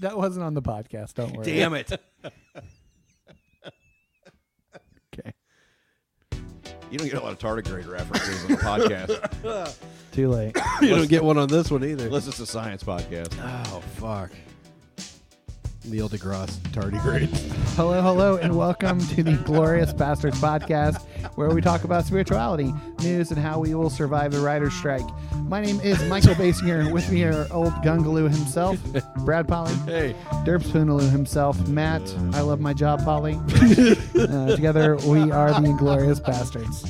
That wasn't on the podcast. Don't worry. Damn it. Okay. You don't get a lot of tardigrade references on the podcast Too late. you don't get one on this one either. unless it's a science podcast. Oh fuck. Neil deGrasse tardigrades. Hello, hello, and welcome to the Glorious Bastards podcast, where we talk about spirituality, news, and how we will survive the writer's strike. My name is Michael Basinger. With me are old Gungaloo himself, Brad Polly, Hey, Derps Poonaloo himself, Matt. I love my job, Polly. Uh, together, we are the Glorious Bastards.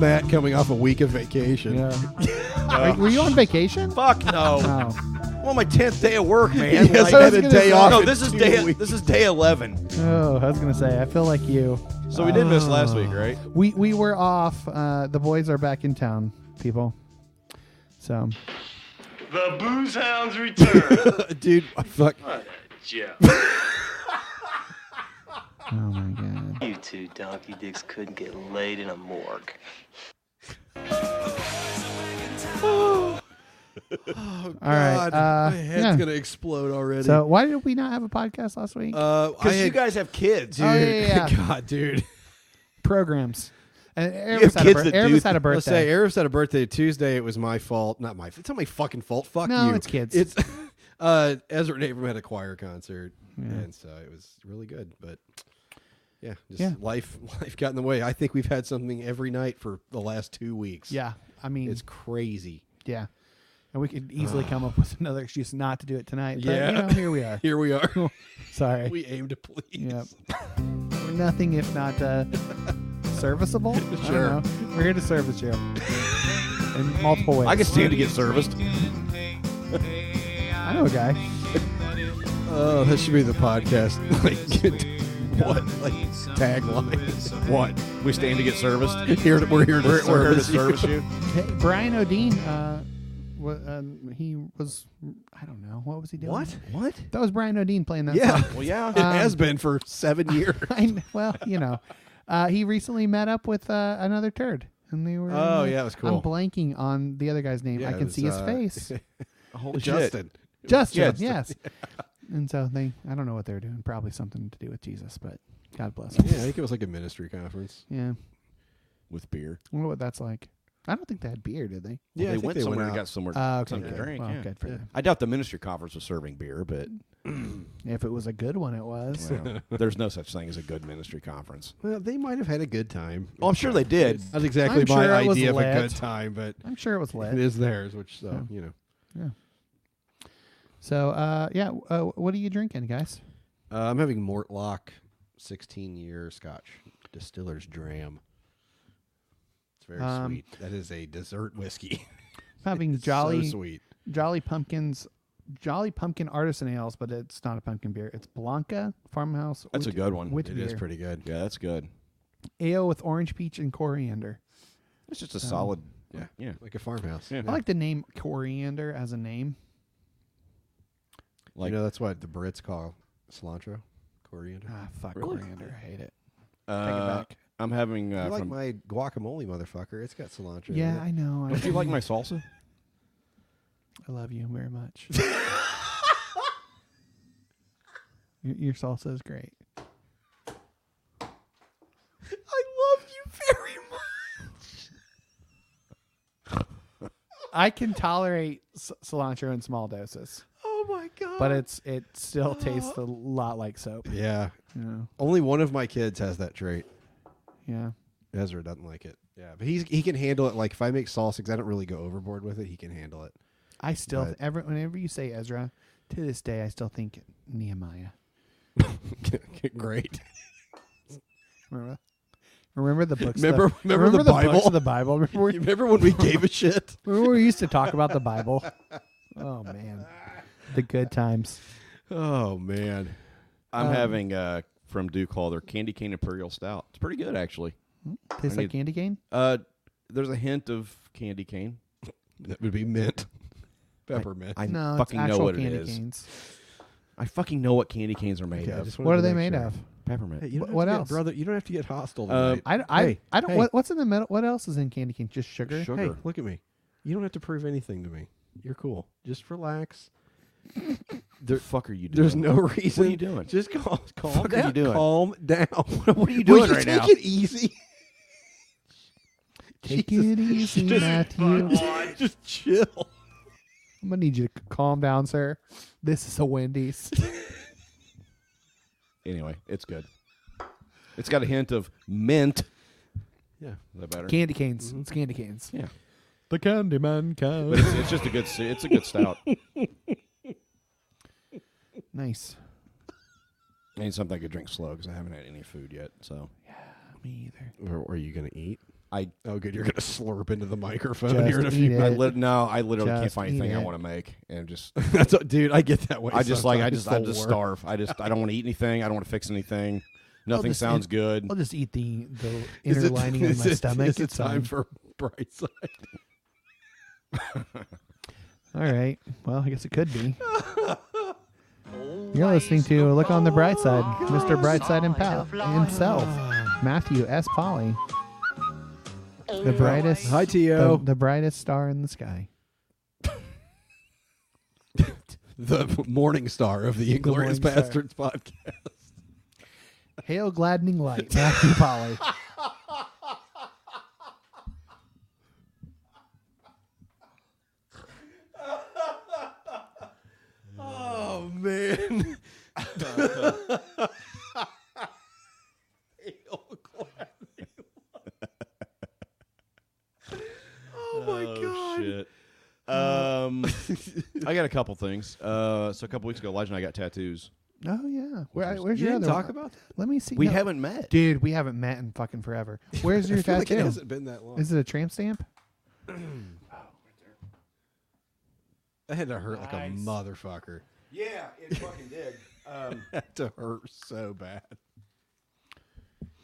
Matt coming off a week of vacation. Yeah. Were- Were you on vacation? Oh. Fuck no. Oh. I'm on my tenth day of work, man. Yes, I Like- I had a was day gonna off. no, in this is two day. weeks. This is day eleven. Oh, I was gonna say. I feel like you. So we did miss last week, right? We we were off. Uh, the boys are back in town, people. So The booze hounds return. dude. I Fuck. what a joke. Oh my god. You two donkey dicks couldn't get laid in a morgue. All right, God, uh, my head's yeah. gonna explode already. So why did we not have a podcast last week? uh, I Because had, you guys have kids. Oh, yeah, yeah, yeah. God, dude. Programs. And have Aramis, had a, kids bir- that do Aramis had a th- birthday. Let's say Arif's had a birthday Tuesday. It was my fault, not my. It's not my fucking fault. Fuck No, you. it's kids. It's uh, Ezra and Abram had a choir concert, and so it was really good. But yeah, just Yeah. life life got in the way. I think we've had something every night for the last two weeks. yeah, I mean, it's crazy. yeah, and we could easily come up with another excuse not to do it tonight. But, Yeah. you know, here we are. Here we are. Sorry, we aim to please. Yep. we're nothing if not uh, serviceable. I Sure. don't know. we're here to service you in multiple ways. I can stand to get serviced. I know a guy. Oh, that should be the podcast. like what? Like tagline. What? We stand to get serviced. Here, to- we're here to We're, service we're here to you. service you. Hey, Brian O'Dean. Uh, wa um, he was. I don't know what was he doing. What? That was Brian O'Dean playing that Yeah. song. Well, yeah. It has been for seven years. I kn- well, you know, uh, he recently met up with uh, another turd, and they were. in Oh, the- yeah, it was I'm cool. blanking on the other guy's name. Yeah, I it can was, see his uh, face. Holy Justin. Justin, Yes. yes. and so they, I don't know what they were doing. Probably something to do with Jesus, but God bless. 'em. Yeah, I think it was like a ministry conference. yeah, With beer. I wonder what that's like. I don't think they had beer, did they? they Yeah, I think went they somewhere went and out. got somewhere Uh, okay, something good. to drink. Well, yeah. good for yeah. them. I doubt the ministry conference was serving beer, but If it was a good one, it was. well, there's no such thing as a good ministry conference. Well, they might have had a good time. Well, Oh, I'm sure they did. That's exactly I'm my sure it was idea of a lit. good time, but I'm sure it was lit. it is theirs, which so you know. So, uh, yeah, uh, what are you drinking, guys? Uh, I'm having Mortlock, 16 year Scotch Distillers Dram. It's very Um, sweet. That is a dessert whiskey. I'm having It's Jolly so sweet. Jolly Pumpkins, Jolly Pumpkin Artisan Ales, but it's not a pumpkin beer. It's Blanca Farmhouse. That's a wheat- good one. Wheat It beer. is pretty good. Yeah, that's good. Ale with orange peach and coriander. It's Um, just a solid. yeah. yeah. Like a farmhouse. Yeah. I like the name coriander as a name. Like you know, that's what the Brits call cilantro, Uh, coriander. Ah, fuck Really? coriander. I hate it. Take uh, it back. I'm having. Uh, you like from- my guacamole, motherfucker? It's got cilantro. in Yeah, it. I know. I, Don't you like my salsa? I love you very much. your, your salsa is great. I love you very much. I can tolerate c- cilantro in small doses, Oh my god. but it's it still tastes a lot like soap. Yeah. You know? Only one of my kids has that trait. Yeah. Ezra doesn't like it. Yeah, but he's he can handle it. Like if I make salsa, 'cause I don't really go overboard with it, he can handle it. I still, But- ever, whenever you say Ezra, to this day, I still think Nehemiah. Great. Remember, remember the books. Remember- the, remember the books Bible? of the Bible. Remember, You we- remember when we gave a shit? remember we used to talk about the Bible. Oh man, the good times. Oh man. I'm Um, having uh, from Duke Hall their candy cane imperial stout. It's pretty good actually. Tastes I like candy cane. Uh, there's a hint of candy cane. That would be mint. Peppermint. I No, fucking it's know actual what it candy is. canes. I fucking know what candy canes are made Okay, I of. just wanted What are to they make made sure. of? Peppermint. Hey, you don't Wh- have to what get- else? brother? You don't have to get hostile. Uh, tonight. I, don't- I, Hey, I don't. hey. What, what's in the middle? What else is in candy cane? Just sugar. Sugar. hey, look at me. You don't have to prove anything to me. You're cool. Just relax. The fuck are you doing? There's no reason. you doing? Just calm, calm fuck are down. you doing? Calm down. What are you doing right take now? Take it easy. Take Jesus. it easy, Just- Matthew. I'm Just chill. gonna need you to c- calm down, sir. This is a Wendy's. Anyway, it's good. It's got a hint of mint. Yeah. Is that better? Candy canes. It's candy canes. yeah. The Candyman But comes. it's, it's just a good. se- It's a good stout. Nice. I need something I could drink slow because I haven't had any food yet. So Me either. Or, or are you gonna eat? I Oh, good. You're gonna slurp into the microphone Just here in a eat few. it. I lit no, I literally can't Just find eat anything I it. want to make, and just That's what, dude. I get that way. I just like I sometimes. just I just Don't worry. starve. I just I don't want to eat anything. I don't want to fix anything. Nothing just sounds eat- good. I'll just eat the the Is inner it- lining of my is it- stomach. um, Is it time on. for bright side? All right. Well, I guess it could be. You're listening to Look on the Bright Side, Mr. Brightside himpa- himself, Matthew S. Polly. The brightest, Hi, the, To the brightest star in the sky. the morning star of the Inglorious Morning Star. Bastards podcast. Hail, gladdening light, Matthew Polly. Oh man. oh my god. Um, I got a couple things. Uh, so a couple weeks ago, Elijah and I got tattoos. Oh yeah, Where, where's your other one? about that? Let me see. We no. haven't met. dude. We haven't met in fucking forever. Where's your I feel like it tattoo? hasn't been that long. Is it a tramp stamp? That had to hurt like a motherfucker. Yeah, it fucking did. Um, That to hurt so bad.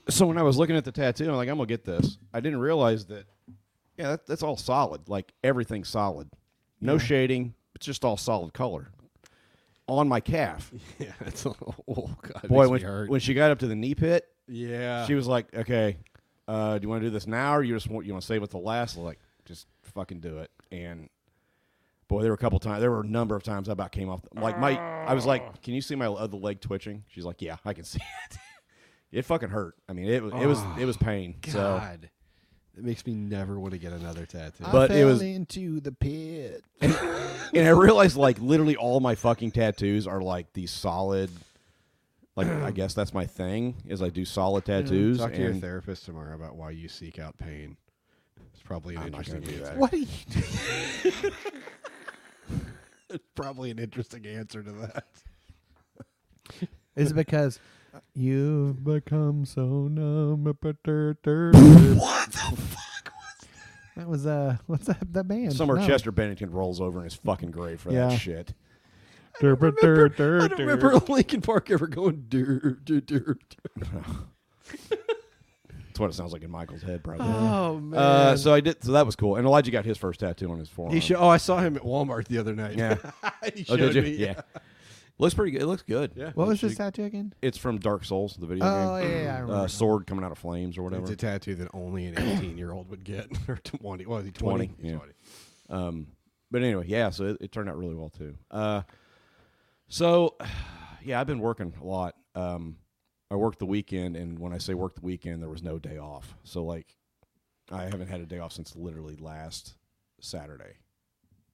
so when I was looking at the tattoo, I'm like, I'm gonna get this. I didn't realize that. Yeah, that, that's all solid. Like everything's solid. No shading. It's just all solid color. On my calf. Yeah, that's a, oh god. Boy, makes me when, when she got up to the knee pit, yeah, she was like, "Okay, uh, do you want to do this now, or you just want you want to save it to last?" I was like, just fucking do it. And boy, there were a couple times. There were a number of times I about came off. Like my, I was like, "Can you see my other leg twitching?" She's like, "Yeah, I can see it." it fucking hurt. I mean, it was it was it was pain. So God, it makes me never want to get another tattoo. Uh, But it was- into the pit. and I realized like literally all my fucking tattoos are like these solid. Like I guess that's my thing is I do solid tattoos. Talk to your and- therapist tomorrow about why you seek out pain. It's probably an I'm not interesting gonna do that. answer. What are you? doing? It's probably an interesting answer to that. Is it because you've become so numb? What the fuck? That was uh, what's that? That band? Somewhere No. Chester Bennington rolls over in his fucking grave for Yeah. that shit. I don't remember Lincoln Park ever going dur dur dur. That's what it sounds like in Michael's head, probably. Oh man. Uh, so I did. So that was cool. And Elijah got his first tattoo on his forearm. he sho- oh, I saw him at Walmart the other night. Yeah. he oh, showed did you? me. Yeah. Looks pretty good. It looks good. Yeah. What was this tattoo again? It's from Dark Souls, the video Oh yeah, game. yeah, I remember. Uh, sword coming out of flames or It's whatever. a tattoo that only an 18 year old would get, or 20. What was he 20? 20, yeah. Um, but anyway, yeah. So it, it turned out really well too. Uh, so yeah, I've been working a lot. Um, I worked the weekend, and when I say work the weekend, there was no day off. So like, I haven't had a day off since literally last Saturday,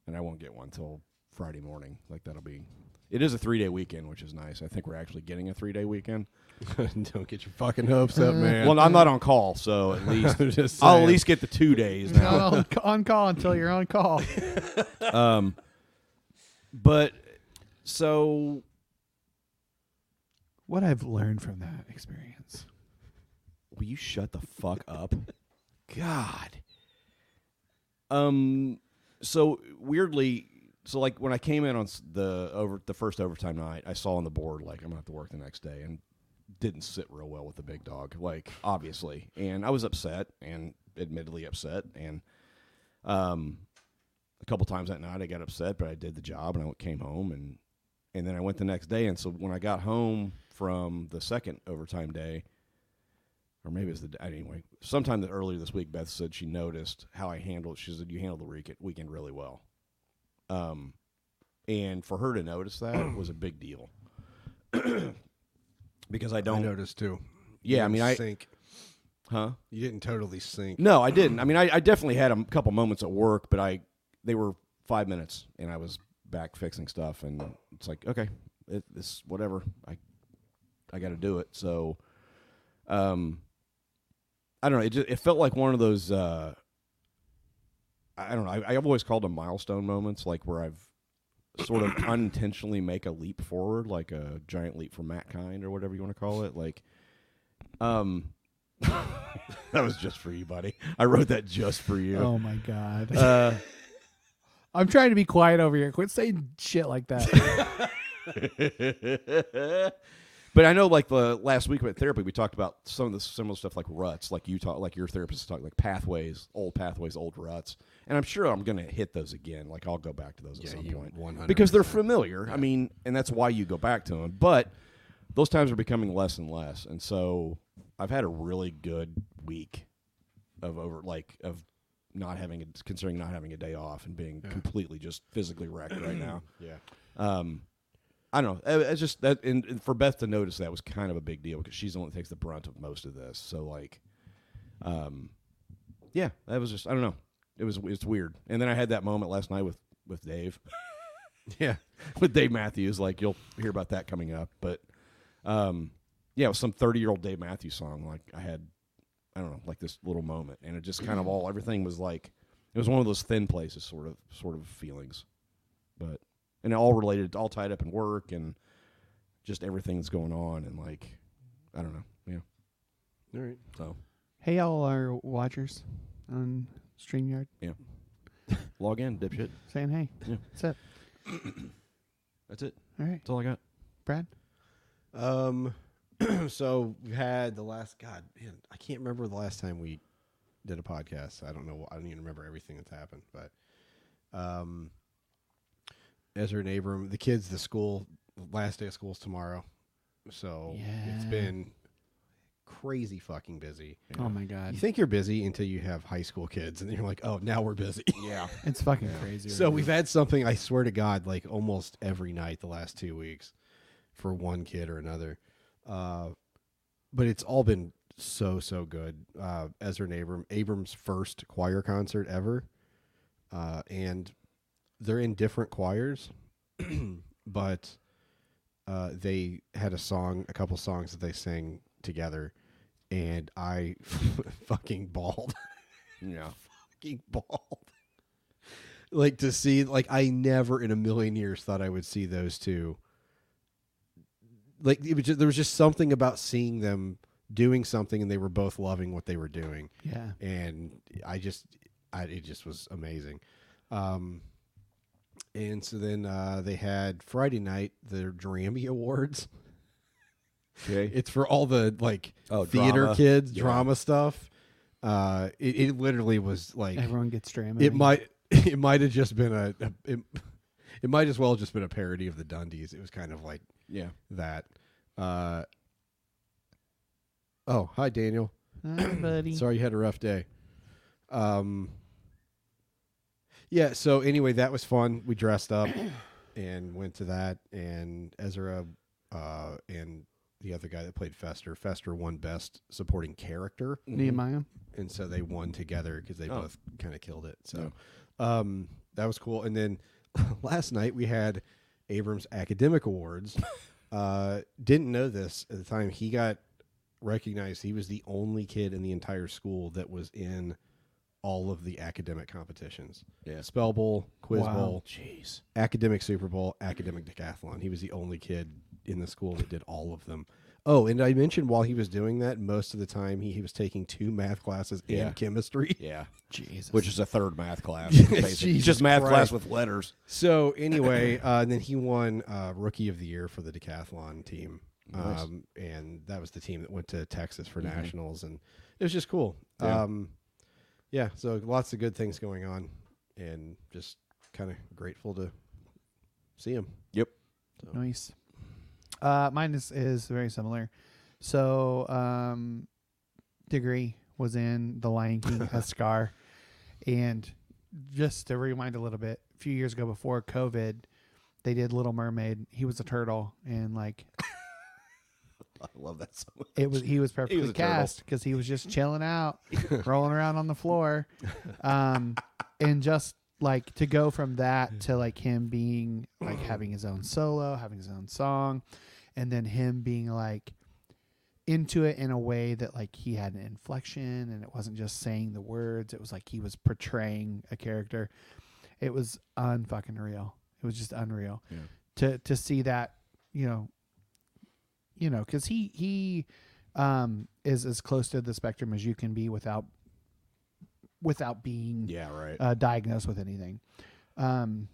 and I won't get one till Friday morning. Like that'll be. It is a three day weekend, which is nice. I think we're actually getting a three day weekend. Don't get your fucking hopes up, man. Uh, Well, I'm not on call, so at least I'm just I'll at saying. least get the two days You're now. not on, on call until you're on call. Um, but so what I've learned from that experience. Will you shut the fuck up? God. Um. So weirdly, so like when I came in on s- the over the first overtime night, I saw on the board like I'm gonna have to work the next day, and didn't sit real well with the big dog, like obviously, and I was upset and admittedly upset, and um, a couple times that night I got upset, but I did the job and I went- came home and and then I went the next day, and so when I got home from the second overtime day, or maybe it's the d- anyway. Sometime that earlier this week, Beth said she noticed how I handled. She said you handled the week- weekend really well. Um, and for her to notice that was a big deal because I I don't, noticed too. Yeah, You I mean, didn't I- sink. huh? You didn't totally sink. No, I didn't. I mean, I, I definitely had a couple moments at work, but I they were five minutes, and I was back fixing stuff, and it's like, okay, it, it's whatever. I I got to do it. So, um, I don't know. It just, it felt like one of those. Uh, I I don't know. I, I've always called them milestone moments, like where I've sort of unintentionally make a leap forward, like a giant leap from that kind or whatever you want to call it. Like, um, that was just for you, buddy. I wrote that just for you. Oh my god. Uh, I'm trying to be quiet over here. Quit saying shit like that. but I know, like the last week about therapy, we talked about some of the similar stuff, like ruts, like you talk, like your therapist talked, like pathways, old pathways, old ruts, and I'm sure I'm gonna hit those again. Like I'll go back to those at Yeah, some you point 100%. because they're familiar. I mean, and that's why you go back to them. But those times are becoming less and less, and so I've had a really good week of over like of not having a, considering not having a day off and being completely just physically wrecked right now. Yeah. Um, I don't know. It- It's just that, and, and for Beth to notice that was kind of a big deal because she's the one that takes the brunt of most of this. So like, um, yeah, that was just I don't know. It was it's weird. And then I had that moment last night with with Dave, Yeah. with Dave Matthews. Like you'll hear about that coming up. But um, yeah, it was some thirty year old Dave Matthews song. Like I had, I don't know, like this little moment, and it just kind of all everything was like it was one of those thin places, sort of sort of feelings but and all related, all tied up in work and just everything that's going on and like I don't know, yeah. All right. So hey, all our watchers on StreamYard log in, dipshit. saying hey. Yeah. What's up? That's it. All right, That's all I got. Brad. Um, so we had the last God, man, I can't remember the last time we did a podcast. I don't know. I don't even remember everything that's happened. But, um, Ezra and Abram, the kids, the school, the last day of school's tomorrow. So it's Yeah. been crazy fucking busy. Oh my god, You think you're busy until you have high school kids, and then you're like, oh, now we're busy. Yeah. it's fucking crazy. So right we've now. had something, I swear to God, like almost every night the last two weeks for one kid or another. Uh, but it's all been so, so good. Uh, Ezra and Abram, Abram's first choir concert ever. Uh, and they're in different choirs, but uh, they had a song, a couple songs that they sang together. And I fucking bawled Yeah. fucking bald. like to see, like I never in a million years thought I would see those two. Like it was just, there was just something about seeing them doing something, and they were both loving what they were doing, yeah. and I just, I it just was amazing. Um, and so then uh, they had Friday night their Drammy Awards. Okay. It's for all the like Oh, theater drama. kids, Yeah. drama stuff. Uh, it, it literally was like Everyone gets drama. it might it might have just been a, a- it, it might as well have just been a parody of the Dundies. It was kind of like yeah. that. Uh, oh, hi Daniel. Hi, buddy. Sorry you had a rough day. Um, yeah. So anyway, that was fun. We dressed up and went to that, and Ezra uh, and the other guy that played Fester. Fester won Best Supporting Character Nehemiah. and so they won together because they Oh. both kind of killed it. So um, that was cool. And then last night we had Abrams Academic Awards. uh, didn't know this at the time. He got recognized. He was the only kid in the entire school that was in all of the academic competitions. Yeah. Spell Bowl, Quiz Wow. Bowl, Jeez. academic Super Bowl, academic decathlon. He was the only kid in the school that did all of them. Oh, and I mentioned while he was doing that, most of the time he, he was taking two math classes Yeah. and chemistry. Yeah. Jesus. Which is a third math class. Yes, basically. It's Jesus just math Christ. class with letters. So anyway, uh, and then he won uh, Rookie of the Year for the decathlon team, Nice. Mm-hmm. um, and that was the team that went to Texas for nationals, and it was just cool. Yeah. Um, yeah, so lots of good things going on, and just kind of grateful to see him. Yep. Nice. Uh, mine is, is very similar. So, um, Degree was in The Lion King as Scar. And just to rewind a little bit, few years ago before COVID, they did Little Mermaid. He was a turtle, and like I love that so much. it was, he was perfectly a turtle. cast because he was just chilling out, rolling around on the floor, um, and just like to go from that to like him being like having his own solo, having his own song, and then him being like into it in a way that like he had an inflection and it wasn't just saying the words it was like he was portraying a character it was unfucking real it was just unreal Yeah. to to see that you know you know cuz he he um is as close to the spectrum as you can be without without being Yeah, right. uh, diagnosed with anything. Um,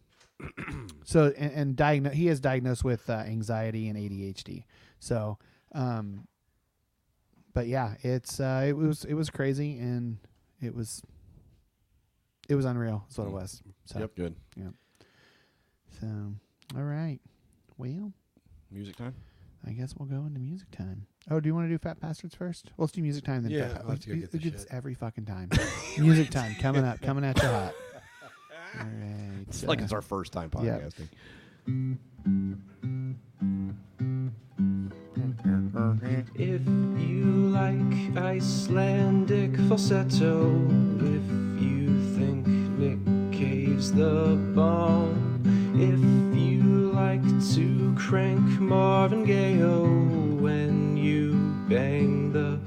so and, and diagno- he is diagnosed with uh, anxiety and ADHD. So, um, but yeah, it's uh, it was it was crazy and it was it was unreal. Is what it was. So, Mm. yep, good. so all right. Well, Music time. I guess we'll go into music time. Oh, do you want to do Fat Bastards first? Well, let's do music time then. Yeah, Fat- I'll have to go we- get we the do this shit. every fucking time. music time coming up, coming at you hot. All right. It's uh, like it's our first time yeah. podcasting. mm. If you like Icelandic falsetto, if you think Nick Cave's the bomb, if you like to crank Marvin Gaye when you bang the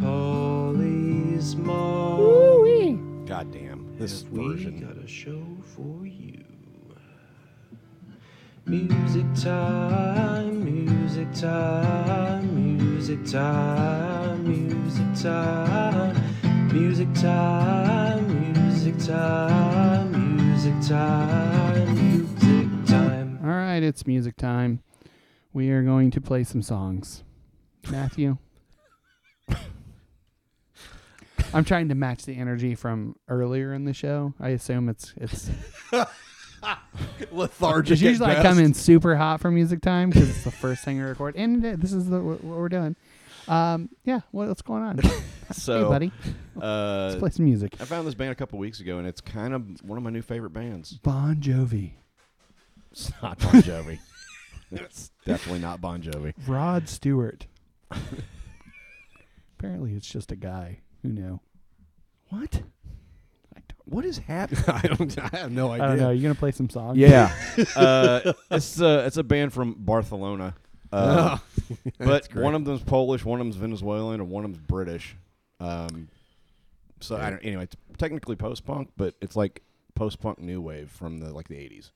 Polly's mom. God damn, this Have We version. got a show for you. Music time, music time, music time, music time, music time, music time, music time, music time. All right, it's music time. We are going to play some songs. Matthew. I'm trying to match the energy from earlier in the show. I assume it's it's Lethargic. because at usually I best. come in super hot for music time because it's the first thing I record, and it- this is the, what we're doing. Um, yeah, what, what's going on? hey, So, buddy, Uh, let's play some music. I found this band a couple weeks ago, and it's kind of one of my new favorite bands. Bon Jovi, It's not Bon Jovi. it's definitely not Bon Jovi. Rod Stewart. Apparently, it's just a guy. Who knew? What? I don't. What is happening? I don't. I have no idea. I don't know. You're gonna play some songs. Yeah, uh, it's a it's a band from Barcelona, uh, Oh, but one of them's Polish, one of them's Venezuelan, and one of them's British. Um, so I don't. Anyway, it's technically post punk, but it's like post punk new wave from the like the eighties,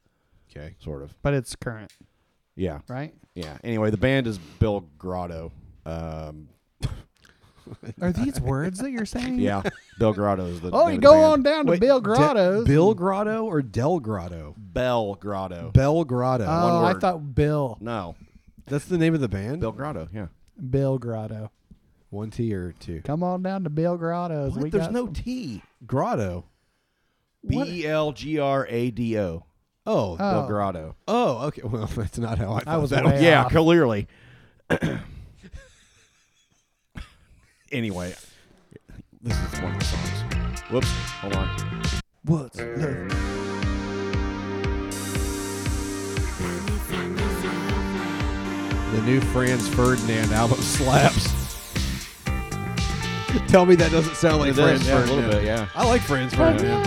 Okay. sort of. but it's current, Yeah, right? yeah. Anyway, the band is Bill Grotto. Um, Are these words that you're saying? yeah, Bill Grotto is the. Oh, name you of the go band. on down to Wait, Bill De- Grotto's. Bill Grotto or Del Grotto? Bell Grotto. Bel Grotto. Oh, I word. thought Bill. no, That's the name of the band. Bill Grotto. Yeah. Bill Grotto. One T or two. Come on down to Bill Grotto's. We got some- T. Grotto. B E L G R A D O. Oh. Oh. Bill Grotto. Oh. Okay. Well, that's not how I. Thought I was that. way yeah, off. clearly. anyway, this is one of the songs. Whoops, hold on. What's love? The new Franz Ferdinand album slaps. Tell me that doesn't sound like It Franz does, yeah, a Ferdinand. little bit, yeah. I like Franz Ferdinand.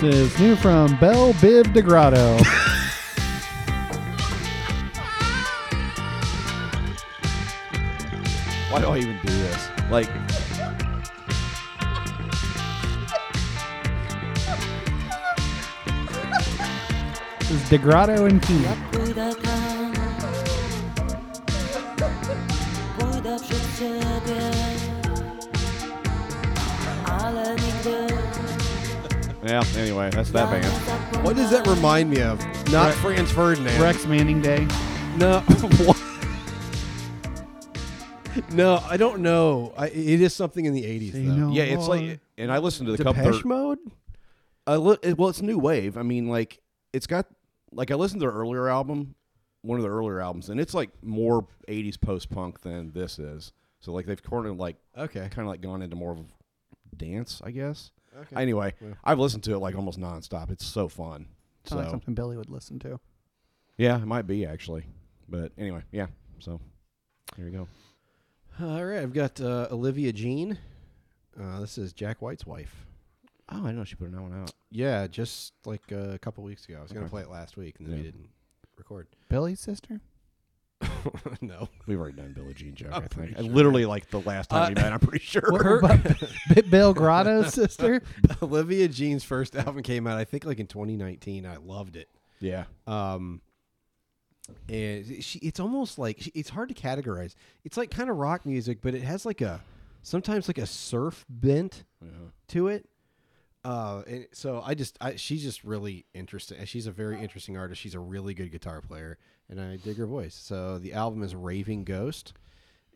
This is new from Bell Bib de Grotto. Why do I even do this? Like, this is de Grotto and Key. Pójdę przed ciebie, ale nigdy yeah. Anyway, that's that band. zapomnę. What does that remind me of? Not Franz Ferdinand. Rex Manning Day. No. What? no, I don't know. I, it is something in the 80s, though. Yeah, it's like, and I listened to the couple. Depeche Mode? I li- it- well, it's new wave. I mean, like it's got like I listened to their earlier album, one of the earlier albums, and it's like more '80s post punk than this is. So like they've cornered like Okay. kind of like gone into more of dance, I guess. Okay. Anyway, Well. I've listened to it like almost nonstop. It's so fun. So Sounds like something Billy would listen to. yeah, it might be actually, but anyway, yeah. So there you go. All right, I've got uh, Olivia Jean. Uh, this is Jack White's wife. Oh, I didn't know she put another one out. Yeah, just like uh, a couple weeks ago. I was gonna Okay. play it last week, and then we Yeah. didn't record. Billy's sister? no, We've already done Billie Jean joke. i I'm think pretty I sure. literally like the last time we met. I'm pretty sure. Bit Bill Grotto's sister? Olivia Jean's first album came out, I think, like in 2019. I loved it. yeah, Um, and she, it's almost like she- it's hard to categorize. It's like kind of rock music, but it has like a sometimes like a surf bent Uh-huh. to it. Uh, and so I just I, she's just really interesting. and She's a very interesting artist. She's a really good guitar player, and I dig her voice. So the album is Raving Ghost,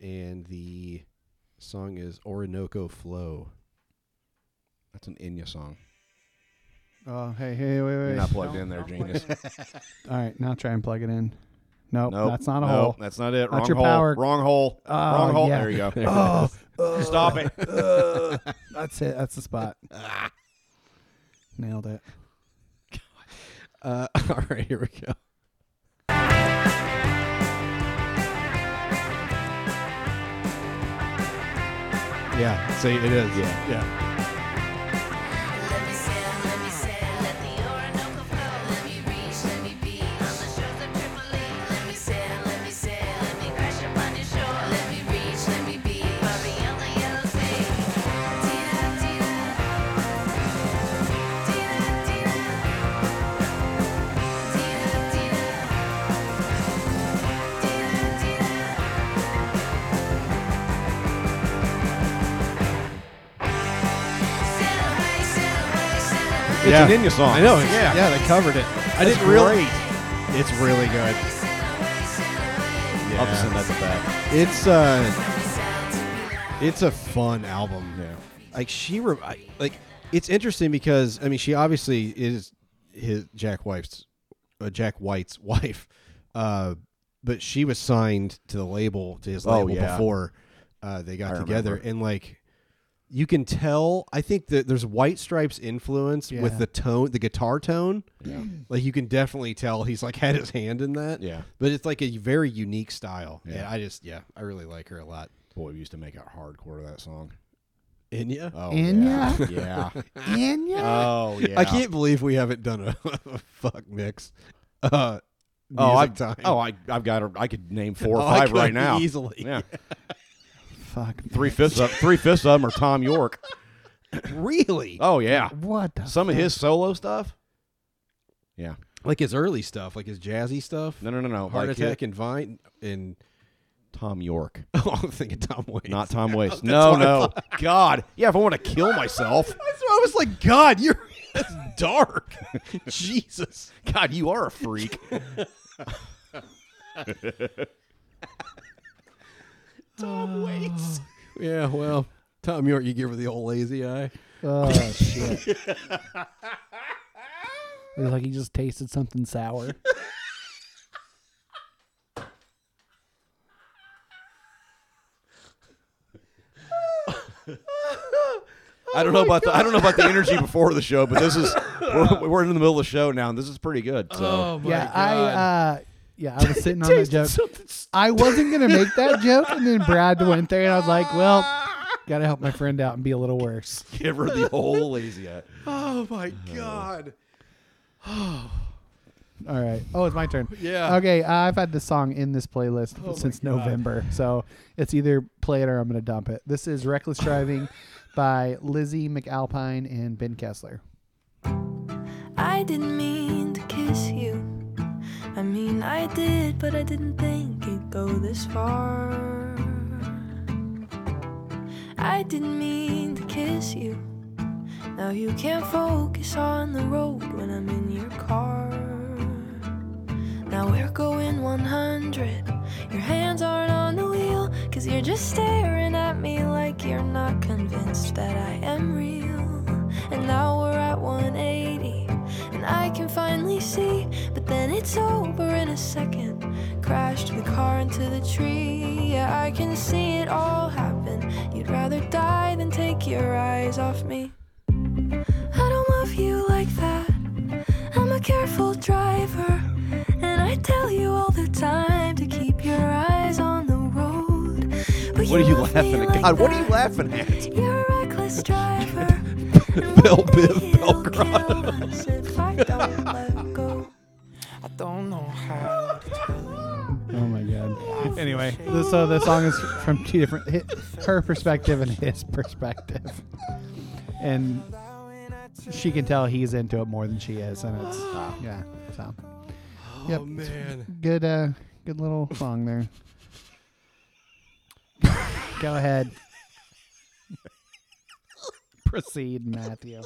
and the song is Orinoco Flow. that's an Inya song. Oh, hey, hey, wait, wait. You're not plugged Don't- in there, don't plug genius. it in. All right, now try and plug it in. Nope, Nope, that's not a nope, hole. That's not it. Not Wrong your hole. power. Wrong hole. Oh, Wrong hole. yeah. There you go. Oh, Stop it. that's it. That's the spot. Ah. Nailed it. Uh, all right, here we go. Yeah, see, it is. Yeah, yeah. Let me sail, let me sail, let the Orinoco flow. Let me reach, let me be on the shores of Tripoli. Let me sail, let me sail, let me crash upon your shore. Let me reach, let me be far beyond the yellow sea. Tira, tira, tira, tira, tira, tira, tira, tira. Sail away, sail away, sail away. It's an Inya song. I know. it's- Yeah. Yeah, they covered it. I That's didn't really. great. It's really good. I'll just send that to Beth. It's uh, it's a fun album. Yeah. Like she, re- I, like it's interesting because I mean she obviously is his Jack White's, uh, Jack White's wife, uh, but she was signed to the label to his Oh, label yeah. before uh, they got I together, remember. and like you can tell, I think that there's White Stripes influence with Yeah. the tone, the guitar tone. Yeah. Like you can definitely tell he's like had his hand in that. Yeah. But it's like a very unique style. Yeah. Yeah. I just yeah, I really like her a lot. Boy, we used to make out hardcore to that song. And yeah. Oh, Inya? yeah. yeah. Anya? Oh, yeah. I can't believe we haven't done a, a fuck mix. Uh Oh, I, music time. oh, I, I've got. A, I could name four or Oh, I five right could now easily. Yeah, Fuck. three fifths up. Three fifths of them are Tom York. really? Oh yeah, What the some of his solo stuff. Yeah. Like his early stuff, like his jazzy stuff. No, no, no, no. Heart Like, Attack and Vine and Tom York, oh, I'm thinking Tom Waits. not Tom Waits. no, what I no. God. Yeah, if I want to kill myself. That's why I was like, God, you're that's dark. Jesus. Oh God, you are a freak. Tom Waits. Yeah, well, Tom York, you give her the old lazy eye. Oh, shit. It was like he just tasted something sour. I don't know about the I don't know about the energy before the show, but this is we're, we're in the middle of the show now, and this is pretty good. So Oh, yeah, I uh yeah, I was sitting on that joke. I wasn't gonna make that joke, and then Brad went there, and I was like, "Well, gotta help my friend out and be a little worse." give her the whole lazy eye. Oh my god. All right. Oh, it's my turn. Yeah. Okay, uh, I've had this song in this playlist since November, so it's either play it or I'm gonna dump it. This is "Reckless Driving" by Lizzie McAlpine and Ben Kessler. I didn't mean to kiss you. I mean, I did, but I didn't think it'd go this far. I didn't mean to kiss you. Now you can't focus on the road when I'm in your car. Now we're going 100. Your hands aren't on the wheel, cause you're just staring at me like you're not convinced that I am real. And now we're at 180, and I can finally see, but then it's over in a second. crashed the car into the tree. Yeah, I can see it all happen. You'd rather die than take your eyes off me. I don't love you like that. I'm a careful driver, and I tell you all the time to keep your eyes on the road. But What are you love me laughing at? like God, what are you that. laughing at? You're a reckless driver. Bill Biv Belgrano. I don't know how to tell Oh my god. Anyway, this, so the song is from two different, hit, her perspective and his perspective, and she can tell he's into it more than she is, and it's yeah. So Yep. Oh man. good, uh, good little song there. Go ahead. Proceed, Matthew.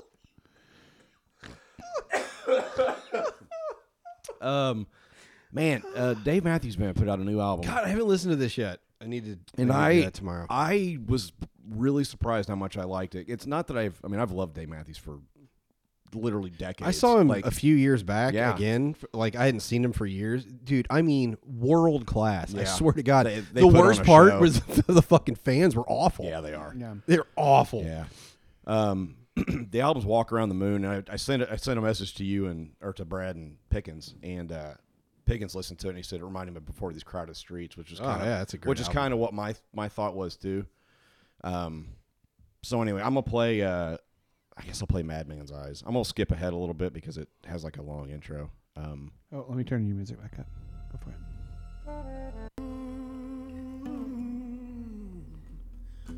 Um, man, uh, Dave Matthews Band put out a new album. God, I haven't listened to this yet. I need to. and I I, need to do that tomorrow. I was really surprised how much I liked it. It's not that I've I mean I've loved Dave Matthews for literally decades. I saw him like a few years back Yeah. again. f- Like I hadn't seen him for years, dude. I mean, world class. I Yeah. swear to God. They- they the put on worst a part show. was the fucking fans were awful. yeah they are Yeah. they're awful. yeah. Um, the album's Walk Around the Moon. And I, I sent a- I sent a message to you and or to Brad and Pickens and uh, Pickens listened to it and he said it reminded him of Before These Crowded Streets, which is Oh, kind of yeah, that's a great which is album. kind of what my my thought was too. Um, so anyway, I'm gonna play. Uh, I guess I'll play Madman's Eyes. I'm gonna skip ahead a little bit because it has like a long intro. Um, Oh, let me turn your music back up. Go for it.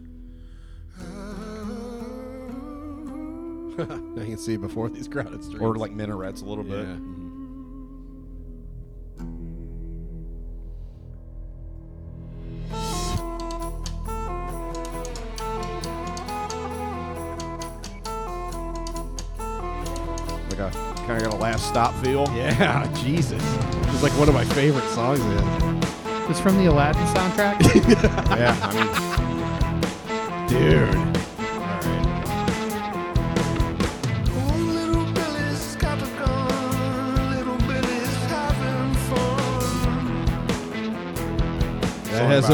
I can see it before these crowded streets. or like minarets a little bit. Yeah. Like a kind of got a last stop feel. yeah, Jesus. It's like one of my favorite songs. Man. It's from the Aladdin soundtrack. yeah. I Dude. That has a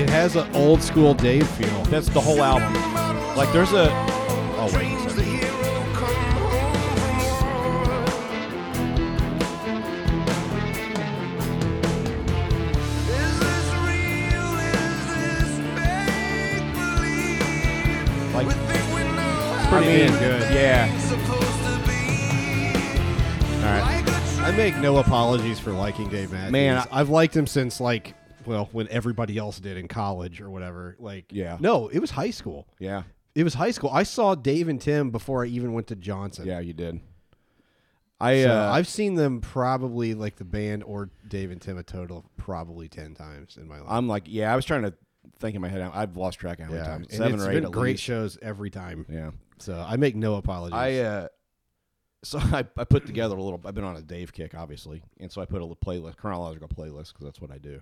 it has an old school Dave feel. mean, that's the whole album. Like there's a. Oh wait. a second. Like pretty I mean, damn good. Yeah. I make no apologies for liking Dave Matthews. Man, I- I've liked him since like well, when everybody else did in college or whatever. Like Yeah. No, it was high school. Yeah. It was high school. I saw Dave and Tim before I even went to Johnson. Yeah. You did. I. So uh, I've seen them probably like the band or Dave and Tim a total of probably ten times in my life. I'm like, yeah, I was trying to think in my head. I've lost track of how many yeah, times. and Seven it's or eight. been at great least. shows every time. Yeah. So I make no apologies. I uh, so I, I put together a little. I've been on a Dave kick, obviously, and so I put a little playlist, chronological playlist, because that's what I do.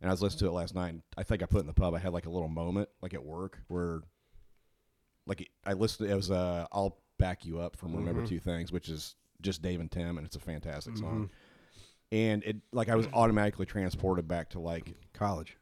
And I was listening to it last night. And I think I put it in the pub. I had like a little moment, like at work, where like it, I listened. It was uh, "I'll Back You Up" from Remember Mm-hmm. Two Things, which is just Dave and Tim, and it's a fantastic song. Mm-hmm. And it like I was automatically transported back to like college.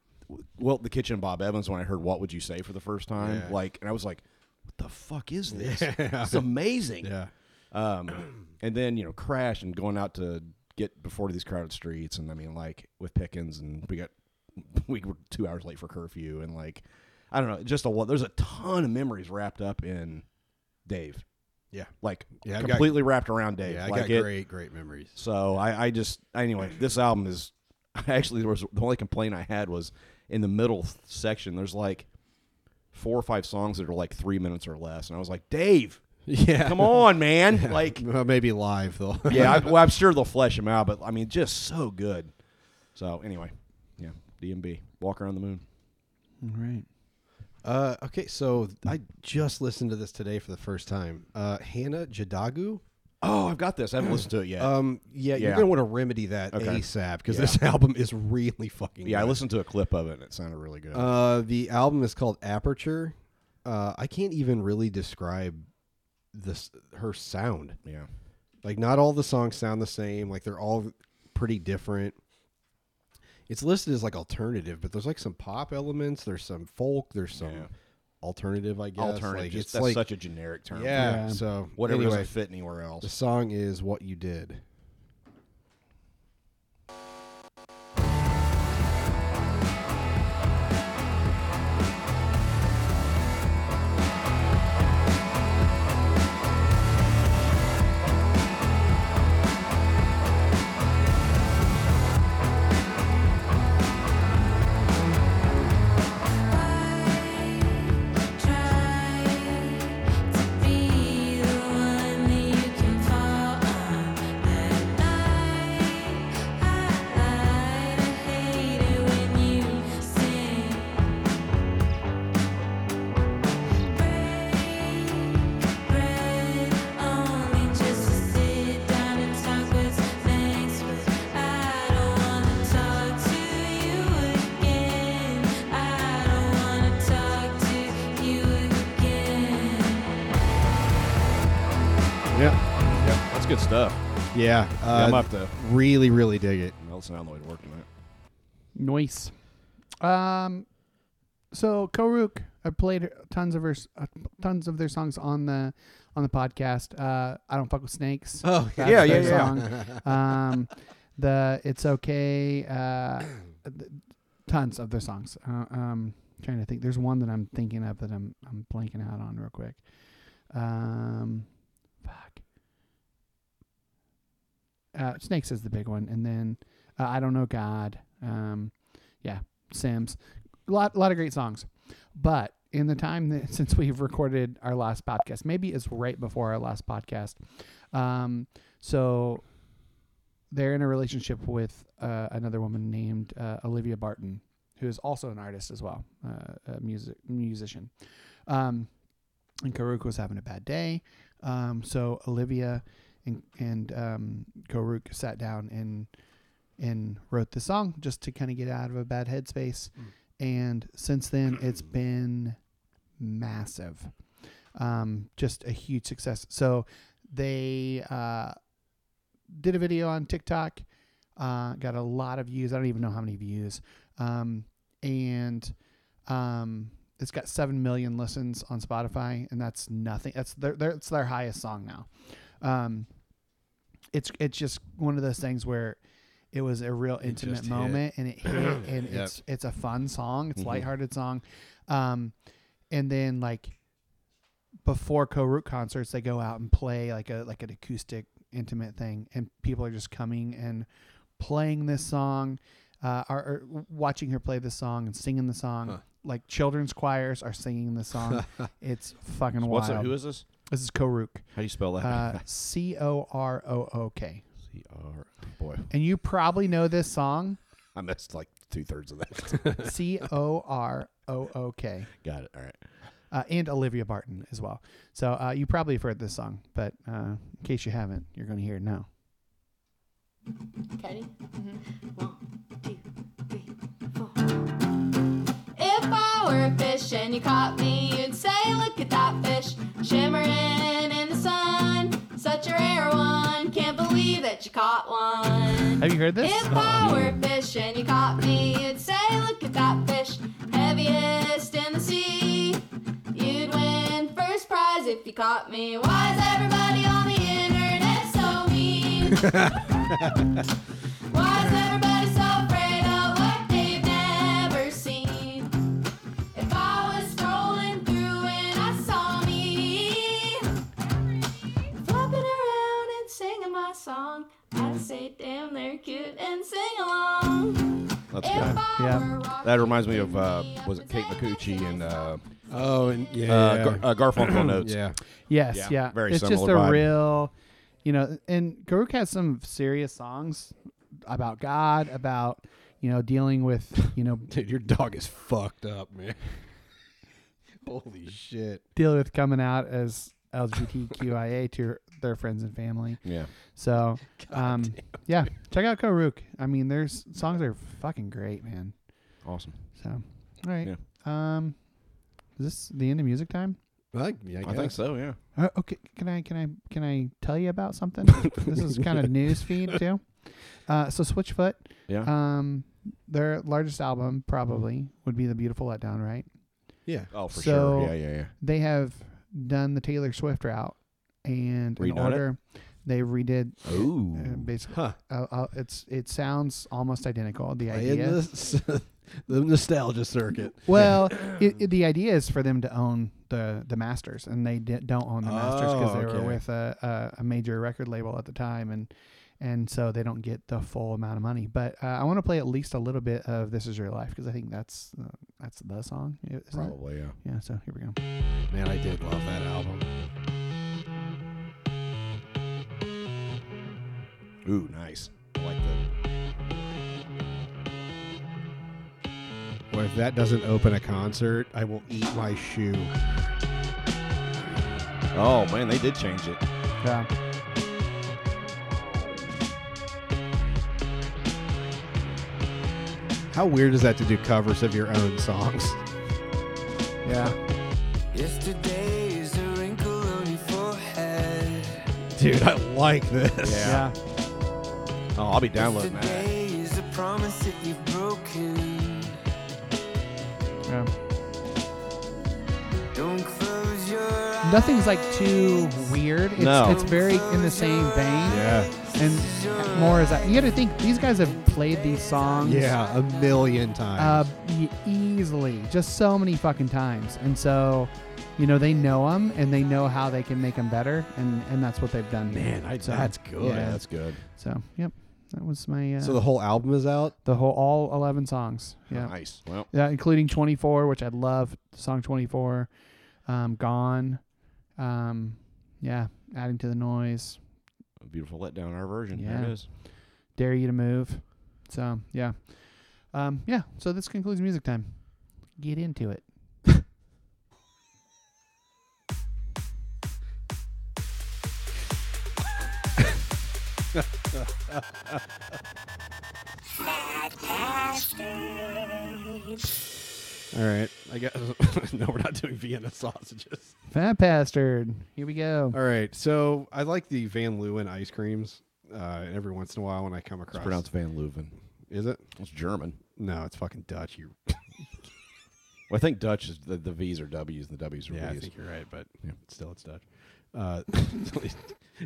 well, the kitchen Bob Evans when I heard "What Would You Say" for the first time, Yeah. like, and I was like, "What the fuck is this? Yeah. It's amazing." Yeah. Um, and then you know, Crash and going out to get before these crowded streets, and I mean, like with Pickens, and we got we were two hours late for curfew, and like I don't know, just a lot. There's a ton of memories wrapped up in Dave, Yeah. like Yeah, I've got- completely wrapped around Dave. Yeah, I like got it- great, great memories. so I, I just anyway, this album is actually there was the only complaint I had was in the middle section. There's like four or five songs that are like three minutes or less, and I was like, Dave, Yeah. come on, man! Like, Well, maybe live though. yeah, I, well, I'm sure they'll flesh him out, but I mean, just so good. So anyway, yeah, DMB, walk around the moon. All right. Uh, okay, so I just listened to this today for the first time. Uh, Hannah Jadagu. Oh, I've got this. I haven't listened to it yet. Um, yeah, you're Yeah. gonna want to remedy that Okay. ASAP because Yeah. this album is really fucking. yeah, I good. listened to a clip of it, and it sounded really good. Uh, the album is called Aperture. Uh, I can't even really describe this her sound. yeah, Like, not all the songs sound the same. Like, they're all pretty different. It's listed as like alternative, but there's like some pop elements. There's some folk. There's some Yeah. alternative, I guess. Alternative. Like, just- it's that's like such a generic term. yeah, Yeah. So Whatever anyway, doesn't fit anywhere else. the song is "What You Did." Yeah, yeah, that's good stuff. yeah. Yeah, Uh, I'm up to really, really dig it. Nelson Alloy to work tonight. Noise. Um, So Koruk, I played tons of her, uh, tons of their songs on the on the podcast. Uh, I don't fuck with snakes. Oh That's Yeah, yeah, their yeah. Song. Um, the it's okay. Uh, th- tons of their songs. Uh, um, trying to think. There's one that I'm thinking of that I'm I'm blanking out on real quick. Um, fuck. Uh, snakes is the big one, and then uh, I don't know God. Um, yeah, Sims. A lot, lot of great songs, but in the time that since we've recorded our last podcast, maybe it's right before our last podcast. Um, so they're in a relationship with uh, another woman named uh, Olivia Barton, who is also an artist as well, uh, a music musician. Um, and Karuk was having a bad day, um, so Olivia and and um, Karuk sat down and and wrote the song just to kind of get out of a bad headspace. And since then, it's been massive, um, just a huge success. So they uh, did a video on TikTok, uh, got a lot of views. I don't even know how many views, um, and um, it's got seven million listens on Spotify, and that's nothing. That's their, their it's their highest song now. Um, it's it's just one of those things where it was a real intimate just hit. moment, and it hit, and Yep. it's it's a fun song. Mm-hmm. It's lighthearted song, um, and then like before co-root concerts they go out and play like a like an acoustic intimate thing and people are just coming and playing this song uh, are, are watching her play this song and singing the song like children's choirs are singing the song it's fucking wild What's it? Who is this? this is Koruk How do you spell that? uh, C-O-R-O-O-K C R. Boy, and you probably know this song I missed like two thirds of that. C-O-R-O-O-K Got it. All right. uh, and Olivia Barton as well so uh, you probably have heard this song but uh, in case you haven't you're going to hear it now Ready? One, two, three, four. If I were a fish and you caught me, you'd say, Look at that fish shimmering in the sun. Such a rare one. Can't believe that you caught one. have you heard this If I were a fish and you caught me, you'd say, Look at that fish, heaviest in the sea. You'd win first prize if you caught me. Why is everybody on the internet so mean? Why is everybody so afraid of what they've never seen? If I was scrolling through and I saw me flopping around and singing my song, I'd say, damn, they're cute and sing along. That's If good. I Yeah. were walking That reminds me of uh, up was it and Kate saying that McCucci and uh, Oh, and yeah, uh, Gar- uh, Garfunkel notes? yeah. Yes, Yeah, yeah. very it's just a similar vibe. real, you know, and Garuk has some serious songs about God, about, you know, dealing with, you know, Dude, your dog is fucked up, man. Holy shit. dealing with coming out as LGBTQIA to their friends and family. Yeah. So, um, yeah, check out Garuk. I mean, their s- songs are fucking great, man. Awesome. So, all right. Um, is this the end of music time? I, yeah, I think so. Yeah. Uh, okay, can I can I can I tell you about something? this is kind of news feed too. Uh, so Switchfoot, Yeah. um, their largest album Mm-hmm. probably would be the Beautiful Letdown, right? Yeah. oh, for so- sure. Yeah, yeah, yeah. They have done the Taylor Swift route, and in Redone it? order, they redid. Ooh. Uh, basically, Huh. uh, uh, it's it sounds almost identical. The Playing idea, the, the nostalgia circuit. well, it, it- the idea is for them to own the the masters, and they di- don't own the masters because Oh, they okay. were with a, a, a major record label at the time, and and so they don't get the full amount of money. But uh, I want to play at least a little bit of "This Is Your Life" because I think that's uh, that's the song. isn't it? Probably, yeah. Yeah. So here we go. Oh, Man, I did love that album. Ooh, nice. I like that. Well, if that doesn't open a concert, I will eat my shoe. Oh man, they did change it. Yeah. How weird is that to do covers of your own songs? Yeah. Yesterday's a wrinkle on your forehead. Dude, I like this. Yeah. Oh, I'll be downloading that. Today is a promise that you've broken. yeah. Don't close your eyes. Nothing's like too weird. It's, No. It's very in the same vein. Yeah. And more is that you got to think these guys have played these songs. Yeah, a million uh, times. e- easily, just so many fucking times. And so, you know, they know them and they know how they can make them better, and and that's what they've done. here. Man, I, so, that's good. yeah. That's good. So, yep, that was my uh, So so the whole album is out? the whole all eleven songs. Yeah, Nice. Well, yeah, including twenty four, which I love. Song twenty four, um, gone, um, yeah, adding to the noise. a beautiful letdown. Our version. There Yeah. it is. dare you to move. So yeah, um, yeah. So this concludes music time. Get into it. All right. I guess. no, we're not doing Vienna sausages. Fat bastard. Here we go. All right. So I like the Van Leeuwen ice creams. Uh, and every once in a while when I come It's across. pronounced Van Leuven. Is it? It's German. No, it's fucking Dutch. You. Well, I think Dutch is the, the V's are W's and the W's are Yeah, I V's. think you're right, but Yeah. still it's Dutch. Uh, it's only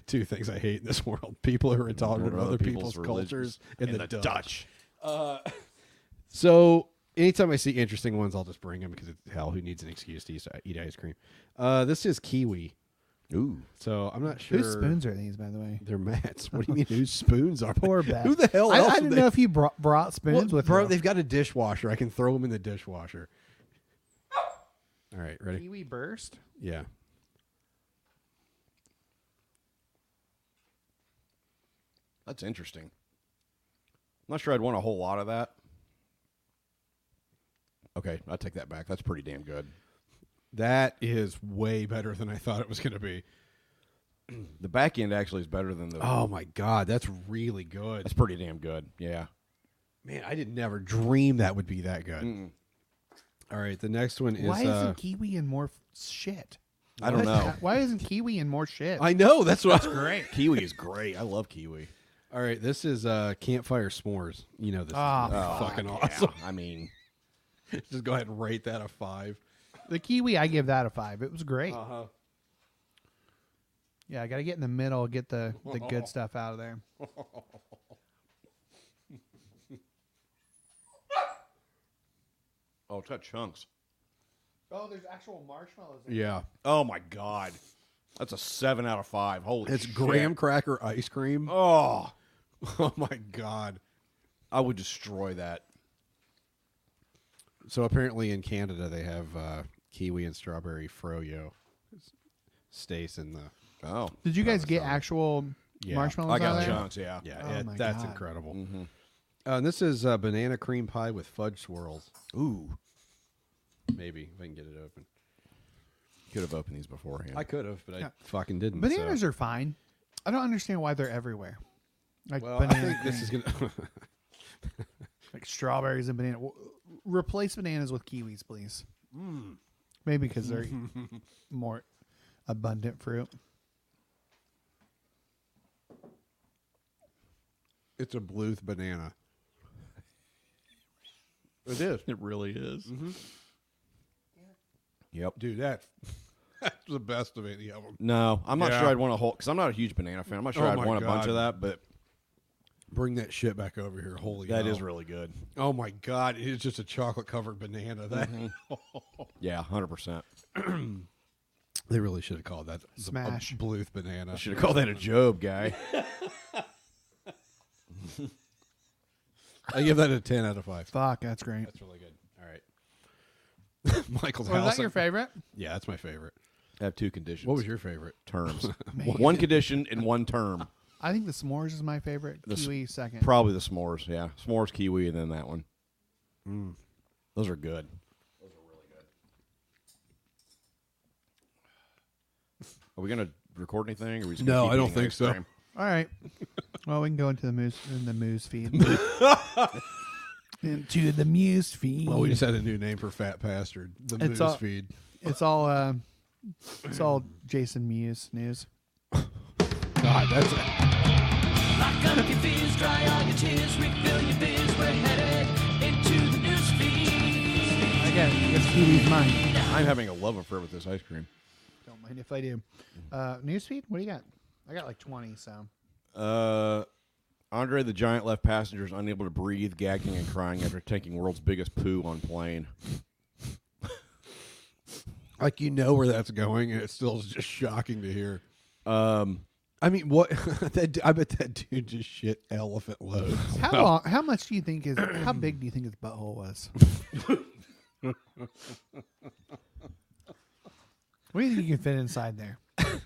two things I hate in this world: people who are intolerant of other people's, cultures and, the, Dutch. Uh, So anytime I see interesting ones, I'll just bring them because hell, who needs an excuse to eat, eat ice cream? Uh, this is kiwi, Ooh. so I'm not sure. Whose spoons are these, by the way? They're mats. What do you mean? Whose spoons are? Poor they? Beth. Who the hell I, else? I would didn't they- know if you brought, brought Well, spoons with bro, you. they've got a dishwasher. I can throw them in the dishwasher. All right, ready? Kiwi burst. Yeah. That's interesting. I'm not sure I'd want a whole lot of that. Okay, I take that back. That's pretty damn good. That is way better than I thought it was going to be. The back end actually is better than the. Oh my god, that's really good. That's pretty damn good. Yeah. Man, I did never dream that would be that good. All right, the next one is. Why uh, isn't kiwi in more f- shit? I don't know. Why isn't kiwi in more shit? I know that's what. That's great. kiwi is great. I love kiwi. All right, this is uh, campfire s'mores. You know this Ah, is gonna be fucking awesome. I mean, Just go ahead and rate that a five. the kiwi, I give that a five. It was great. huh. yeah, I got to get in the middle, get the the good stuff out of there. oh, it's got chunks. Oh, there's actual marshmallows. Yeah, Oh my god, that's a seven out of five. Holy, it's shit. graham cracker ice cream. Oh. Oh, my god! I would destroy that. So apparently in Canada they have uh, kiwi and strawberry froyo. Stays in the Oh, Did you guys get actual Yeah. marshmallows? I out of got there? chunks. Yeah, Yeah, Oh it- my that's God. incredible. Uh, and this is uh, banana cream pie with fudge swirls. Ooh, Maybe if I can get it open. could have opened these beforehand. I could have, but I fucking didn't. Bananas so. are fine. I don't understand why they're everywhere. Like Well, banana I think this cream, is gonna. like strawberries and banana. w- Replace bananas with kiwis, please. Mm. Maybe because they're more abundant fruit. It's a Bluth banana. It is, It really is. Mm-hmm. Yep. dude. That that's the best of any of them. No, I'm not Yeah. sure I'd want a whole because I'm not a huge banana fan. I'm not sure Oh I'd my want a bunch God. of that, but Bring that shit back over here. Holy, that is hell. really good. Oh my god, it is just a chocolate covered banana. That Yeah, hundred percent. they really should have called that the- a Smash. Bluth banana. I should have called that a job guy. I give that a ten out of five. Fuck, that's great. That's really good. All right, Michael's house. Was that your favorite? Yeah, that's my favorite. I have two conditions. What was your favorite? terms? one condition and one term. I think the s'mores is my favorite. Kiwi second. Probably the s'mores. Yeah, s'mores, kiwi, and then that one. Mm. Those are good. Those are really good. Are we gonna record anything? Or are we just gonna No, keep I don't eating think ice so. cream? All right. Well, we can go into the moose in the moose feed. into the muse feed. Well, Oh, we just had a new name for Fat Bastard. The It's Moose all- Feed. it's all uh, it's all Jason Muse news. God, that's a, Again, it's Kiwi's mine. I'm having a love affair with this ice cream. Don't mind if I do. Uh, news feed? What do you got? I got like twenty. So Uh, Andre the Giant left passengers unable to breathe, gagging and crying after taking world's biggest poo on plane. like you know where that's going, and it's still just shocking to hear. Um, I mean, what? that, I bet that dude just shit elephant loads. how long? How much do you think is? How big do you think his butthole was? what do you think you can fit inside there?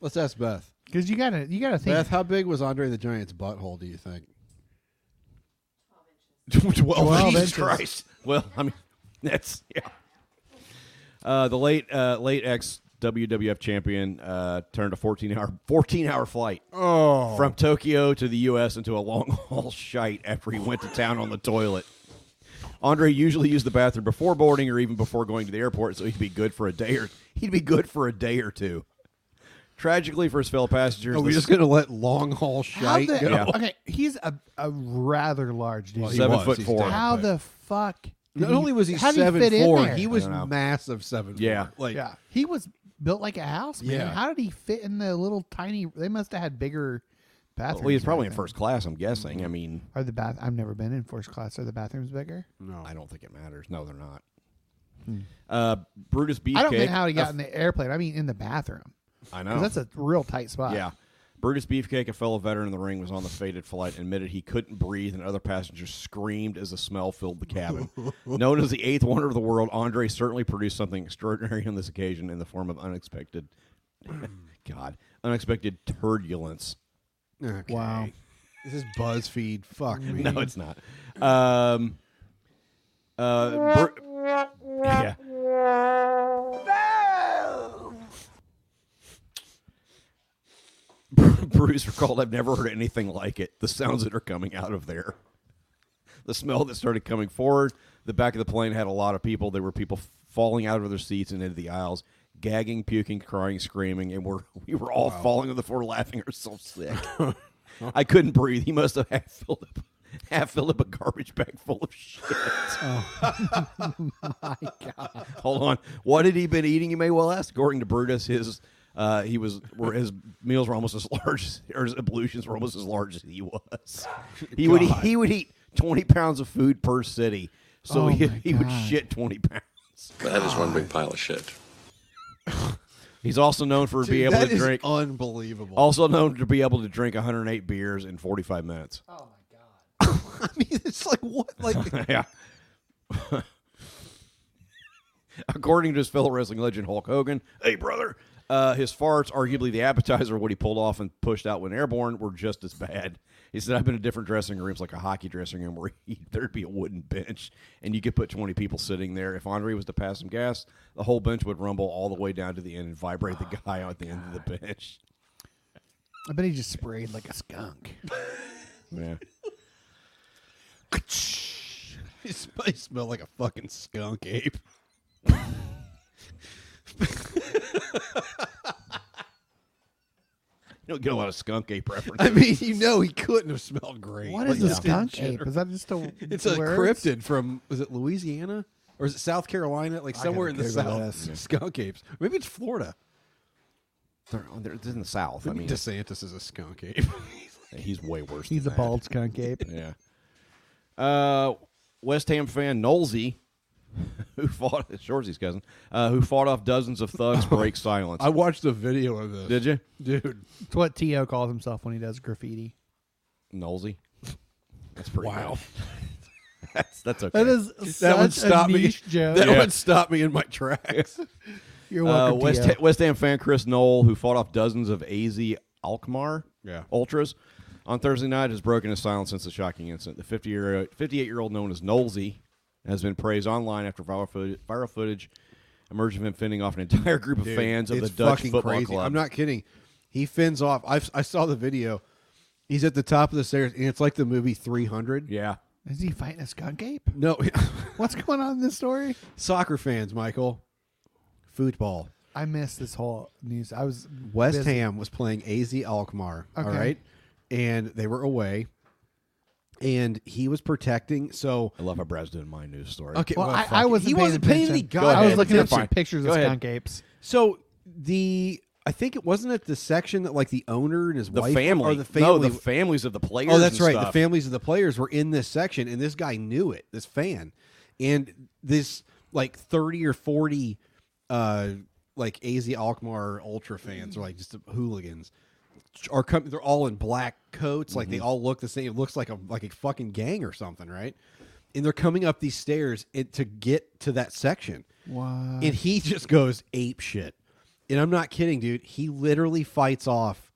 Let's ask Beth. Because you gotta you gotta think. Beth, how big was Andre the Giant's butthole? Do you think? Twelve. Jesus inches. Christ. Well, I mean, that's yeah. Uh, the late uh, late ex WWF champion uh, turned a fourteen hour fourteen hour flight Oh, from Tokyo to the U.S. into a long haul shite after he went to town on the toilet. Andre usually used the bathroom before boarding or even before going to the airport, so he'd be good for a day or he'd be good for a day or two. Tragically for his fellow passengers, are Oh, we the just gonna let long haul How shite the- go? Yeah. Okay, he's a, a rather large dude. Well, he seven was, foot he's four. down. how big. the fuck? did Not only was he how did seven fit in four, there? he was I don't know. massive seven. Yeah. four. like yeah, he was built like a house. Man. Yeah. how did he fit in the little tiny? They must have had bigger bathrooms. Well, he's probably in I think. first class, I'm guessing. I mean, Are the bath? I've never been in first class. Are the bathrooms bigger? I don't think it matters. No, they're not. Uh, Brutus Beefcake. Hmm. I don't know how he got in the airplane. I mean, in the bathroom. I 'Cause know. That's a real tight spot. Oh. yeah. Brutus Beefcake, a fellow veteran in the ring, was on the fated flight and admitted he couldn't breathe, and other passengers screamed as the smell filled the cabin. Known as the eighth wonder of the world, Andre certainly produced something extraordinary on this occasion in the form of unexpected, God, unexpected turbulence. Okay. Wow. This is BuzzFeed. Fuck me. No, it's not. Um, uh, Bru- yeah. Bruce recalled, I've never heard anything like it. The sounds that are coming out of there. The smell that started coming forward. The back of the plane had a lot of people. There were people falling out of their seats and into the aisles, gagging, puking, crying, screaming, and we're, we were all falling on the floor laughing ourselves sick. I couldn't breathe. He must have half filled up, half filled up a garbage bag full of shit. Hold on. What had he been eating? You may well ask. According to Brutus, his uh, he was were his meals were almost as large, as- or his ablutions were almost as large as he was. He would eat, he would eat twenty pounds of food per city, so Oh he, my he would God. shit twenty pounds. That is one big pile of shit. He's also known for being Dude, able that to is drink. unbelievable. also known to be able to drink 108 beers in 45 minutes. I mean, it's like what? Like yeah. According to his fellow wrestling legend Hulk Hogan, hey brother, uh, his farts, arguably the appetizer, what he pulled off and pushed out when airborne, were just as bad. He said, "I've been in different dressing rooms, like a hockey dressing room, where he, there'd be a wooden bench, and you could put twenty people sitting there. If Andre was to pass some gas, the whole bench would rumble all the way down to the end and vibrate the guy at the end of the bench." I bet he just sprayed like a skunk. Yeah. he sm- he smelled like a fucking skunk ape. don't get a lot of skunk ape references. I mean, you know, he couldn't have smelled great. What is Like, a just in skunk general. ape? Is that just a It's a word? cryptid from was it Louisiana or is it South Carolina? Like somewhere in the Google south. this. Skunk apes. Maybe it's Florida. They're, they're- it's in the South. I Maybe mean, DeSantis is a skunk ape. he's way worse. He's a than that. bald skunk ape. Yeah. Uh, West Ham fan Nolsey, who fought Shorzy's cousin, uh, who fought off dozens of thugs, breaks silence. I watched a video of this. Did you, dude? It's what T.O. calls himself when he does graffiti. Nolsey? That's pretty. Wow. bad. that's that's okay. That is That would such stop a me. niche joke. That Yeah. would stop me in my tracks. You're Uh, welcome, West, T.O. West Ham fan Chris Knoll, who fought off dozens of AZ Alkmaar Yeah. Ultras on Thursday night, has broken his silence since the shocking incident. The 50 year, 58 year old known as Knowlesy has been praised online after viral footage, viral footage emerged of him fending off an entire group of Dude, fans of the it's Dutch fucking football crazy. club. I'm not kidding. He fins off. I've, I saw the video. He's at the top of the stairs, and it's like the movie 300. yeah. Is he fighting a skunk ape? No, What's going on in this story? soccer fans, Michael. Football. I missed this whole news. I was West busy. Ham was playing AZ Alkmaar. All Okay. right. And they were away. And he was protecting. So, I love how Brad's doing my news story. okay. Well, I, fuck I it. wasn't. He wasn't paying attention. any Go god. I was ahead. looking You're at some fine. pictures Go of ahead. skunk apes. So, the. I think it wasn't at the section that like the owner and his The wife family. or the family No, the families of the players. Oh, that's and right. Stuff. The families of the players were in this section, and this guy knew it. This fan, and this like thirty or forty, uh, like AZ Alkmaar Ultra fans or like just hooligans are coming. They're all in black coats, like Mm-hmm. they all look the same. It looks like a like a fucking gang or something, right? And they're coming up these stairs and, to get to that section. Wow. And he just goes ape shit. And I'm not kidding, dude. He literally fights off.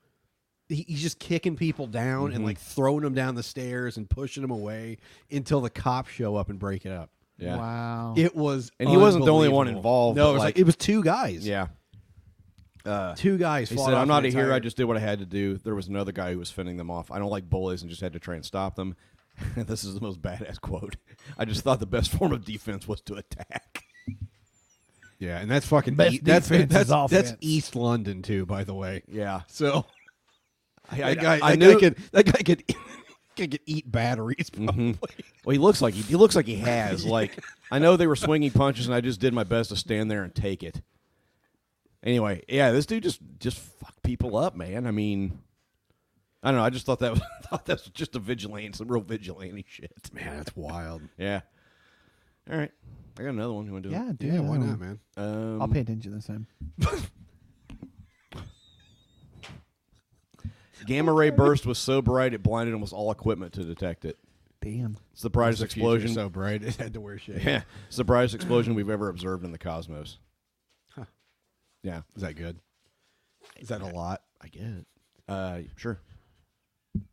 He, he's just kicking people down Mm-hmm. and like throwing them down the stairs and pushing them away until the cops show up and break it up. Yeah. Wow. It was, And he wasn't the only one unbelievable. involved, No, but, it was like, like- it was two guys. Yeah. two guys. He fought said, off I'm not a an hero. entire- I just did what I had to do. There was another guy who was fending them off. I don't like bullies and just had to try and stop them. this is the most badass quote. I just thought the best form of defense was to attack. Yeah, and that's fucking. Best E- that's defense that's, is that's offense. East London too, by the way. Yeah. So I, that guy, I that guy knew- could that guy could could get eat batteries. Probably. Well, he looks like he, he looks like he has. Like I know they were swinging punches, and I just did my best to stand there and take it. Anyway, yeah, this dude just just fucked people up, man. I mean, I don't know. I just thought that was, thought that was just a vigilante, some real vigilante shit. Man, that's wild. Yeah. All right, I got another one. You want to do yeah, it? dude. Yeah, why I don't- not, man? Um, I'll pay attention this time. Gamma ray burst was so bright it blinded almost all equipment to detect it. Damn. It's the brightest The future is explosion. so bright it had to wear shade. yeah, it's the brightest explosion we've ever observed in the cosmos. Yeah, Is that good? Is that a lot? I get it. Uh, sure.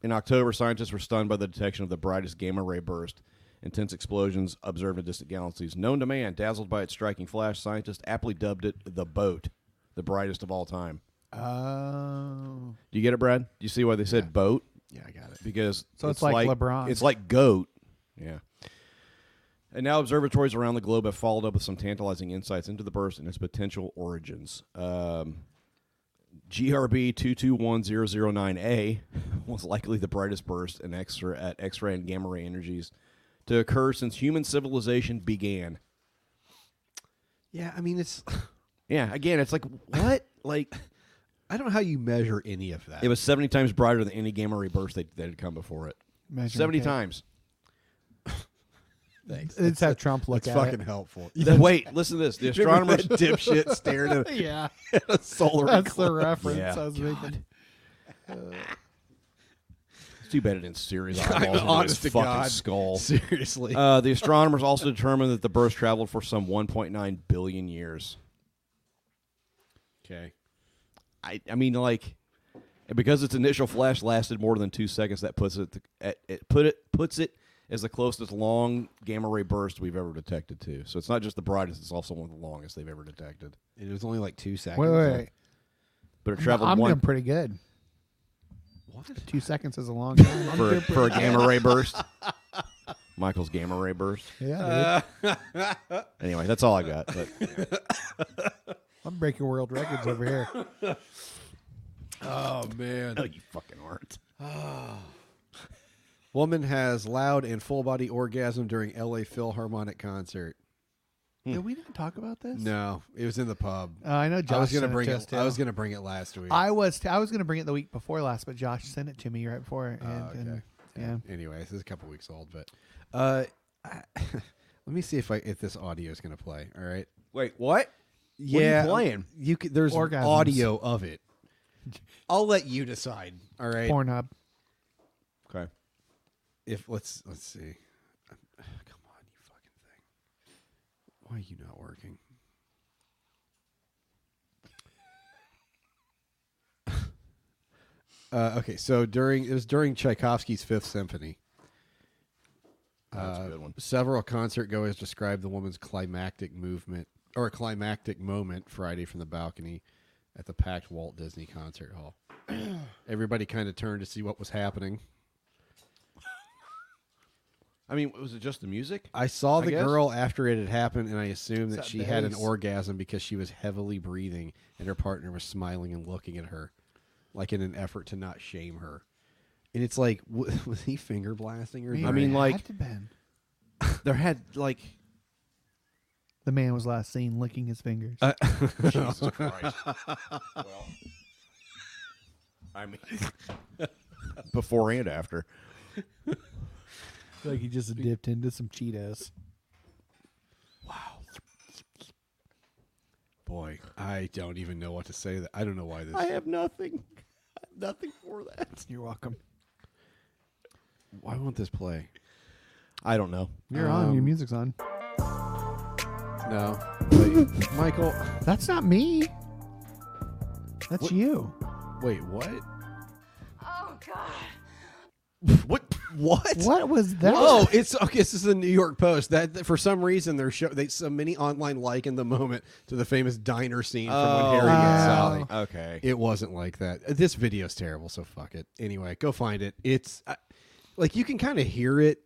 In October, scientists were stunned by the detection of the brightest gamma ray burst. Intense explosions observed in distant galaxies. Known to man, dazzled by its striking flash, scientists aptly dubbed it the boat, the brightest of all time. Oh. Do you get it, Brad? Do you see why they said boat? Yeah, I got it. Because So it's like LeBron. It's like goat. Yeah. And now observatories around the globe have followed up with some tantalizing insights into the burst and its potential origins. Um, GRB 221009A was likely the brightest burst in X-ray, at X-ray and gamma ray energies to occur since human civilization began. Yeah, I mean it's Yeah, again, it's like what? Like I don't know how you measure any of that. it was 70 times brighter than any gamma ray burst that, that had come before it. Measuring 70 tape. times. Let's have Trump look That's at fucking it. helpful. Wait, listen to this. The Remember astronomers that dipshit stared at a, Yeah. at a solar That's the eclipse? reference Yeah. I was making. It's too bad it didn't series I'm eyeballs into honest his to fucking God. skull. Seriously. Uh, the astronomers also determined that the burst traveled for some 1.9 billion years. okay. I, I mean, like, and because its initial flash lasted more than two seconds, that puts it at, it put it puts it as the closest long gamma ray burst we've ever detected to. So it's not just the brightest; it's also one of the longest they've ever detected. It was only like two seconds. Wait, wait, wait. But it traveled I'm doing one pretty good. What? Two seconds is a long time. I'm for, doing for a pretty good. gamma ray burst. Michael's gamma ray burst. Yeah, dude. Anyway, that's all I got. But I'm breaking world records over here. Oh man. No, you fucking aren't. Woman has loud and full body orgasm during LA Philharmonic concert. Did we not talk about this? No, it was in the pub. Uh, I know. Josh I was gonna sent bring it. to it. us, too. I was gonna bring it last week. I was. I was gonna bring it the week before last, but Josh sent it to me right before. And, okay. and- yeah. Anyway, this is a couple weeks old, but uh, I, let me see if I if this audio is gonna play. All right. Wait, what? What are you Yeah, playing? You c- there's Orgasms. audio of it. I'll let you decide. All right. Pornhub. Okay. If let's let's see. Come on, you fucking thing. Why are you not working? uh, okay, so during it was during Tchaikovsky's Fifth Symphony. That's a good one. Uh, Several concert goers described the woman's climactic movement or climactic moment Friday from the balcony at the packed Walt Disney Concert Hall. Everybody kind of turned to see what was happening. I mean, was it just the music? I saw I the guess. girl after it had happened, and I assumed that that she had an bass? orgasm because she was heavily breathing and her partner was smiling and looking at her, like in an effort to not shame her. And it's like, w- was he finger blasting her? I mean, It like- had to been. there had like the man was last seen licking his fingers. Jesus Christ. well, I mean, before and after. like he just dipped into some Cheetos. boy, I don't even know what to say. That I don't know why this. have nothing, nothing for that. You're welcome. why won't this play? Um, I don't know. You're on. Your music's on. No, wait, Michael. That's not me. That's you. Wait, what? Oh, God. What? What? What was that? Oh, it's okay. This is the New York Post. That that- for some reason they're show they so many online liken the moment to the famous diner scene from when Harry Oh. met Sally. Uh, Okay. It wasn't like that. Uh, This video's terrible, so fuck it. Anyway, go find it. It's I, like you can kind of hear it.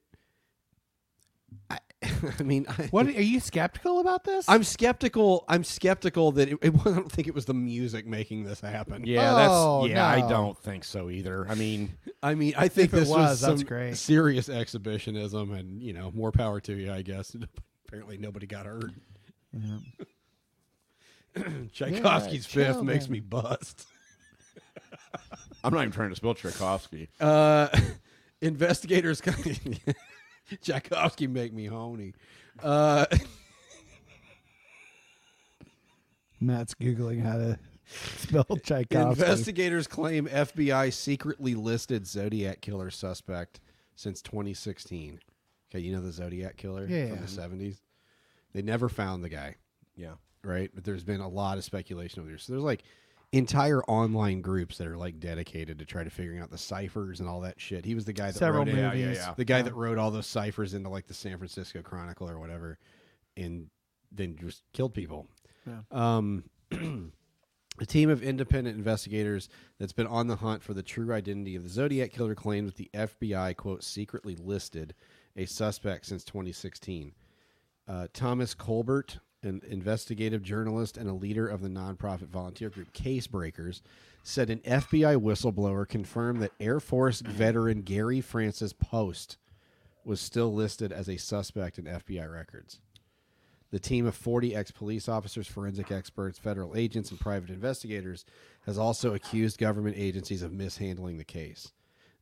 I, I mean, I, What are you skeptical about this? I'm skeptical. I'm skeptical that it, it, I don't think it was the music making this happen. yeah, Oh, that's yeah. no. I don't think so either. I mean, I mean, I think If it this was, was, that's some great. serious exhibitionism, and you know, more power to you, I guess. Apparently, nobody got hurt. Tchaikovsky's Fifth chill, makes man. me bust. I'm not even trying to spell Tchaikovsky. Uh, investigators, Tchaikovsky make me horny. Uh, Matt's googling how to spell Tchaikovsky. investigators claim FBI secretly listed Zodiac killer suspect since 2016. Okay, you know the Zodiac killer Yeah, from yeah. the 70s. They never found the guy. Yeah. right? But there's been a lot of speculation over there. So there's like entire online groups that are like dedicated to try to figuring out the ciphers and all that shit. He was the guy that Several wrote it- movies. yeah. the guy that wrote all those ciphers into like the San Francisco Chronicle or whatever, and then just killed people. Um, a team of independent investigators that's been on the hunt for the true identity of the Zodiac killer claims that the FBI quote secretly listed a suspect since 2016. Uh, Thomas Colbert, an investigative journalist and a leader of the nonprofit volunteer group Casebreakers, said an FBI whistleblower confirmed that Air Force veteran Gary Francis Post was still listed as a suspect in FBI records. The team of 40 ex police officers, forensic experts, federal agents, and private investigators has also accused government agencies of mishandling the case.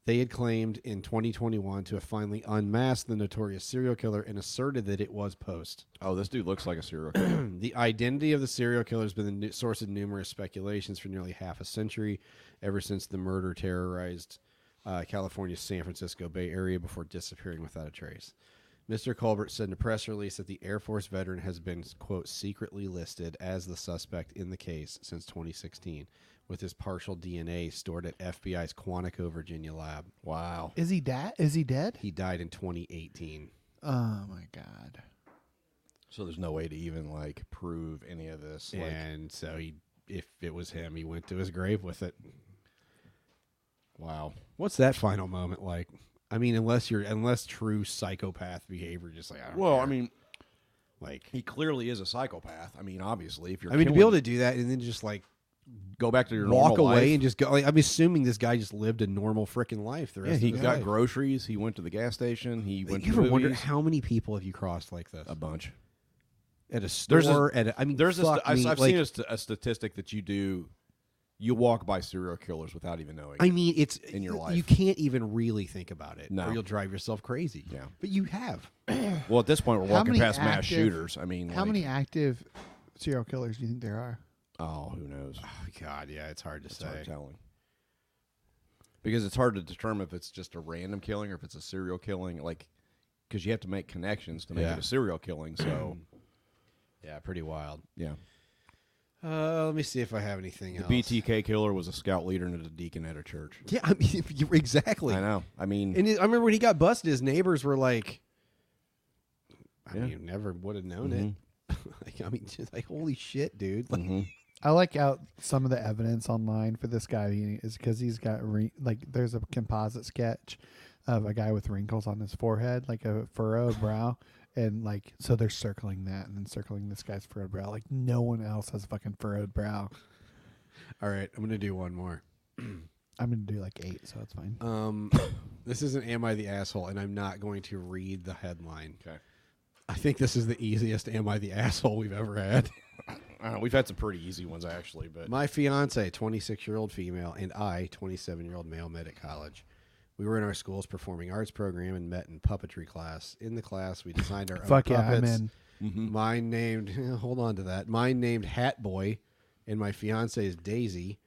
They had claimed in 2021 to have finally unmasked the notorious serial killer and asserted that it was Post. Oh, this dude looks like a serial killer. The identity of the serial killer has been the nu- source of numerous speculations for nearly half a century, ever since the murder terrorized uh, California's San Francisco Bay Area before disappearing without a trace. Mr. Colbert said in a press release that the Air Force veteran has been, quote, secretly listed as the suspect in the case since 2016, with his partial DNA stored at FBI's Quantico, Virginia lab. Wow. Is he dead? Is he dead? He died in 2018. Oh my god. so there's no way to even like prove any of this. Like, and so he, if it was him, he went to his grave with it. Wow. What's that final moment like? I mean, unless you're unless true psychopath behavior, just like I don't Well, care. I mean, like he clearly is a psychopath. I mean, obviously, if you're I mean to killing- be able to do that and then just like go back to your walk normal away life. and just go. Like, I'm assuming this guy just lived a normal freaking life. The rest yeah, he of his got life. groceries. He went to the gas station. He went You to ever the wonder movies. how many people have you crossed like this a bunch. at a There's a- store? at a, I mean, There's a fuck st- I- me, I've like, seen a, st- a statistic that you do. You walk by serial killers without even knowing. I mean, it's in your You life. can't even really think about it, No. or you'll drive yourself crazy. Yeah. but you have. well, at this point, we're How walking many past mass active- shooters. I mean, How like, many active serial killers do you think there are? Oh, who knows? Oh, God, yeah, it's hard to It's hard say. telling. Because it's hard to determine if it's just a random killing or if it's a serial killing. Like, because you have to make connections to make Yeah. it a serial killing. So, Yeah, pretty wild. yeah. Uh, let me see if I have anything The else. BTK killer was a scout leader and a deacon at a church. Yeah, I mean, you- exactly. I know. I mean, And it- I remember when he got busted, his neighbors were like, "I Yeah. mean, never would have known it." Mm-hmm. like, I mean, just like, holy shit, Mm. dude! Like, mm-hmm. I like out some of the evidence online for this guy being- is because he's got re- like there's a composite sketch of a guy with wrinkles on his forehead, like a furrowed brow, and like so they're circling that and then circling this guy's furrowed brow. Like no one else has fucking furrowed brow. all right, I'm gonna do one more. I'm gonna do like eight, so it's fine. Um, this isn't "Am I the asshole?" and I'm not going to read the headline. Okay. I think this is the easiest "Am I the asshole?" we've ever had. I don't know. We've had some pretty easy ones, actually, but My fiance, 26 year old female, and I, 27 year old male, met at college. We were in our school's performing arts program and met in puppetry class. In the class, we designed our own Fuck yeah, I'm puppets. in. mm-hmm. Mine named, hold on to that. Mine named Hat Boy, and my fiance's Daisy.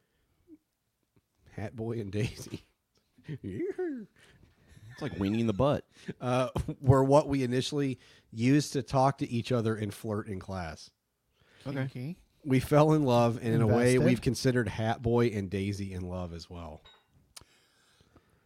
Hat Boy and Daisy. Yeah. it's like weenie in the butt. uh, were what we initially used to talk to each other and flirt in class. Okay. We fell in love, and in a way, Invested. we've considered Hat Boy and Daisy in love as well.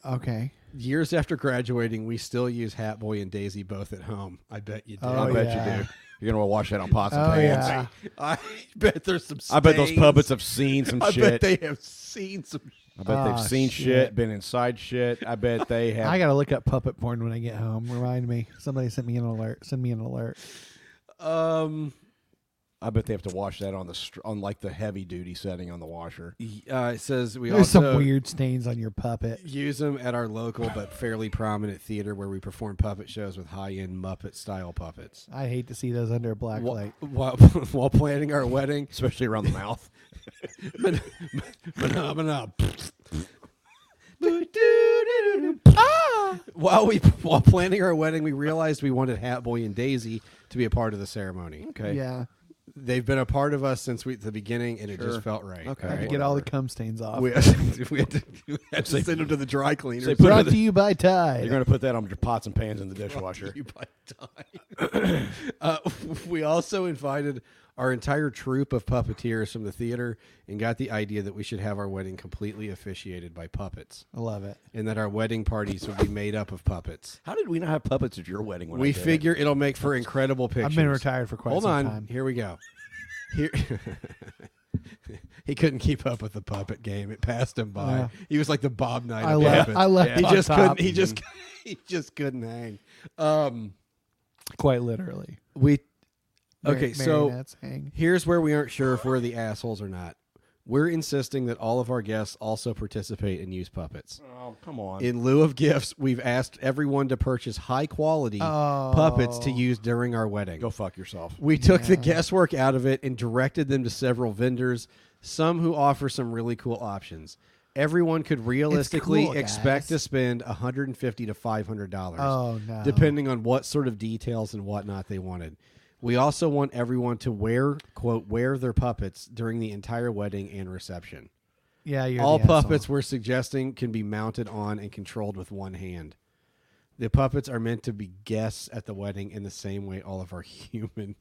Okay. Years after graduating, we still use Hat Boy and Daisy both at home. I bet you do. Oh, I bet yeah. you do. You're gonna want to wash that on pots and Oh pans. yeah, I bet there's some. I bet those stains. puppets have seen some I shit. bet they have seen some. I bet Ah, they've seen shit. shit. been inside shit. I bet they have. I gotta look up puppet porn when I get home. Remind me. Somebody sent me an alert. Send me an alert. Um. I bet they have to wash that on the str- on like the heavy duty setting on the washer. Uh, it says we There's also some weird stains on your puppet. use them at our local but fairly prominent theater where we perform puppet shows with high-end Muppet-style puppets. I hate to see those under a black While, light. while, while planning our wedding, Especially around the mouth. Mana- mana- mana- Ah! while we while planning our wedding, we realized we wanted Hatboy and Daisy to be a part of the ceremony. Okay. Yeah. They've been a part of us since we the beginning, and it Sure. just felt right. Okay. all I right? could get all the cum stains off. We had, to, we had to, we had to send them to the dry cleaners. Say, put it in Brought the- to you by You're Tide. gonna put that on your pots and pans in the dishwasher. you by time. uh, we also invited our entire troupe of puppeteers from the theater and got the idea that we should have our wedding completely officiated by puppets I love it. and that our wedding parties would be made up of puppets. How did we not have puppets at your wedding? When I we did it? figure it'll make for incredible pictures. I've been retired for quite Hold some on. time. Here we go. Here. He couldn't keep up with the puppet game. It passed him by. Yeah. He was like the Bob Knight. I of left. puppets. I left. He on just top, couldn't. He just. He just couldn't hang. Um, quite literally. we Mar- okay. so marionettes hang. Here's where we aren't sure if we're the assholes or not. We're insisting that all of our guests also participate and use puppets. Oh, come on. In lieu of gifts, we've asked everyone to purchase high quality Oh, puppets to use during our wedding. Go fuck yourself. We took the guesswork out of it and directed them to several vendors, some who offer some really cool options. Everyone could realistically cool, expect guys. to spend 150 to 500 dollars, Oh, no. depending on what sort of details and whatnot they wanted. We also want everyone to wear quote wear their puppets during the entire wedding and reception. Yeah, you're All the asshole. puppets we're suggesting can be mounted on and controlled with one hand. The puppets are meant to be guests at the wedding in the same way all of our human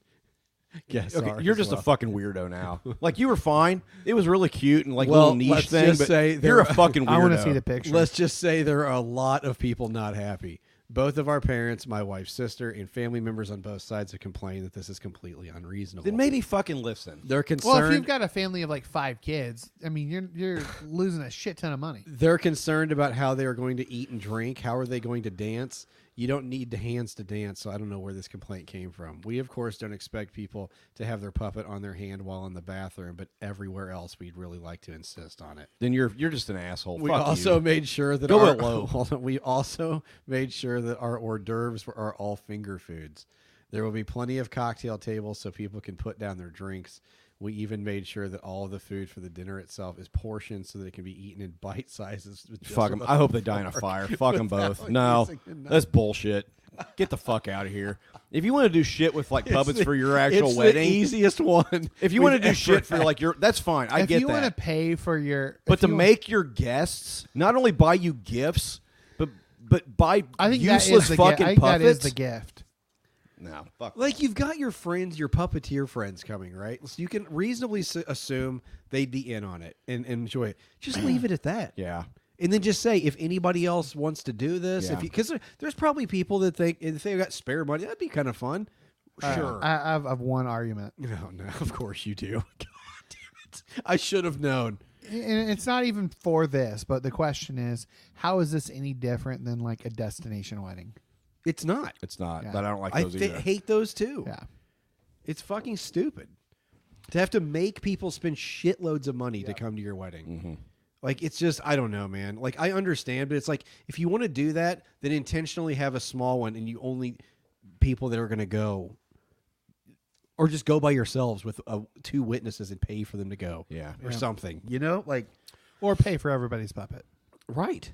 guests Okay, are. you're as just a well. fucking weirdo now. Like you were fine. It was really cute and like Well, little niche let's thing. just but say you're a there- fucking weirdo. I want to see the picture. Let's just say there are a lot of people not happy. Both of our parents, my wife's sister, and family members on both sides have complained that this is completely unreasonable. Then maybe fucking listen. they're concerned. Well, if you've got a family of like five kids, I mean, you're you're losing a shit ton of money. they're concerned about how they are going to eat and drink. How are they going to dance? You don't need the hands to dance, so I don't know where this complaint came from. We, of course, don't expect people to have their puppet on their hand while in the bathroom, but everywhere else, we'd really like to insist on it. Then you're you're just an asshole. We Fuck also you. made sure that Go our it low. hold on, we also made sure that our hors d'oeuvres were, are all finger foods. There will be plenty of cocktail tables so people can put down their drinks. We even made sure that all of the food for the dinner itself is portioned so that it can be eaten in bite sizes. with just Fuck 'em. enough I hope they die in a fire. Fuck them both. without No, using a knife. that's bullshit. Get the fuck out of here. If you want to do shit with like It's puppets the- for your actual it's wedding, The easiest one. if you want to we've do ever shit for had. like your, that's fine. I if get you that. want to pay for your, but if to you- make your guests not only buy you gifts, but but buy I think that is useless the gift. fucking I think that puppets. is the gift. no, fuck. like you've got your friends, your puppeteer friends coming, right? So you can reasonably s- assume they'd be in on it and, and enjoy it. Just leave it at that. Yeah, And then just say if anybody else wants to do this, Yeah. if because there's probably people that think if they got spare money, that'd be kind of fun. Sure. I, I've, I've one argument, no, no, of course you do. God damn it! I should have known. and it's not even for this. But the question is, how is this any different than like a destination wedding? It's not. it's not. Yeah. But I don't like I those thi- either. hate those too. Yeah. It's fucking stupid to have to make people spend shitloads of money to come to your wedding. Like it's just I don't know, man. Like I understand, but it's like if you want to do that, then intentionally have a small one and you only people that are going to go or just go by yourselves with uh, two witnesses and pay for them to go. Yeah. Or something. You know, like Or pay for everybody's puppet. right.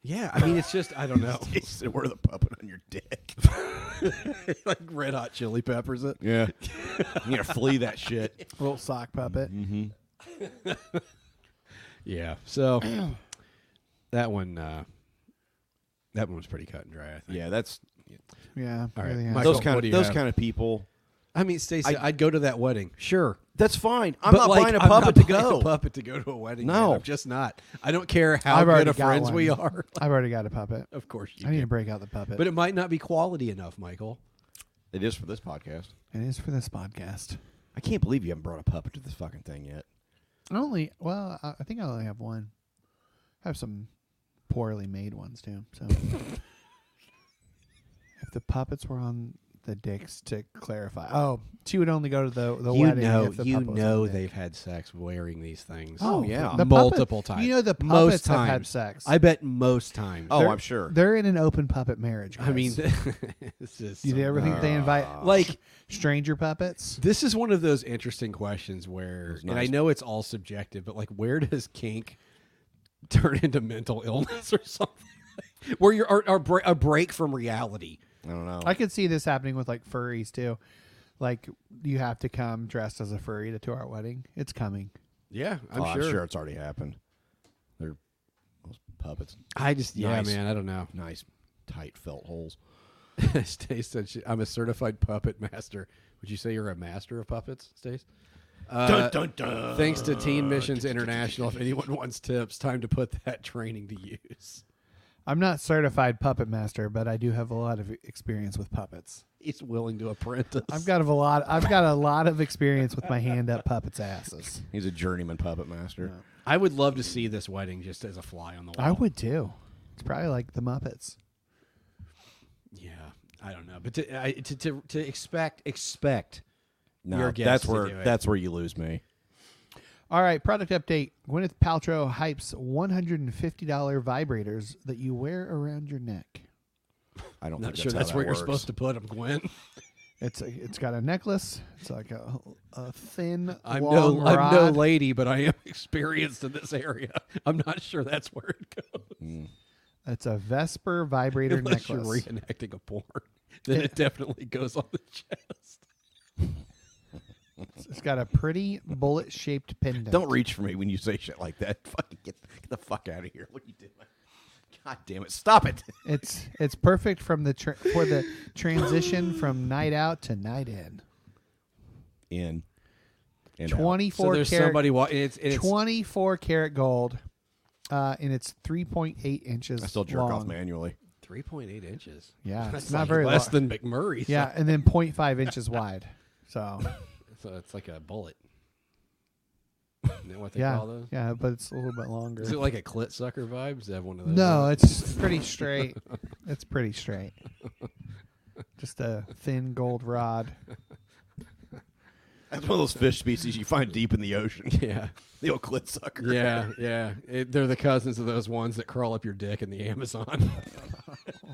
Yeah, I mean it's just I don't know. Jason, we're the puppet on your dick. like red hot chili peppers uh, it. Yeah, you gotta flee that shit. little sock puppet. Yeah. So that one, uh, that one was pretty cut and dry. I think. Yeah, that's Yeah. All right. really has. My- those what kind do of you those have? kind of people. I mean, Stacey, I, would go to that wedding. Sure. That's fine. I'm But, not like, buying a I'm not puppet to buying a go. puppet to go to a wedding. No. man. I'm just not. I don't care how I've good already of got friends one. we are. I've already got a puppet. of course you I need do. to break out the puppet. But it might not be quality enough, Michael. It is for this podcast. it is for this podcast. I can't believe you haven't brought a puppet to this fucking thing yet. I only well, I I think I only have one. I have some poorly made ones too. So if the puppets were on the dicks to clarify. Oh, she would only go to the the wedding. if the puppet was on the dick. had sex wearing these things. Oh, yeah. the multiple puppet- times. You know the puppets most have had times. sex. I bet most times. Oh, They're- I'm sure. They're in an open puppet marriage. I mean, guys. this is do you ever think they invite like stranger puppets? This is one of those interesting questions where, and I nice. know it's all subjective, but like, where does kink turn into mental illness or something? where you're or, or bre- a break from reality. I don't know. I could see this happening with like furries too. Like you have to come dressed as a furry to, to our wedding. It's coming. Yeah, Oh, it's already happened. They're those puppets. I just, yeah, Nice. man, I don't know. Nice, tight felt holes. Stace said, she, "I'm a certified puppet master." Would you say you're a master of puppets, Stace? Uh, dun, dun. Uh, Thanks to Teen Missions International. If anyone wants tips, time to put that training to use. I'm not certified puppet master, but I do have a lot of experience with puppets. He's willing to apprentice. I've got a lot. I've got a lot of experience with my hand up puppets' asses. He's a journeyman puppet master. I would love to see this wedding just as a fly on the wall. I would too. It's probably like the Muppets. Yeah, I don't know, but to I, to, to to expect expect. No, Your guess that's to do where it. that's where you lose me. All right, product update. Gwyneth Paltrow hypes $150 vibrators that you wear around your neck. I don't. Not think sure how that's that where works. you're supposed to put them, Gwen. It's a, it's got a necklace. It's like a, a thin I'm long no rod. I'm no lady, but I am experienced in this area. I'm not sure that's where it goes. It's a Vesper vibrator Unless you're necklace. reenacting a porn, then it definitely goes on the chest. It's got a pretty bullet shaped pendant. Don't reach for me when you say shit like that. Fucking get, get the fuck out of here. What are you doing? God damn it! Stop it. It's it's perfect from the tra- for the transition from night out to night in. In. And out. Twenty So four there's karat somebody watching. It's, and it's twenty four karat gold, uh, and it's three point eight inches. I still jerk long. off manually. 3.8 inches. Yeah, it's That's not like very less lo- than McMurray's. Yeah, and then 0.5 inches wide. So so it's like a bullet. Isn't that what they Yeah, call those? yeah, but it's a little bit longer. Is it like a clit sucker vibe? Does it have one of those? No, it's pretty straight. It's pretty straight. Just a thin gold rod. That's one of those fish species you find deep in the ocean. yeah, The old clit sucker. yeah, yeah. It, they're the cousins of those ones that crawl up your dick in the Amazon.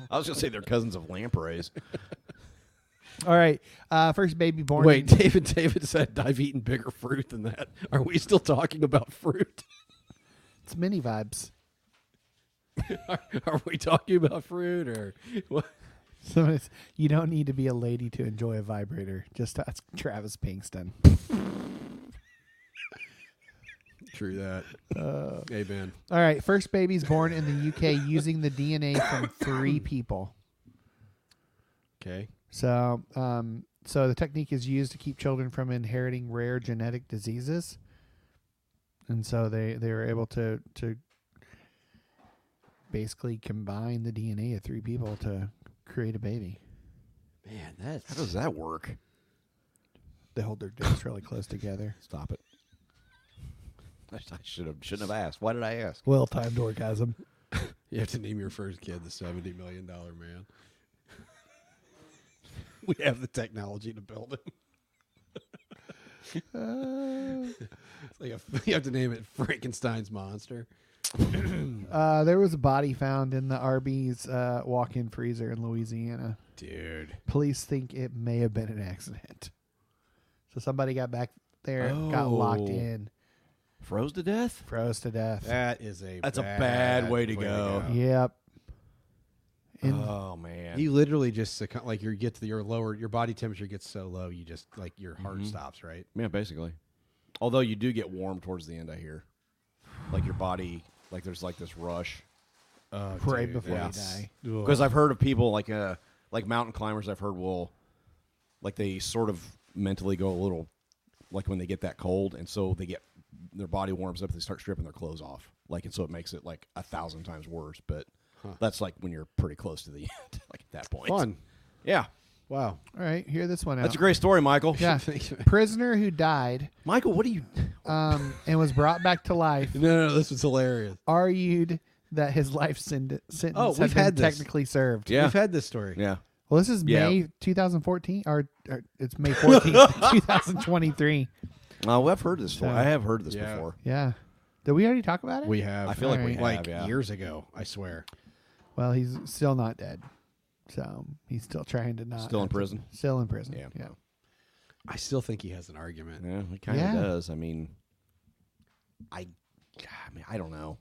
I was gonna say they're cousins of lampreys. All right, uh, first baby born. Wait, David. David said, "I've eaten bigger fruit than that." Are we still talking about fruit? it's mini vibes. Are, are we talking about fruit or what? So it's, you don't need to be a lady to enjoy a vibrator. Just ask Travis Pinkston. True that. Uh, Amen. All right, first babies born in the UK using the DNA from three people. Okay. So, um, so the technique is used to keep children from inheriting rare genetic diseases, and so they they were able to to basically combine the DNA of three people to create a baby. Man, that's How does that work? They hold their dicks really close together. Stop it. I I should have shouldn't have asked. Why did I ask? Well timed orgasm. you have to name your first kid the seventy million dollar man. we have the technology to build him. Uh, it's like a, you have to name it Frankenstein's monster. Uh, there was a body found in the Arby's uh, walk-in freezer in Louisiana. Dude. Police think it may have been an accident. So somebody got back there, got Oh. locked in, Froze to death? froze to death. That is a That's a bad way to go. Yep. And Oh man. You literally just succumb, like you get to your lower your body temperature gets so low you just like your heart Mm-hmm. stops right. yeah, basically. Although you do get warm towards the end, I hear. Like your body, like there's like this rush. Oh, right before yeah. you die. Because I've heard of people like uh like mountain climbers. I've heard will like they sort of mentally go a little like when they get that cold, and so they get their body warms up. They start stripping their clothes off, like and so it makes it like a thousand times worse. But that's like when you're pretty close to the end, like at that point. Fun. yeah. Wow. All right, hear this one out. That's a great story, Michael. yeah. Prisoner who died Michael, what do you? um, and was brought back to life No, no, this was hilarious. argued that his life sen- sentence Oh, we've had been had this. technically served. Yeah. We've had this story. Yeah. Well, this is Yeah. May 2014, or, or it's May 14th, 2023. Oh, I've heard this. Story. I have heard this Yeah. before. Yeah. Did we already talk about it? We have. I feel like we have. like yeah. years ago. I swear. well, he's still not dead. So he's still trying to not. Still in prison. Still in prison. Yeah. yeah. I still think he has an argument. Yeah, it kind of Yeah. does. I mean, I, I mean, I don't know.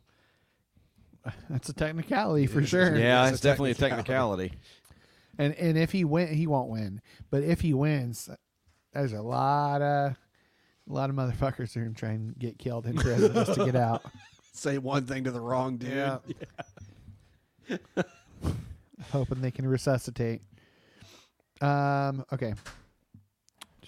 That's a technicality for sure. Yeah, It's it's, a definitely a technicality. And and if he win, he won't win. But if he wins, there's a lot of a lot of motherfuckers who are gonna try and get killed in prison just to get out. Say one thing to the wrong dude. Yeah. hoping they can resuscitate. Um. Okay.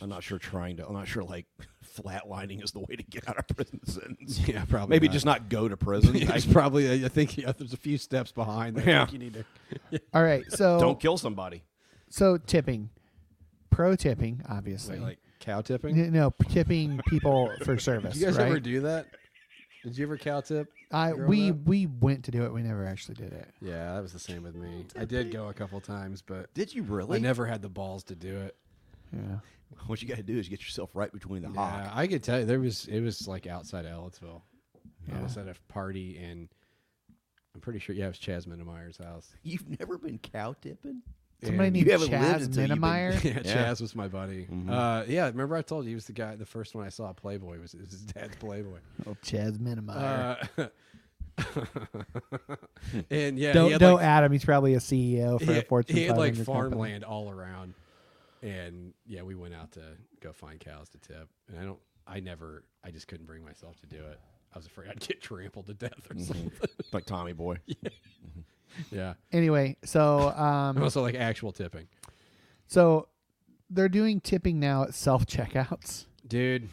I'm not sure trying to. I'm not sure like flatlining is the way to get out of prison sentence. Yeah, probably. Maybe not. just not go to prison. I It's probably. I think yeah, there's a few steps behind. that I Yeah. think you need to. All right. So don't kill somebody. so tipping, pro tipping, obviously. like cow tipping. N- no tipping people for service. Did you guys right? ever do that? Did you ever cow tip? I grow we up? we went to do it. We never actually did it. Yeah, that was the same with me. I did go a couple times, but Did you really? I never had the balls to do it. Yeah. What you got to do is get yourself right between the Yeah, hock. I could tell you there was it was like outside Ellettsville. I was at a party and I'm pretty sure yeah, it was Chaz Minnemeyer's house. You've never been cow tipping. Somebody And- named you haven't lived Chaz until you've been- Minnemeyer. yeah, Chaz was my buddy. Mm-hmm. Uh, yeah, remember I told you he was the guy. The first one I saw at Playboy was, it was his dad's Playboy. Oh, Chaz Minnemeyer. Uh, and yeah, don't he had, know like, Adam. He's probably a CEO he for a had- Fortune he had 500 like company. farmland all around, and yeah, we went out to go find cows to tip. And I don't, I never, I just couldn't bring myself to do it. I was afraid I'd get trampled to death or something. Like Tommy Boy. Yeah. Anyway, so And um, also like actual tipping. so they're doing tipping now at self checkouts. Dude,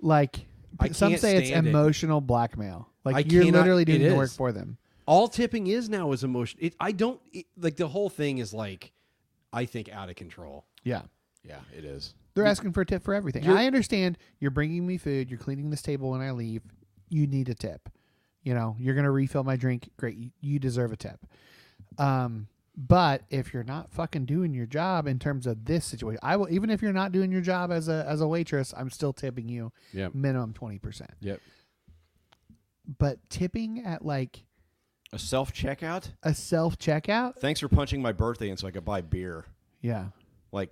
Like I some can't say, it's stand it. emotional blackmail. Like I you're cannot- literally doing it the work is. for them. all tipping is now is emotion. It, I don't it, like the whole thing is like, I think out of control. Yeah, Yeah, it is. they're asking for a tip for everything. I understand you're bringing me food, you're cleaning this table when I leave, you need a tip. You know, you're going to refill my drink. Great. You, you deserve a tip. Um, but if you're not fucking doing your job in terms of this situation, I will even if you're not doing your job as a as a waitress, I'm still tipping you Yep. minimum 20%. Yep. But tipping at like A self checkout? a self checkout? Thanks for punching my birthday in so I could buy beer. Yeah. Like,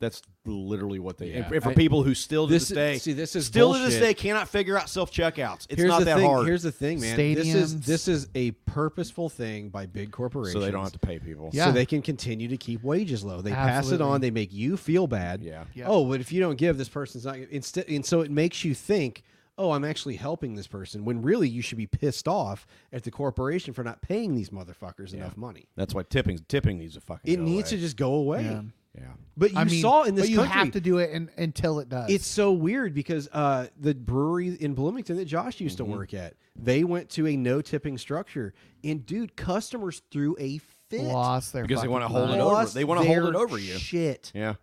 that's literally what they. Yeah. and for I- people who still to This this day, is- see, this is still to this bullshit. day cannot figure out self checkouts. It's here's not the that thing, hard. Here's the thing, man. This is Stadiums. this is a purposeful thing by big corporations. so they don't have to pay people. Yeah. So they can continue to keep wages low. They pass it Absolutely. on. They make you feel bad. Yeah. Yep. Oh, but if you don't give, this person's not. Instead, and so it makes you think, oh, I'm actually helping this person when really you should be pissed off at the corporation for not paying these motherfuckers enough money. That's why tipping tipping needs to fucking. It go needs away. to just go away. Yeah. Yeah. But you I mean, saw in this but you country, have to do it in, until it does. it's so weird because uh, the brewery in Bloomington that Josh used Mm-hmm. to work at, they went to a no tipping structure, and dude, customers threw a fit. lost their Because they fucking wanna hold it mind. over. Lost They wanna hold their it over you. Shit, Yeah.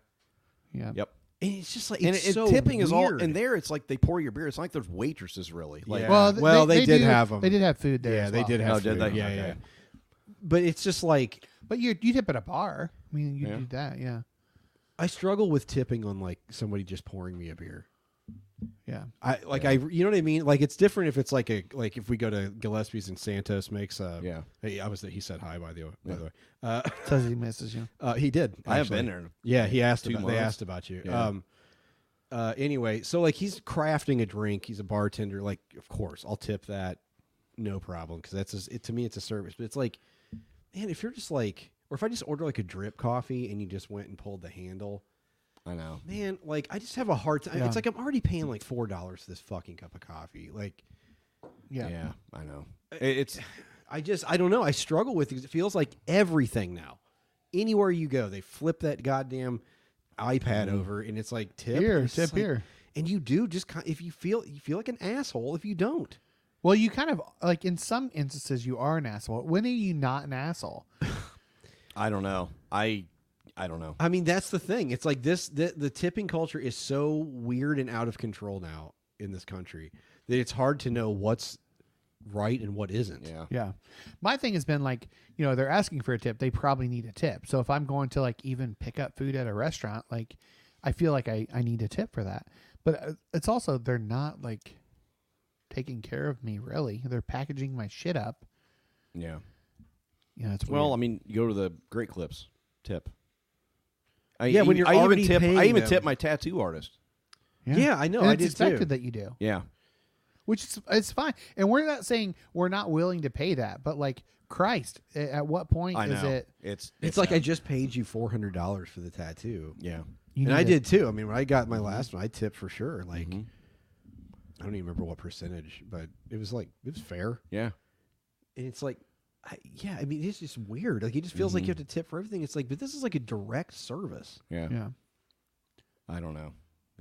Yeah. Yep. and it's just like And, it's it- so tipping is all. weird. And there, it's like they pour your beer. It's not like there's waitresses really. Like, Yeah. Well, th- Well, they did do- have 'em. They did have food there. as well. have Oh, did food. they? Yeah, Okay. yeah. But it's just like But you you tip at a bar. I mean, you Yeah. do that. Yeah. I struggle with tipping on like somebody just pouring me a beer. Yeah. I like I you know what I mean? Like it's different if it's like a like if we go to Gillespie's and Santos makes a Yeah. Hey, I was he said hi by the by Yeah. the way. Uh, Says he misses you. uh he did. I have actually. been there. Yeah, he asked Two about, they months. asked about you. Yeah. Um uh anyway, so like he's crafting a drink, he's a bartender, like of course, I'll tip that no problem cuz that's a, it to me it's a service. But it's like man, if you're just like or if I just order like a drip coffee and you just went and pulled the handle, I know. man, like I just have a hard time. Yeah. It's like I'm already paying like four dollars for this fucking cup of coffee. Like Yeah. Yeah. I know. It- it's I just I don't know. I struggle with it 'cause it feels like everything now. Anywhere you go, they flip that goddamn iPad over, and it's like tip Mm-hmm. Here, and it's tip just like- here. and you do just kind if you feel you feel like an asshole if you don't. Well, you kind of like in some instances you are an asshole. When are you not an asshole? I don't know. I I don't know. I mean, that's the thing. It's like this the, the tipping culture is so weird and out of control now in this country that it's hard to know what's right and what isn't. Yeah. Yeah. My thing has been like, you know, they're asking for a tip. They probably need a tip. So if I'm going to like even pick up food at a restaurant, like I feel like I, I need a tip for that. But uh, it's also, they're not like taking care of me really. They're packaging my shit up. Yeah. You know, it's Well, I weird. mean, you go to the Great Clips tip. I, Yeah, even- when you're I even already tip, paying I even them. tip my tattoo artist. Yeah, I know, And I it's did too. expected that you do, Yeah, which is it's fine. And we're not saying we're not willing to pay that, but like Christ, a- at what point I know. is it? It's It's like I just paid you four hundred dollars for the tattoo. yeah. You need and Mm-hmm. I a- did too. I mean, when I got my last one, I tipped for sure. Like, Mm-hmm. I don't even remember what percentage, but it was like it was fair. Yeah. And it's like, I, yeah, I mean, it's just weird. Like, it just feels like you have to tip for everything. It's like, but this is like a direct service. Yeah. Yeah. I don't know.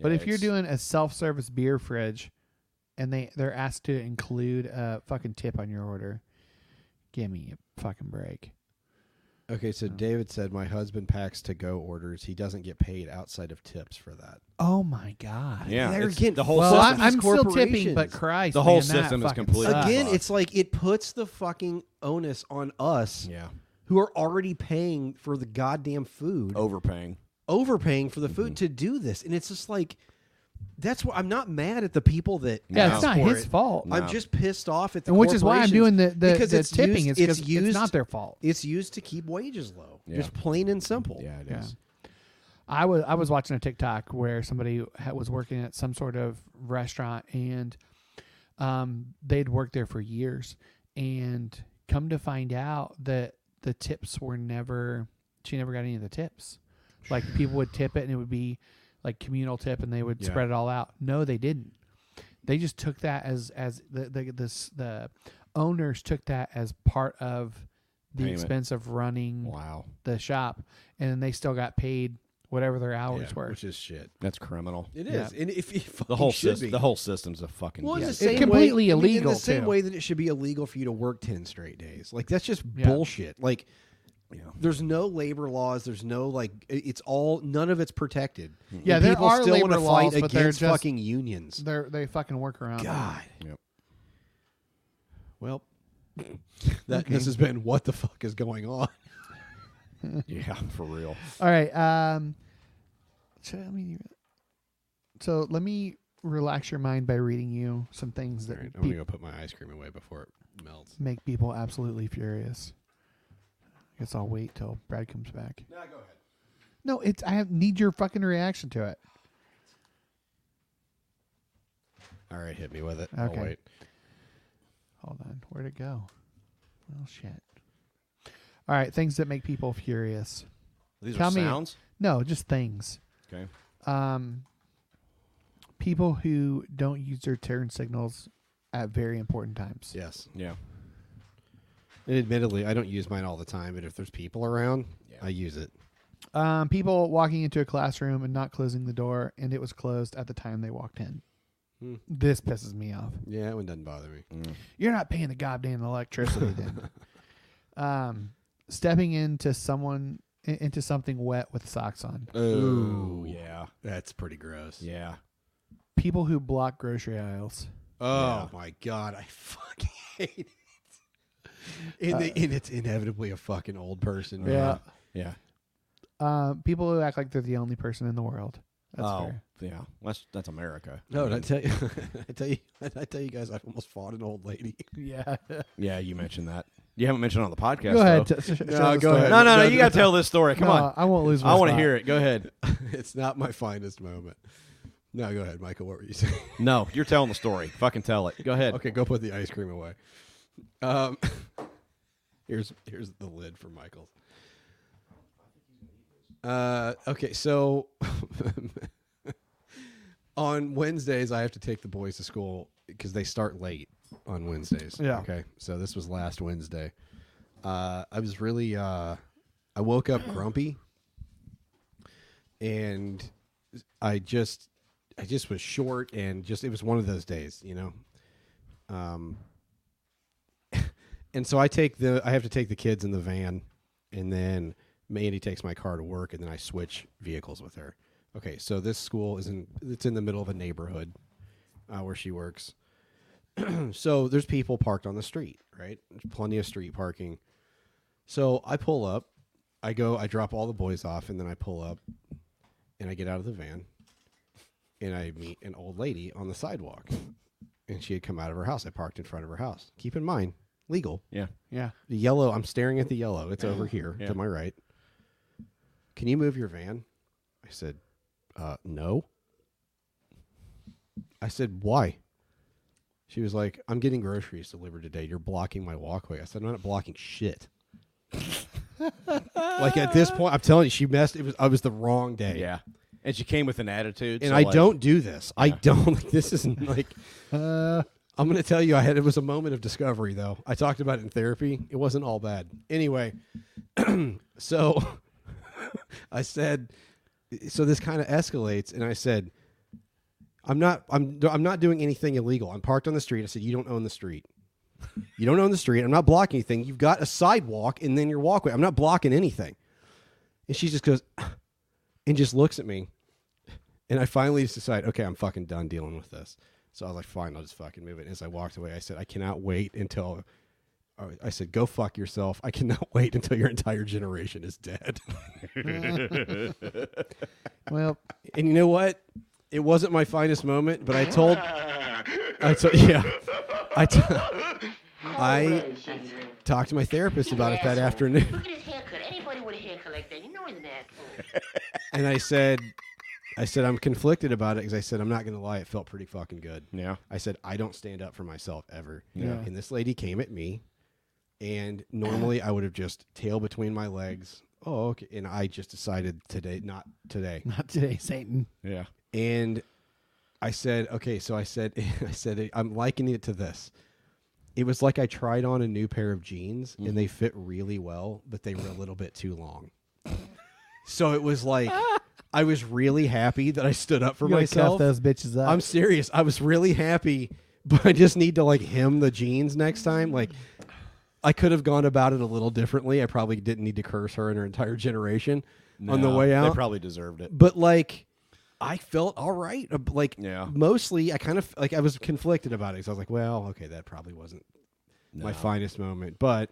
But Yeah, if you're it's- doing a self-service beer fridge, and they they're asked to include a fucking tip on your order, give me a fucking break. Okay, so David said my husband packs to go orders. He doesn't get paid outside of tips for that. Oh my god. yeah, they're it's- getting the whole Well, I, system. am still tipping, but corporations. Christ, The whole man, that system is fucking completely sucks. Again, fuck. it's like it puts the fucking onus on us yeah, who are already paying for the goddamn food. overpaying. overpaying for the food to do this, and it's just like that's what I'm not mad at the people that Yeah, No. it's not for his it. fault. I'm just pissed off at the And which is why I'm doing the- the- because the it's tipping used, is 'cause it's it's used, not their fault. It's used to keep wages low, Yeah. just plain and simple. Yeah, it Yeah. is. I was I was watching a TikTok where somebody ha- was working at some sort of restaurant and um, they'd worked there for years and come to find out that the tips were never she never got any of the tips. Like people would tip it and it would be like communal tip and they would Yeah. spread it all out. No, they didn't. They just took that as as the the this, the owners took that as part of the Payment. expense of running Wow, the shop and then they still got paid whatever their Yeah, hours were. which is shit. that's criminal. It Yeah. is, and if it The whole should system, be. the whole system's a fucking. Well, joke. it's It's the same completely way, I mean, in illegal, the same too. way that it should be illegal for you to work ten straight days. Like that's just Yeah. bullshit. Like, Yeah. there's no labor laws. There's no like. i- It's all none of it's protected. Yeah, And there people are still wanna labor fight laws, but they're against just- fucking unions. They're they fucking work around. it. God. Yep. Well, that this has been what the fuck is going on? yeah, for real. All right. Um, so, let me, so let me relax your mind by reading you some things All that right, I'm pe- gonna go put my ice cream away before it melts. make people absolutely furious. I guess I'll wait till Brad comes back. Nah, go ahead. No, it's I have, need your fucking reaction to it. All right, hit me with it. Okay. I'll wait. Hold on. Where'd it go? Oh, shit. All right. Things that make people furious. These Tell are me- sounds. No, just things. Okay. Um, people who don't use their turn signals at very important times. Yes. Yeah. And admittedly, I don't use mine all the time, but if there's people around, Yeah. I use it. Um, people walking into a classroom and not closing the door, and it was closed at the time they walked in. Hmm. This pisses me off. Yeah, that one doesn't bother me. You're not paying the goddamn electricity then. um, stepping into someone i- into something wet with socks on. Ooh, yeah. That's pretty gross. Yeah. People who block grocery aisles. Oh my god, I fucking hate it. And, they- and it's inevitably a fucking old person. man. Yeah. Yeah. Um, people who act like they're the only person in the world. That's oh, fair. yeah. That's that's America. No, did I tell you, I tell you, did I tell you guys, I almost fought an old lady. Yeah. Yeah, you mentioned that. You haven't mentioned it on the podcast. Go ahead. though. t- sh- sh- share No, the go story. ahead. No, no, no. No, You no, got to no. tell this story. Come No, on. I won't lose. My I want to spot. hear it. Go ahead. it's not my finest moment. No, go ahead, Michael. What were you saying? No, you're telling the story. Fucking tell it. Go ahead. Okay, go put the ice cream away. Um, here's here's the lid for Michael's. Uh, okay, so on Wednesdays I have to take the boys to school because they start late on Wednesdays. Yeah. Okay, so this was last Wednesday. Uh, I was really uh, I woke up grumpy, and I just I just was short and just it was one of those days, you know. Um, and so I take the I have to take the kids in the van, and then Mandy takes my car to work, and then I switch vehicles with her. Okay, so this school is in it's in the middle of a neighborhood uh, where she works. so there's people parked on the street, right? There's plenty of street parking. So I pull up, I go, I drop all the boys off, and then I pull up, and I get out of the van, and I meet an old lady on the sidewalk, and she had come out of her house. I parked in front of her house. Keep in mind, legal. Yeah. Yeah. The yellow, I'm staring at the yellow. It's over here Yeah. to my right. Can you move your van? I said, uh, no. I said, why? She was like, I'm getting groceries delivered today. You're blocking my walkway. I said, I'm not blocking shit. like at this point, I'm telling you, she messed. It was I was the wrong day. Yeah. And she came with an attitude. And so, I like- don't do this. I don't. This isn't like. I'm going to tell you, I had it was a moment of discovery though. I talked about it in therapy. It wasn't all bad. Anyway, so I said, so this kind of escalates, and I said, I'm not, I'm, I'm not doing anything illegal. I'm parked on the street. I said, you don't own the street. You don't own the street. I'm not blocking anything. You've got a sidewalk and then your walkway. I'm not blocking anything. And she just goes, and just looks at me. And I finally just decided, okay, I'm fucking done dealing with this. So I was like, fine, I'll just fucking move it. And as I walked away, I said, I cannot wait until. I- I said, go fuck yourself. I cannot wait until your entire generation is dead. Well, and you know what? It wasn't my finest moment, but I told. I told, yeah. I t- I talked to my therapist about it that afternoon, Look at his haircut. Anybody with a haircut like that, you know he's an asshole. and I said, I said I'm conflicted about it because I said I'm not going to lie, it felt pretty fucking good. Yeah. I said, I don't stand up for myself ever. Yeah. And this lady came at me, and normally I would have just tail between my legs. Oh, okay. And I just decided today, not today. not today, Satan. Yeah. And I said, okay. So I said, I said, I'm likening it to this. It was like I tried on a new pair of jeans and Mm-hmm. they fit really well, but they were a little bit too long. so it was like, I was really happy that I stood up for You gotta cuff myself. those bitches up. I'm serious. I was really happy, but I just need to like hem the jeans next time. Like, I could have gone about it a little differently. I probably didn't need to curse her and her entire generation on the No, way out. They probably deserved it. but like, I felt all right. Uh, Like, Yeah. mostly I kind of like I was conflicted about it. So I was like, well, okay, that probably wasn't my finest moment. But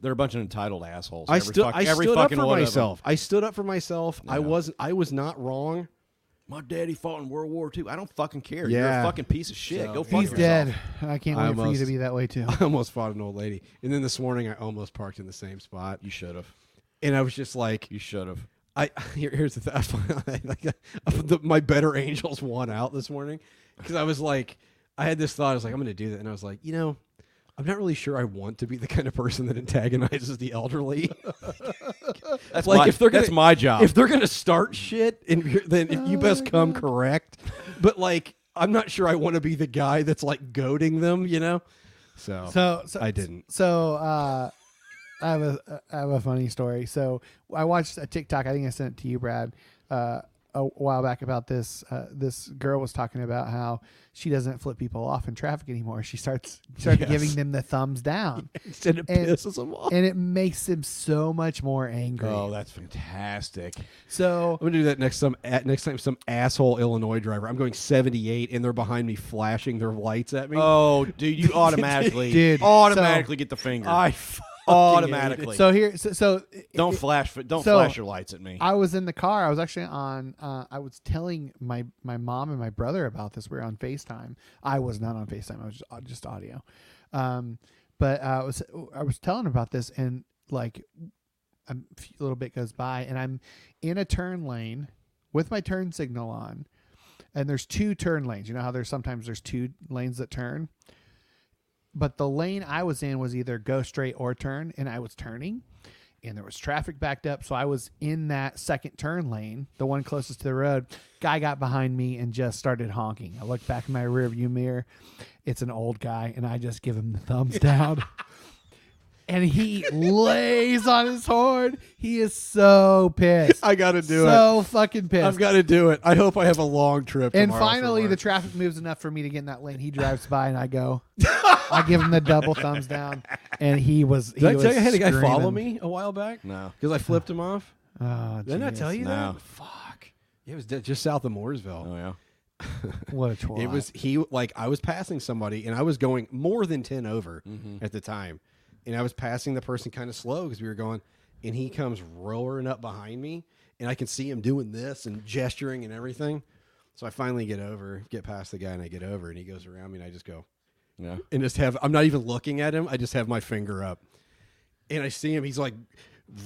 They're a bunch of entitled assholes. I Every still fuck- I every stood up fucking for one of them. myself. I stood up for myself. I wasn't I was not wrong. My daddy fought in World War II. I don't fucking care. You're Yeah. a fucking piece of shit. Go fuck He's yourself. dead. I can't wait I for you to almost- be that way too. I almost fought an old lady. And then this morning I almost parked in the same spot. You should have. And I was just like You should have. I here, here's the thing. I found- like, I put the, my better angels won out this morning because I was like, I had this thought. I was like, I'm going to do that, and I was like, you know, I'm not really sure I want to be the kind of person that antagonizes the elderly. That's like my, if they're gonna, that's my job. If they're going to start shit, and you're- then if you Uh, best come correct. But like, I'm not sure I want to be the guy that's like goading them, you know. So, So, so I didn't. So uh, I have a I have a funny story. So I watched a TikTok. I think I sent it to you, Brad, uh, a while back about this. Uh, this girl was talking about how she doesn't flip people off in traffic anymore. She starts starts Yes. giving them the thumbs down, instead it and- pisses them off. and it makes them so much more angry. oh, that's fantastic. So I'm gonna do that next some at next time some asshole Illinois driver. I'm going 78 and they're behind me flashing their lights at me. Oh, dude, you automatically, Dude, automatically get the finger. I fucking hate automatically. so here so, so don't flash. Don't so- flash your lights at me. I was in the car. I was actually on. Uh, I was telling my my mom and my brother about this. We were on Facetime. I was not on Facetime. I was just, uh, just audio. Um, but uh, I was I was telling about this, and like a f- little bit goes by, and I'm in a turn lane with my turn signal on, and there's two turn lanes. You know how there's sometimes there's two lanes that turn. But the lane I was in was either go straight or turn, and I was turning and there was traffic backed up. So I was in that second turn lane, the one closest to the road. Guy got behind me and just started honking. I looked back in my rearview mirror. It's an old guy, and I just give him the thumbs down. and he lays on his horn. He is so pissed. I gotta do it. So fucking pissed. I've got to do it. I hope I have a long trip. and tomorrow for finally, the work. traffic moves enough for me to get in that lane. He drives by, and I go. I give him the double thumbs down, and he was. Did he I tell was you I had a guy follow screaming. me a while back? No. because I flipped him off. Oh, Didn't I jeez. tell you No. that? Fuck. Yeah, it was d- just south of Mooresville. oh yeah. What a twat. It was he like I was passing somebody and I was going more than ten over at the time, and I was passing the person kind of slow because we were going, and he comes roaring up behind me, and I can see him doing this and gesturing and everything. So I finally get over, get past the guy, and I get over, and he goes around me, and I just go, Yeah. and just have I'm not even looking at him. I just have my finger up, and I see him. He's like,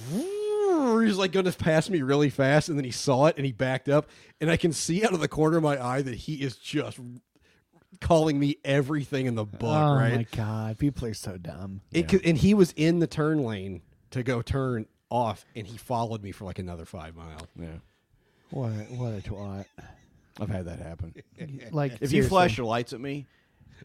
he's like going to pass me really fast, and then he saw it and he backed up, and I can see out of the corner of my eye that he is just calling me everything in the book, Oh right? my god, people are so dumb. It could, and he was in the turn lane to go turn off, and he followed me for like another five mile. Yeah. What a, what a twat. I've had that happen. Like If you flash your lights at me,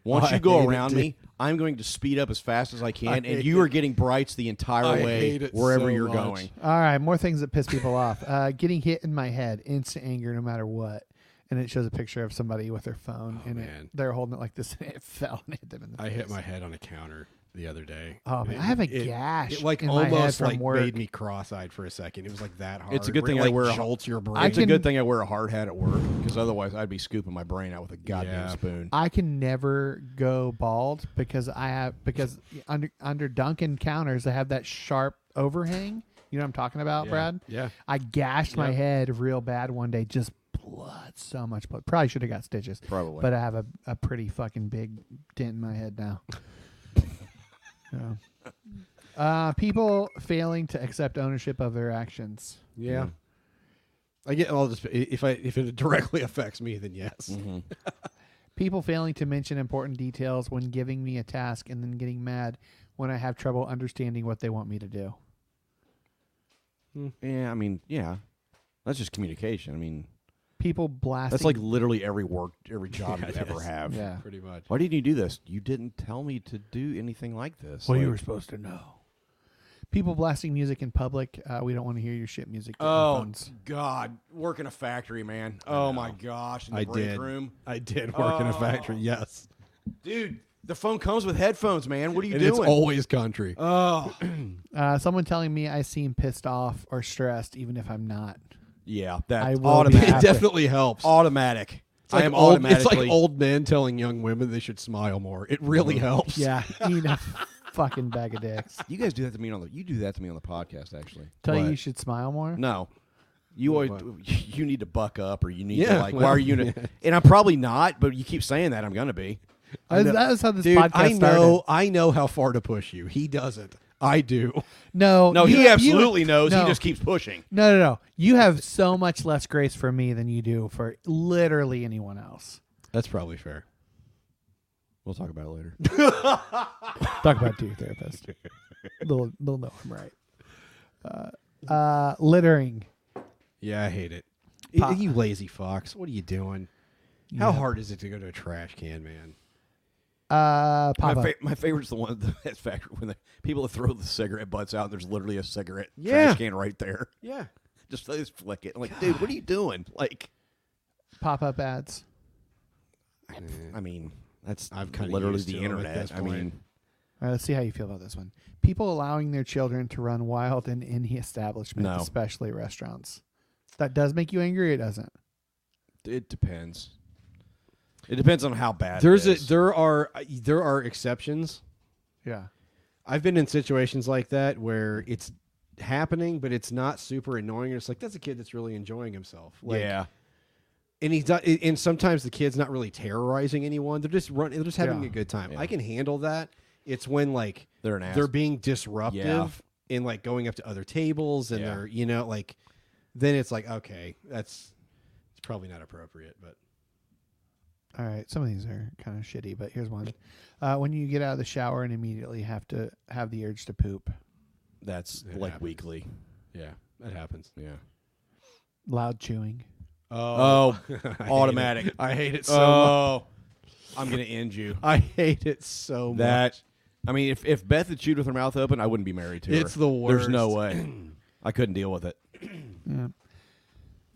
once I you go hate it, around dude. me, I'm going to speed up as fast as I can, and hate you are it. getting brights the entire I way hate it wherever so you're much. going. all right, more things that piss people off. Uh, getting hit in my head, instant anger, no matter what. And it shows a picture of somebody with their phone, and it, Oh, man. they're holding it like this, and it fell and hit them in the I face. hit my head on a counter the other day. Oh, man, It- I have a it- gash It like in my head almost from like work. made me cross-eyed for a second. It was like that hard. It's a good where thing it, I like wear a- jolts your brain. I It's a can- good thing I wear a hard hat at work because otherwise I'd be scooping my brain out with a goddamn Yeah. spoon. I can never go bald because I have because under under Duncan counters I have that sharp overhang. You know what I'm talking about, Brad? yeah. I gashed my head real bad one day, just blood, so much blood. Probably should have got stitches. Probably. But I have a, a pretty fucking big dent in my head now. Yeah. Uh, people failing to accept ownership of their actions. yeah. I get all this. If I if it directly affects me, then yes. People failing to mention important details when giving me a task and then getting mad when I have trouble understanding what they want me to do. Yeah, I mean, yeah, that's just communication. I mean, People blasting. that's like literally every work, every job you ever have. yeah. Pretty much. Why didn't you do this? You didn't tell me to do anything like this. Like- supposed to know. People blasting music in public. Uh, we don't want to hear your shit music. Get Oh headphones. God! Work in a factory, man. Oh my gosh! In the I break did. room, Oh. I did work in a factory. Yes. dude. The phone comes with headphones, man. What are you And doing? it's always country. oh, Uh, someone telling me I seem pissed off or stressed, even if I'm not. yeah. That's I will be automatic. it definitely helps. automatic. It's like I am old, It's automatically. like old men telling young women they should smile more. It really helps. Yeah, eat a fucking bag of dicks. You guys do that to me on the you do that to me on the podcast actually. Tell you you What? should smile more. No. You always, you need to buck up or you need to Yeah, like why well, are you gonna, and I'm probably not, but you keep saying that I'm gonna be. I- that was how this Dude, podcast I know, started. I know how far to push you. He doesn't. I do. No, No, you- he you- absolutely knows. no. He just keeps pushing. No, no, no. You have so much less grace for me than you do for literally anyone else. That's probably fair. We'll talk about it later. Talk about to your therapist. they'll, they'll know I'm right. Uh, uh, littering. Yeah, I hate it. Pa- you lazy fox. What are you doing? How hard is it to go to a trash can, man? Uh, My, pop up. fa- my favorite's the one that's factor when the people that throw the cigarette butts out. There's literally a cigarette Yeah. trash can right there. Yeah. Just they just flick it. I'm like, dude, what are you doing? Like, pop up ads. I mean, that's I've kinda literally used the to 'em at internet. this I point. mean, All right, let's see how you feel about this one. People allowing their children to run wild in any establishment, No. especially restaurants. That does make you angry. It doesn't. it depends. It depends on how bad. There's it a is. there are uh, there are exceptions. Yeah. I've been in situations like that where it's happening, but it's not super annoying. It's like that's a kid that's really enjoying himself. Like, yeah, and he's not, and sometimes the kid's not really terrorizing anyone. They're just running. They're just having Yeah. a good time. Yeah. I can handle that. It's when like they're an ass. they're being disruptive and like going up to other tables and Yeah. they're you know like then it's like okay that's it's probably not appropriate but All right. Some of these are kind of shitty, but here's one. Uh, when you get out of the shower and immediately have to have the urge to poop. that's It like happens. weekly. yeah that happens Yeah. Loud chewing. Oh, I hate it. automatic. I hate it so much. oh, I'm gonna end you. I hate it so That. I mean, if, if Beth had chewed with her mouth open, I wouldn't be married to her. It's the There's no worst. way. I couldn't deal with it. All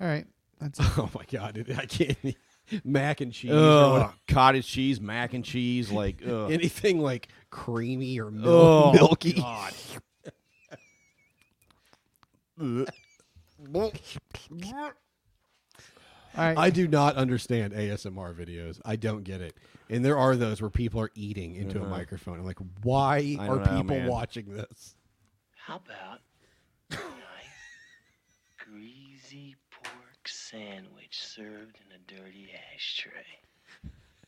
right. That's much. Oh my god, it, I can't e-, mac and cheese or Ugh. whatever. Cottage cheese, mac and cheese, like ugh. anything like creamy or Oh, mil- milky. all right. I do not understand ASMR videos. I don't get it. And there are those where people are eating into a microphone. I'm like, why Mm-hmm. I are don't know, people man. watching this? How about a nice greasy pork sandwich served in a dirty ashtray?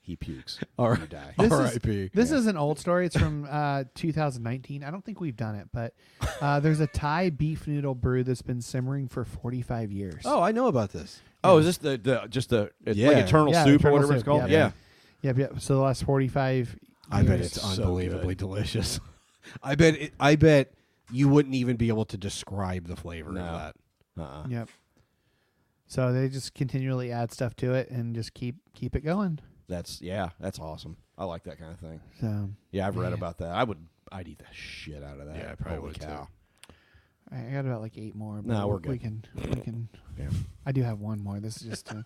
he pukes. All You right. die. This is- R.I.P. This is an old story. It's from uh, 2019. I don't think we've done it, but uh, there's a Thai beef noodle brew that's been simmering for 45 years. Oh, I know about this. Oh, is this the, the just the it's like Yeah. eternal Yeah, soup Eternal or whatever it's Soup, called? yeah. Yeah. Yep, yep. So the last 45 I bet years. it's so unbelievably delicious. I bet it, I bet you wouldn't even be able to describe the flavor No. of that. Uh-uh. Yep. So they just continually add stuff to it and just keep keep it going. That's yeah. That's awesome. I like that kind of thing. So all Yeah, I've read about that. I would. I'd eat the shit out of that. Yeah, I probably Holy would, cow. right, I got about like eight more. but No, we're We good. can we can. Yeah. I do have one more. This is just a,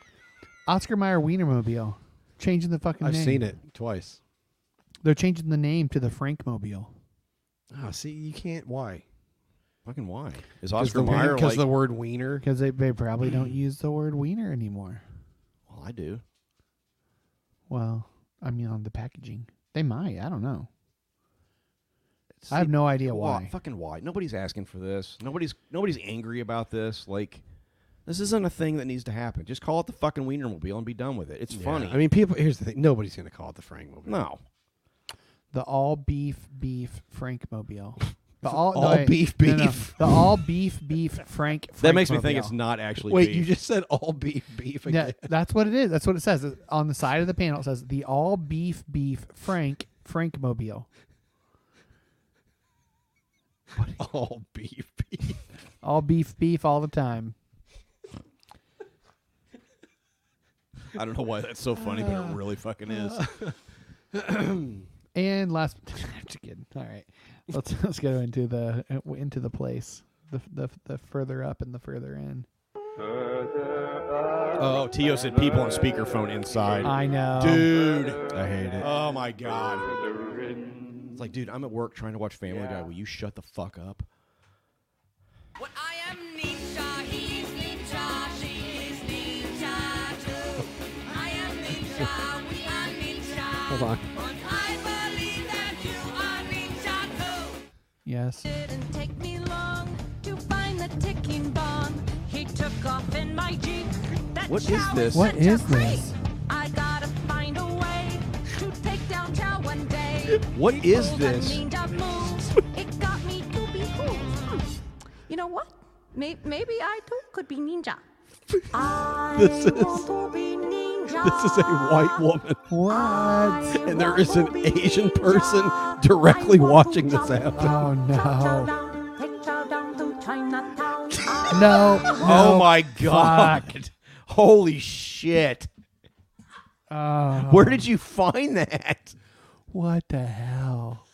Oscar Mayer Wienermobile changing the fucking. I've name. seen it twice. They're changing the name to the Frankmobile. Oh, see, you can't. Why? Fucking why? Is Because Oscar the, Mayer word- 'cause like? the word wiener. Because they, they probably don't use the word wiener anymore. well, I do. Well, I mean, on the packaging. They might. I don't know. I have no idea Why? why. Fucking why? Nobody's asking for this. Nobody's nobody's angry about this. Like, this isn't a thing that needs to happen. Just call it the fucking Wienermobile and be done with it. It's funny. Yeah. I mean, people. Here's the thing. Nobody's gonna call it the Frank movie. no. The all beef beef Frankmobile. The all, no, All wait. beef No, no. beef. The all beef beef Frank. That makes me think Frankmobile. it's not actually. Wait, beef. you just said all beef beef Yeah, again. that's what it is. That's what it says It- on the side of the panel. It says the all beef beef Frank Frankmobile. All beef beef. All beef beef all the time. I don't know why that's so funny, but Uh. it really fucking is. And last, I'm just kidding. All right, let's let's go into the uh, into the place. The, the, the further up and the further in. Oh, Tio said people on speakerphone inside. I know. dude. um, I hate it. Oh my god. It's like, dude, I'm at work trying to watch Family Guy. Will you shut the fuck up? What I am ninja, he's ninja, she is ninja too. I am ninja, we are ninja. Hold on. But I believe that you are ass. Didn't take me long to find the ticking bomb. He took off in my jeep. That What is cow this? What such a is freak. this? I gotta find a way to take down Chow one day. What He is pulled a this? mean dumb move. It got me to be cool. Hmm. You know what? May- Maybe I too could be ninja. I This is- want to be ninja. This is a white woman, What? and there is an Asian person directly watching this happen. Oh no. no. No. Oh no. my god! Holy shit! Oh, Where did you find that? what the hell?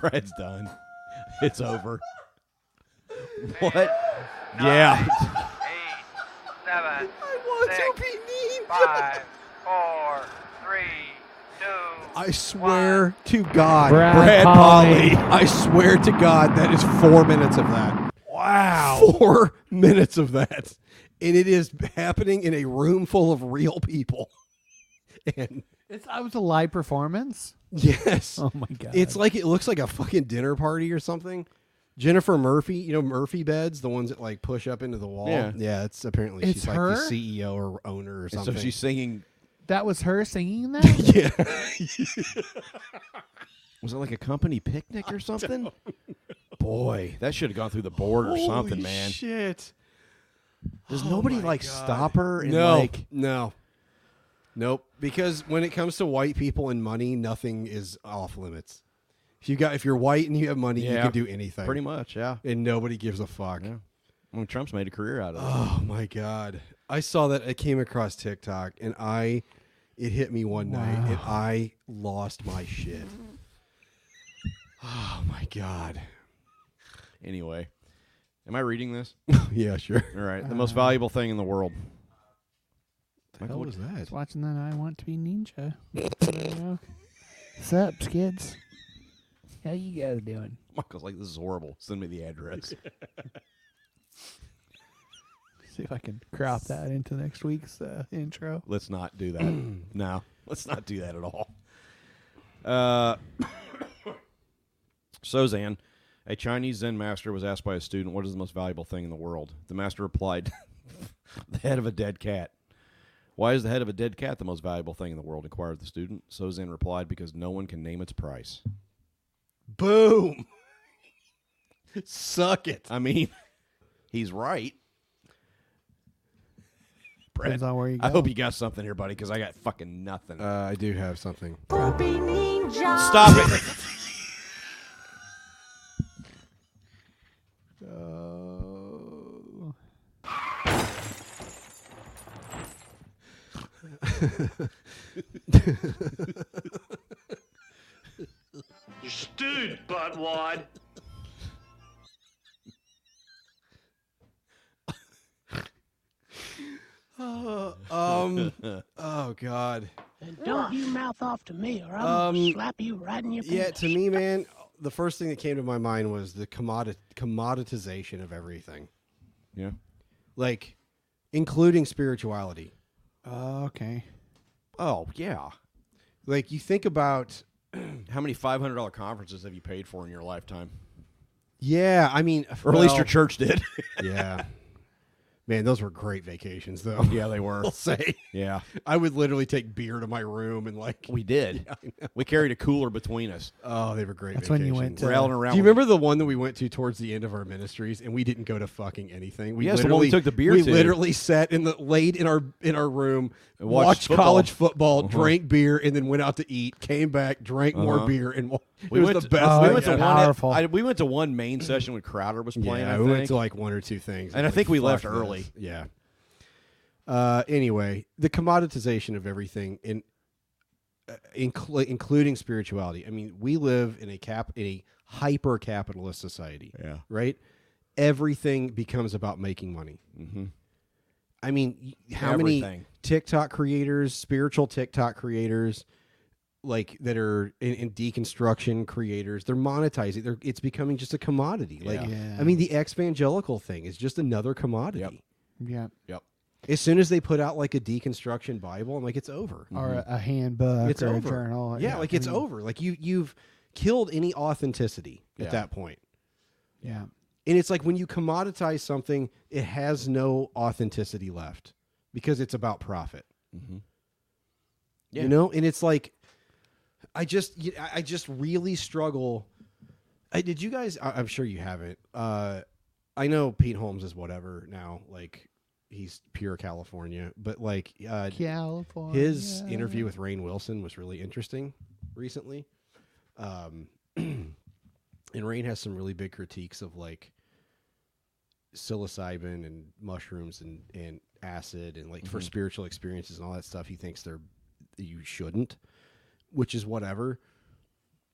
Bread's done. It's over. What? Yeah. eight, seven, I want to be ninja. five, four, three, two. I swear to God, Brad Brad Polly. Polly. I swear to God, that is four minutes of that. Wow. Four minutes of that. And it is happening in a room full of real people. And It's, I was a live performance. yes, Oh my god. it's like it looks like a fucking dinner party or something. Jennifer Murphy, you know Murphy beds, the ones that like push up into the wall. Yeah. it's apparently It's she's her? like the CEO or owner or And something. So she's singing. that was her singing that. yeah. Was it like a company picnic or something? Boy, that should have gone through the board or something, man. Shit. Does nobody like stop her? And No, Like, no, nope. Because when it comes to white people and money, nothing is off limits. If you got, if you're white and you have money, you Yeah. can do anything. pretty much, yeah. and nobody gives a fuck. Yeah. I mean, Trump's made a career out of it. Oh my god! I saw that. I came across TikTok, and I, it hit me one night, and I lost my shit. Oh my god! Anyway, am I reading this? yeah, sure. All right. The most valuable thing in the world. What Uh, the hell Michael, was that? Watching that, I want to be ninja. There you go. What's up, kids? How you guys doing? Michael's like, this is horrible. Send me the address. See if I can crop that into next week's uh, intro. Let's not do that. no, let's not do that at all. Uh, Sozan, a Chinese Zen master, was asked by a student, What is the most valuable thing in the world? The master replied, The head of a dead cat. Why is the head of a dead cat the most valuable thing in the world? inquired the student. Sozan replied, Because no one can name its price. Boom! Suck it. I mean, he's right. Brett, Depends on where you I go. hope you got something here, buddy, because I got fucking nothing. Uh, I do have something. Be ninja. Stop it. Oh, You're stewed, buttwad. Um. oh God. And don't you mouth off to me, or I'm Um, gonna slap you right in your Yeah. pants. To me, man, the first thing that came to my mind was the commodit commoditization of everything, yeah. like including spirituality. uh, okay. Oh yeah. Like you think about. How many five hundred dollar conferences have you paid for in your lifetime? Yeah. I mean, Or at least your well, church did. yeah. Man, those were great vacations, though. yeah, they were. I'll say. Yeah, I would literally take beer to my room and like. we did. we carried a cooler between us, Oh, they were great. That's when you vacations. went to- rattling around. Do you with- remember the one that we went to towards the end of our ministries, and we didn't go to fucking anything? We Yes, the one we literally- took the beer We to. literally sat in the laid in our in our room, And watched watched, football. college football, Uh-huh. drank beer, and then went out to eat. Came back, drank more Uh-huh. beer, and wa- it We was went the to, uh, best. Oh, we thing went to ever. yeah. one. Powerful. I, we went to one main session when Crowder was playing. yeah, I we think. went to like one or two things, And I like, think we left fuck early. this. Yeah. Uh, anyway, the commoditization of everything in. uh, inclu- including spirituality. I mean, we live in a cap in a hyper capitalist society yeah. right? Everything becomes about making money. Mm-hmm. I mean, y- how many Everything. TikTok creators, spiritual TikTok creators, like that are in, in deconstruction creators, they're monetizing. They're it's becoming just a commodity. Like, Yeah. I mean, the evangelical thing is just another commodity. Yep. Yeah. As soon as they put out like a deconstruction Bible, I'm like, it's over. Or a, a handbook Mm-hmm. It's or over. a journal. Mm. yeah, like it's I mean, over. Like you, you've killed any authenticity Yeah. at that point. Yeah. And it's like when you commoditize something, it has no authenticity left because it's about profit. Yeah. You know, and it's like I just you- I I just really struggle. I, did you guys? I, I'm sure you haven't. Uh, I know Pete Holmes is whatever now. Like he's pure California, but like uh, California. his interview with Rain Wilson was really interesting recently. Um, and Rain has some really big critiques of like psilocybin and mushrooms and, and acid and like for Mhm. spiritual experiences and all that stuff. He thinks they're you shouldn't, which is whatever.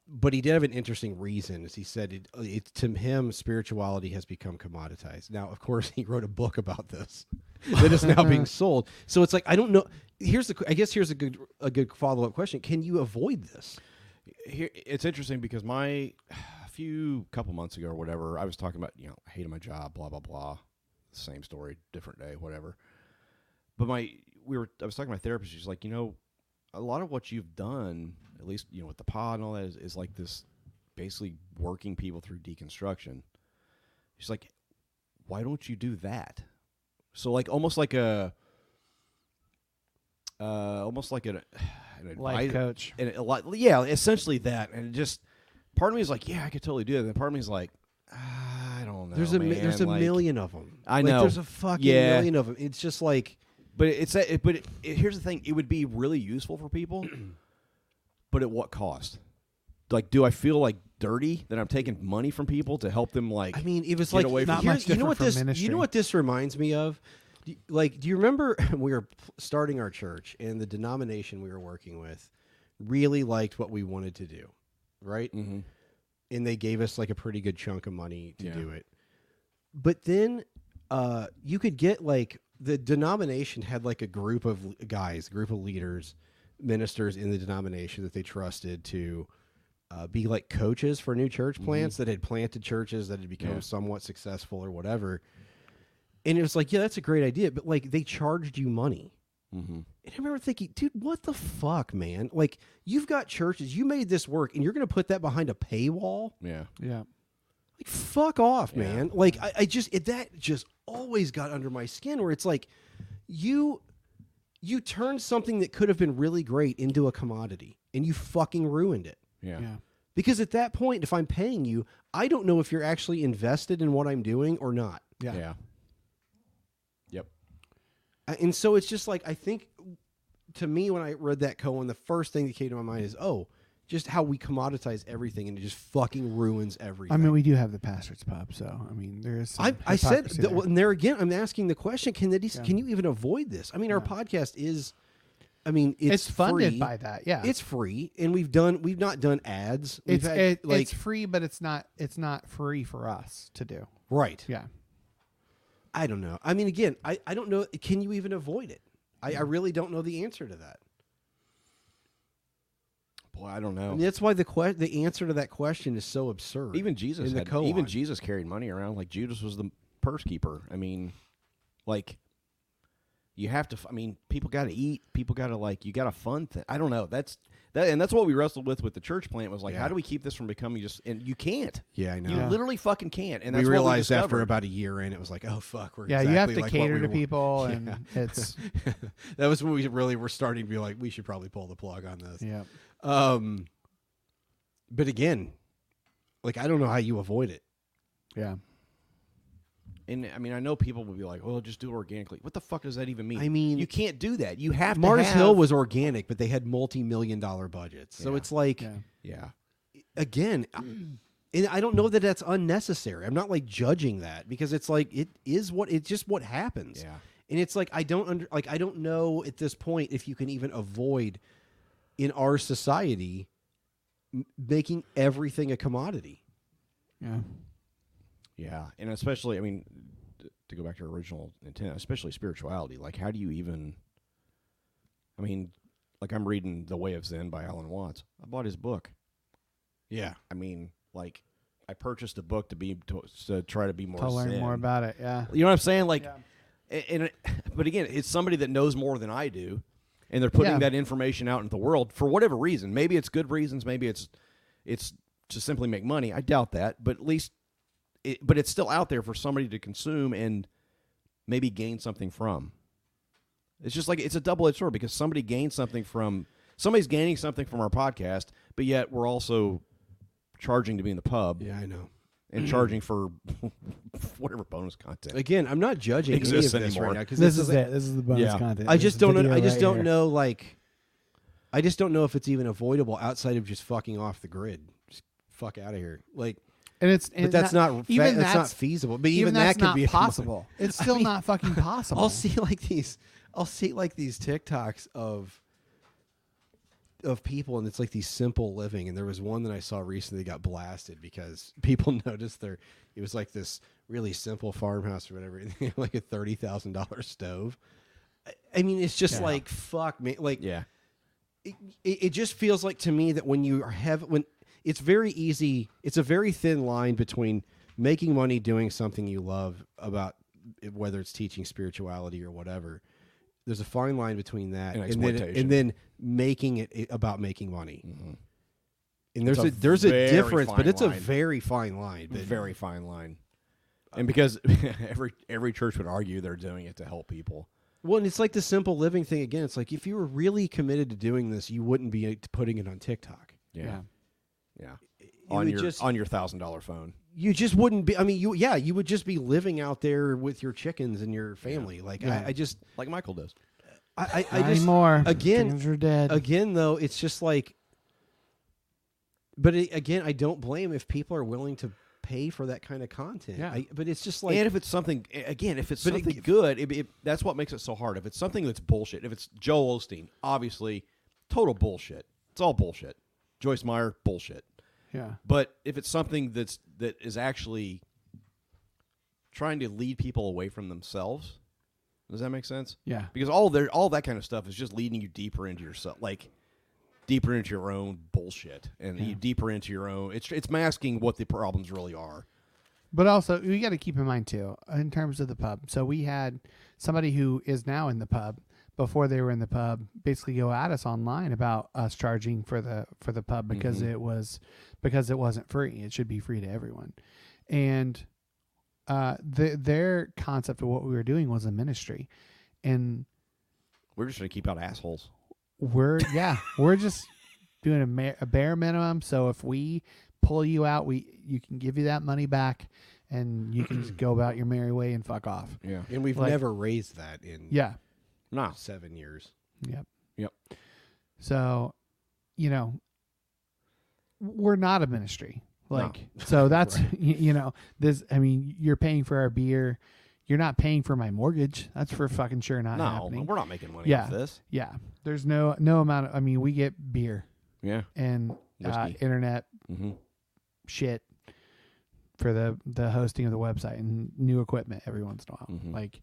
But he did have an interesting reason, as he said, it, uh, it to him spirituality has become commoditized. Now, of course, he wrote a book about this that is now being sold. So it's like I don't know. Here's the. I guess here's a good a good follow up question. Can you avoid this? here it's interesting because my a few couple months ago or whatever i was talking about you know hating my job blah blah blah same story different day whatever but my we were i was talking to my therapist she's like you know a lot of what you've done at least you know with the pod and all that is, is like this basically working people through deconstruction she's like why don't you do that so like almost like a uh, almost like an, an Life advisor- coach. and a lot, yeah, essentially that. And it just part of me is like, yeah, I could totally do that. And part of me is like, ah, I don't know. There's a mi- there's man, a like- million of 'em. I Like, know. there's a fucking Yeah. million of 'em. It's just like, but it's a- it, but it, it- here's the thing: it would be really useful for people, but at what cost? Like, do I feel like dirty that I'm taking money from people to help them? Like, I mean, it was get like away not from much you know what this you know what this reminds me of. Do you- Like, do you remember we were p- starting our church and the denomination we were working with really liked what we wanted to do, right? Mm-hmm. And they gave us like a pretty good chunk of money to Yeah. do it. But then uh, you could get like the denomination had like a group of l- guys, group of leaders, ministers in the denomination that they trusted to uh, be like coaches for new church plants that had planted churches that had become Mm-hmm. Yeah. somewhat successful or whatever. And it was like, yeah, that's a great idea, but like they charged you money. Mm-hmm. And I remember thinking, dude, what the fuck, man? Like you've got churches, you made this work, and you're going to put that behind a paywall? Yeah. Yeah. Like fuck off, man. Like I, I just it, that just always got under my skin where it's like you you turned something that could have been really great into a commodity and you fucking ruined it. Yeah. Yeah. Because at that point, if I'm paying you, I don't know if you're actually invested in what I'm doing or not. Yeah. Yeah. Yep. I- And so it's just like I think to me when I read that Cohen, the first thing that came to my mind is, oh, just how we commoditize everything and it just fucking ruins everything. I mean, we do have the pastor's pub, so I mean, there is. some I, I said, hypocrisy th- there. well, and there again, I'm asking the question: Can that Yeah. can you even avoid this? I mean, our podcast is, I mean, it's, It's funded free. by that, yeah. it's free, and we've done we've not done ads. We've it's had, it, like it's free, but it's not it's not free for us to do. right. Yeah. I don't know. I mean, again, I I don't know. Can you even avoid it? I, I Mm. really don't know the answer to that. Boy, I don't I know. mean, that's why the que- the answer to that question is so absurd. Even Jesus in the had, koan. even Jesus carried money around. Like Judas was the purse keeper. I mean, like you have to. f- I mean, people got to eat. People got to like. You got to fund. Th- I don't know. That's that, and that's what we wrestled with with the church plant was like, Yeah. how do we keep this from becoming just? And you can't. Yeah, I know. You literally fucking can't. And we that's realized what we after discovered. about a year in, it was like, oh fuck, we're Yeah, Exactly you have to like what cater we to wa- people, Yeah. and it's that was when we really were starting to be like, we should probably pull the plug on this. yeah. Um, but again, like I don't know how you avoid it. Yeah. And I mean, I know people will be like, well, just do it organically. What the fuck does that even mean? I mean- you can't do that. You have to Mars Hill have- was organic, but they had multi-million dollar budgets, so Yeah. it's like Yeah. Yeah. again, I, and I don't know that that's unnecessary. I'm not like judging that because it's like it is what it's just what happens. Yeah. And it's like I don't under like I don't know at this point if you can even avoid in our society m- making everything a commodity. Yeah. Yeah, and especially, I mean, t- to go back to your original intent, especially spirituality. Like, how do you even? I mean, like I'm reading The Way of Zen by Alan Watts. I bought his book. Yeah. I mean, like, I purchased a book to be to, to try to be more To learn Zen. more about it. Yeah. You know what I'm saying? Like, a- and, it- but again, it's somebody that knows more than I do, and they're putting Yeah. that information out into the world for whatever reason. Maybe it's good reasons. Maybe it's it's to simply make money. I doubt that, but at least, it, but it's still out there for somebody to consume and maybe gain something from. It's just like it's a double edged sword because somebody gains something from somebody's gaining something from our podcast, but yet we're also charging to be in the pub. Yeah, I know. And charging for whatever bonus content. Again, I'm not judging any of Exists this right anymore. now, 'cause This this is is like- it. This is the bonus Yeah. content. I This just is don't. video I just right don't here. know. Like, I just don't know if it's even avoidable outside of just fucking off the grid. Just fuck out of here. Like, And it's but that's not, fe- even that's, not that's- feasible. But even even, that's that could not be possible. It's still not fucking possible. I'll see like these. I'll see like these TikToks of of people, and it's like these simple living. And there was one that I saw recently that got blasted because people noticed their. It was like this really simple farmhouse or whatever, and they had like a thirty thousand dollar stove. I, I mean, it's just Yeah. like fuck me. Like Yeah. it, it it just feels like to me that when you are have when it's very easy it's a very thin line between making money doing something you love about whether it's teaching spirituality or whatever there's a fine line between that And then, exploitation. Mm-hmm. and then making it i- about making money and there's It's a, a there's a very difference but fine it's a line. very fine line that- Very fine line. uh, And because every every church would argue they're doing it to help people. Well, and it's like the simple living thing again. It's like if you were really committed to doing this, you wouldn't be uh, putting it on TikTok. Yeah. Yeah. would On your just- on your thousand dollar phone. you just wouldn't be. I mean, you yeah, you would just be living out there with your chickens and your family. Like Yeah. I, I just, Like Michael does. I, I, I Not just anymore. again, Chickens are dead. again though, it's just like. But it, again, I don't blame if people are willing to pay for that kind of content. Yeah. I, but it's just like and if it's something a- again, if it's But it something gi- good, it, it, that's what makes it so hard. If it's something that's bullshit, if it's Joel Osteen, obviously, total bullshit. It's all bullshit. Joyce Meyer, bullshit. Yeah. But if it's something that's that is actually trying to lead people away from themselves, does that make sense? Yeah. Because all their all that kind of stuff is just leading you deeper into yourself, like deeper into your own bullshit, and you deeper into your own. It's it's masking what the problems really are. But also, we got to keep in mind too, in terms of the pub. So we had somebody who is now in the pub. Before they were in the pub, basically go at us online about us charging for the for the pub because it was because it wasn't free. It should be free to everyone, and uh, the, their concept of what we were doing was a ministry, and We're just gonna keep out assholes. we're yeah we're just doing a, ma- a bare minimum so if we pull you out we you can give you that money back and you can just go about your merry way and fuck off Yeah. and we've like- never raised that in yeah No. seven years. yep Yep. so you know we're not a ministry No. like so that's y you know this i mean you're paying for our beer you're not paying for my mortgage that's for fucking sure not No, happening we're not making money Yeah. off this. yeah there's no no amount of, i mean we get beer Yeah. and uh, Whiskey. internet Mm-hmm. shit for the the hosting of the website and new equipment every once in a while. Mhm. Like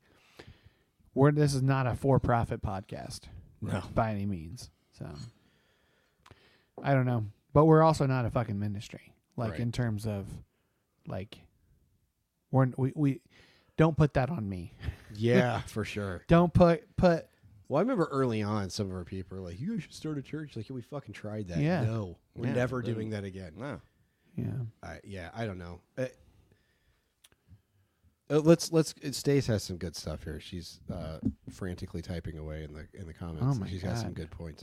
we're this is not a for profit podcast No. by any means. So I don't know, but we're also not a fucking ministry. Like Right. in terms of like we're we we don't put that on me. Yeah, for sure. Don't put put Well, I remember early on, some of our people were like, "You guys should start a church." Like, we fucking tried that. Yeah. No, we're Yeah, never but- doing that again. No. yeah. I, yeah, I don't know. Uh, uh, let's let's. uh, Stace has some good stuff here. She's uh, frantically typing away in the in the comments. Oh and my She's got some God. good points.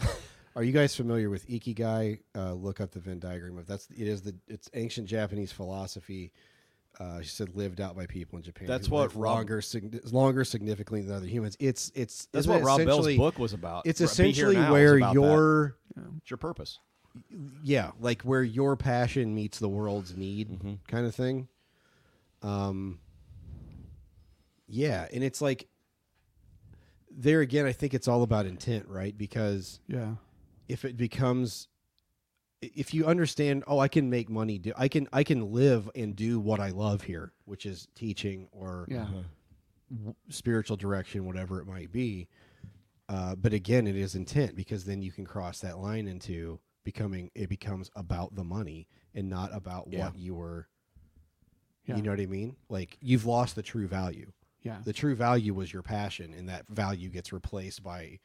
Are you guys familiar with ikigai? Uh, look up the Venn diagram of that's it is the it's ancient Japanese philosophy. Uh, she said lived out by people in Japan. That's who what live Rob- longer signi- longer significantly than other humans. It's it's That's isn't what it Rob Bell's essentially- book was about. It's Be Here essentially Now is where about that. your It's your purpose. yeah, like where your passion meets the world's need kind of thing. Um yeah, and it's like there again I think it's all about intent, right? Because Yeah. if it becomes if you understand, oh, I can make money do I can I can live and do what I love here, which is teaching or Yeah. spiritual direction, whatever it might be. Uh, but again, it is intent because then you can cross that line into becoming it becomes about the money and not about Yeah. what you were. Yeah. You know what I mean? Like you've lost the true value. Yeah. The true value was your passion, and that value gets replaced by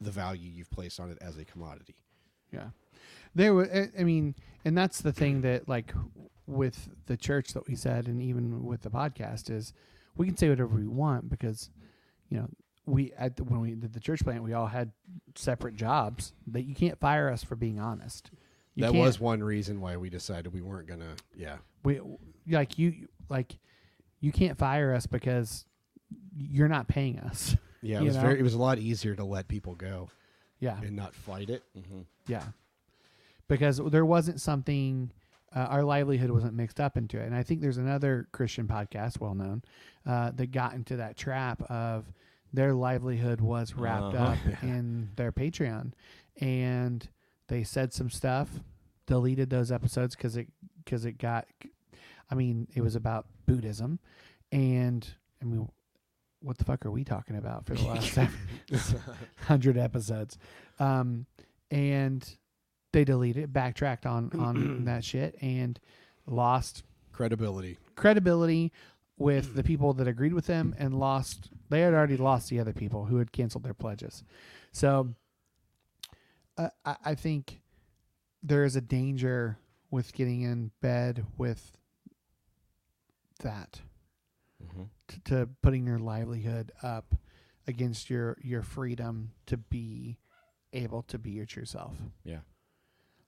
the value you've placed on it as a commodity. Yeah. There was, I mean, and that's the thing that like with the church that we said, and even with the podcast is we can say whatever we want because you know we at the, when we did the church plant, we all had separate jobs that you can't fire us for being honest. You that can't- was one reason why we decided we weren't gonna. Yeah, we like you like you can't fire us because you're not paying us. yeah. It You was know? very. It was a lot easier to let people go. Yeah. and not fight it. Mm-hmm. Yeah. Because there wasn't something, uh, our livelihood wasn't mixed up into it. And I think there's another Christian podcast, well known, uh, that got into that trap of their livelihood was wrapped Uh-huh. up in their Patreon. And they said some stuff, deleted those episodes because it, cause it got, I mean, it was about Buddhism. And I mean, what the fuck are we talking about for the last hundred episodes? Um, and they deleted, it, backtracked on on that shit, and lost Credibility. credibility with the people that agreed with them, and lost. They had already lost the other people who had canceled their pledges. So, uh, I, I think there is a danger with getting in bed with that t- to putting your livelihood up against your your freedom to be able to be your true self. Yeah.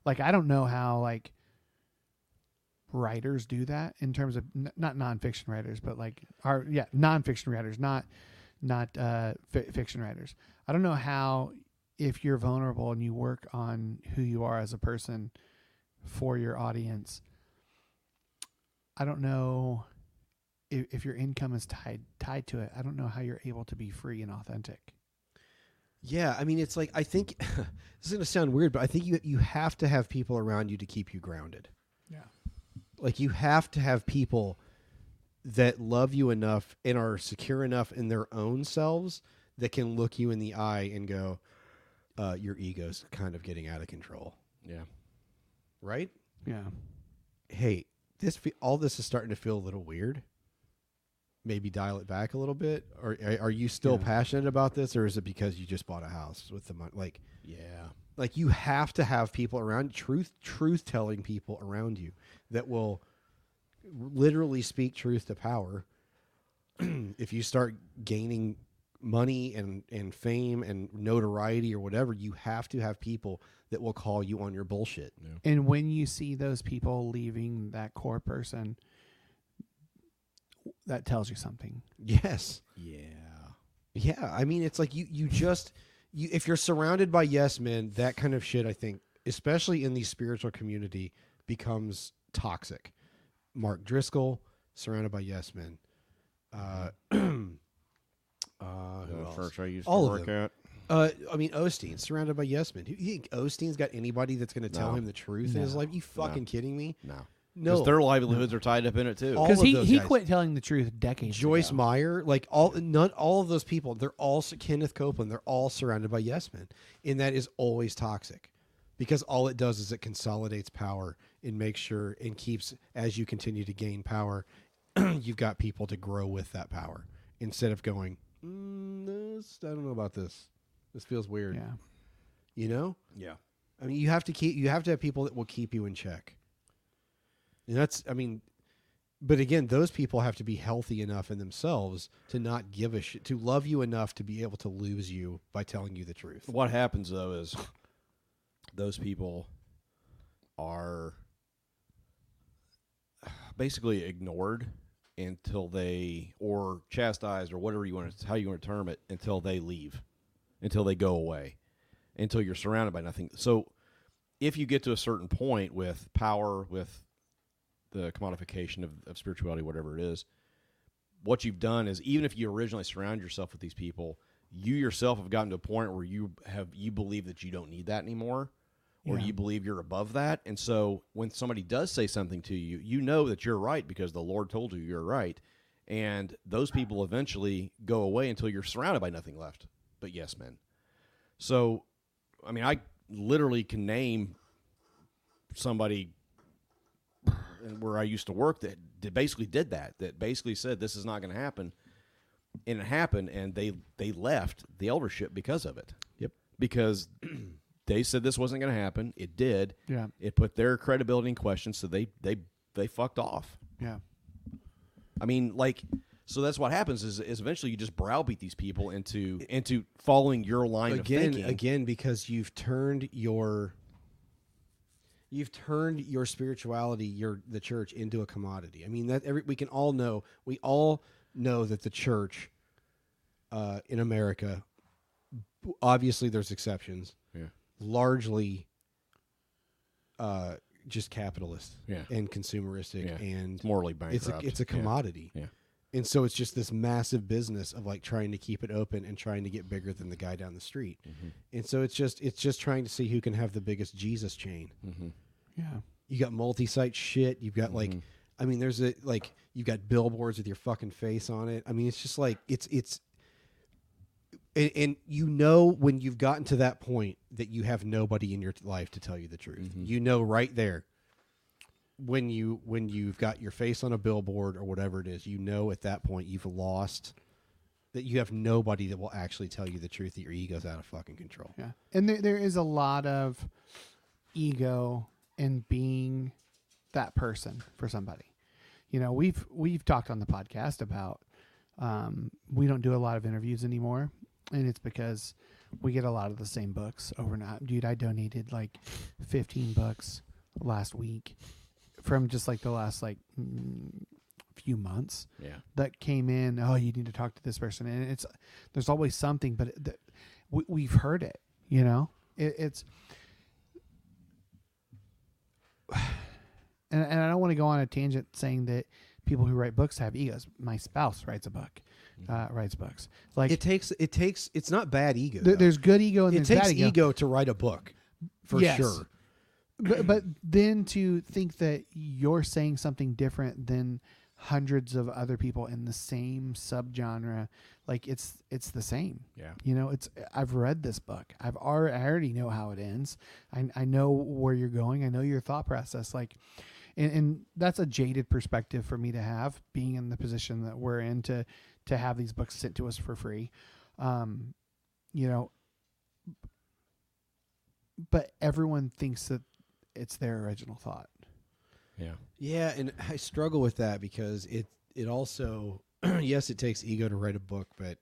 Like I don't know how like writers do that in terms of n- not nonfiction writers, but like our yeah nonfiction writers, not not uh, fi- fiction writers. I don't know how if you're vulnerable and you work on who you are as a person for your audience. I don't know if, if your income is tied tied to it. I don't know how you're able to be free and authentic. Yeah, I mean, it's like I think this is gonna sound weird, but I think you you have to have people around you to keep you grounded. Yeah. like you have to have people that love you enough and are secure enough in their own selves that can look you in the eye and go, uh, "Your ego's kind of getting out of control." Yeah. Right? Yeah. Hey, this fe- all this is starting to feel a little weird. Maybe dial it back a little bit. Or are- are you still Yeah. passionate about this, or is it because you just bought a house with the money? Like, Yeah. like you have to have people around truth truth telling people around you that will literally speak truth to power if you start gaining money and and fame and notoriety or whatever you have to have people that will call you on your bullshit And when you see those people leaving that core person, that tells you something. yes Yeah. yeah i mean it's like you you just you if you're surrounded by yes men that kind of shit i think especially in the spiritual community becomes toxic mark driscoll surrounded by yes men uh Uh, who The else? church I used to All of work them. at. Uh, I mean, Osteen surrounded by yes men. You think Osteen's got anybody that's going to tell No. him the truth in his No. life? You fucking kidding me? No. No. Because their livelihoods are tied up in it too. All Because of he, those he guys. quit telling the truth decades Joyce ago. Meyer, like all none, all of those people, they're all s- Kenneth Copeland. They're all surrounded by yes men, and that is always toxic, because all it does is it consolidates power and makes sure and keeps as you continue to gain power, you've got people to grow with that power instead of going. Mm, this, I don't know about this. This feels weird. Yeah. You know. Yeah. I mean, you have to keep you have to have people that will keep you in check. And that's I mean, but again, those people have to be healthy enough in themselves to not give a shit, to love you enough to be able to lose you by telling you the truth. What happens though is those people are basically ignored until they or chastised or whatever you want to how you want to term it until they leave, until they go away, until you're surrounded by nothing. So if you get to a certain point with power, with the commodification of, of spirituality, whatever it is, what you've done is even if you originally surround yourself with these people, you yourself have gotten to a point where you have you believe that you don't need that anymore or Yeah. you believe you're above that. And so when somebody does say something to you, you know that you're right because the Lord told you you're right. And those people eventually go away until you're surrounded by nothing left but yes men. So I mean I literally can name somebody where I used to work that that basically did that. That basically said this is not going to happen, and it happened, and they they left the eldership because of it. Yep. Because they said this wasn't going to happen. It did. Yeah. It put their credibility in question, so they they they fucked off. Yeah. I mean, like, so that's what happens is, is eventually you just browbeat these people into into following your line again of thinking. again because you've turned your you've turned your spirituality your the church into a commodity i mean that every we can all know we all know that the church uh, in america obviously there's exceptions Yeah. largely uh, just capitalist Yeah. and consumeristic Yeah. and It's morally it's a, bankrupt. it's a Yeah. commodity Yeah. and so it's just this massive business of like trying to keep it open and trying to get bigger than the guy down the street Mm-hmm. and so it's just it's just trying to see who can have the biggest jesus chain Yeah. you got multi-site shit you've got like i mean there's a like you got billboards with your fucking face on it i mean it's just like it's it's and, and you know when you've gotten to that point that you have nobody in your t- life to tell you the truth you know right there when you when you've got your face on a billboard or whatever it is you know at that point you've lost that you have nobody that will actually tell you the truth that your ego's out of fucking control Yeah. And there, there is a lot of ego in being that person for somebody. You know, we've we've talked on the podcast about um, we don't do a lot of interviews anymore, and it's because we get a lot of the same books over and over. Dude, I donated like fifteen books last week from just like the last like mm, few months Yeah. that came in. Oh, you need to talk to this person, and it's there's always something, but it- the, we, we've heard it. You know, it, it's and, and I don't want to go on a tangent saying that people who write books have egos. My spouse writes a book, uh, writes books. Like Mm-hmm. it takes it takes it's not bad ego there- though. there's good ego and it there's takes bad ego. to write a book for Yes. sure but, but then to think that you're saying something different than hundreds of other people in the same subgenre like it's it's the same Yeah. you know it's i've read this book i've already i already know how it ends i, I know where you're going i know your thought process like and, and that's a jaded perspective for me to have being in the position that we're in to to have these books sent to us for free um you know but everyone thinks that it's their original thought yeah. yeah and i struggle with that because it it also yes it takes ego to write a book but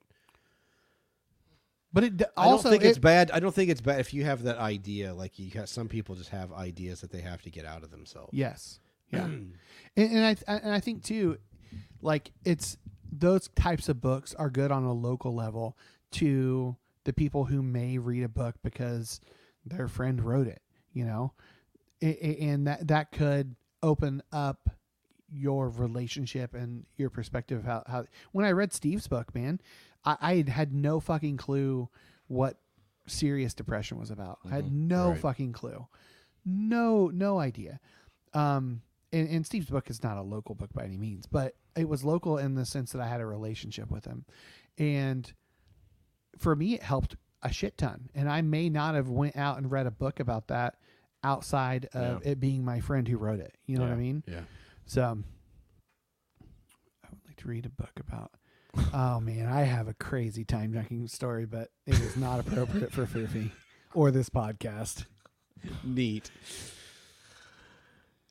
but it d- I also don't think it- it's bad. I don't think it's bad if you have that idea. Like you got some people just have ideas that they have to get out of themselves. Yes. Yeah. and, and I th- and I think too, like it's those types of books are good on a local level to the people who may read a book because their friend wrote it. You know, A- a- and that that could open up your relationship and your perspective of how, how when I read Steve's book, man, I, I had- had no fucking clue what serious depression was about. I had Mm-hmm. no fucking clue. No, no idea. Um and, and Steve's book is not a local book by any means, but it was local in the sense that I had a relationship with him. And for me it helped a shit ton and i may not have went out and read a book about that outside of it being my friend who wrote it you know what i mean Yeah. so um, i would like to read a book about oh man i have a crazy time dunking story but it is not appropriate for foofy or this podcast Neat.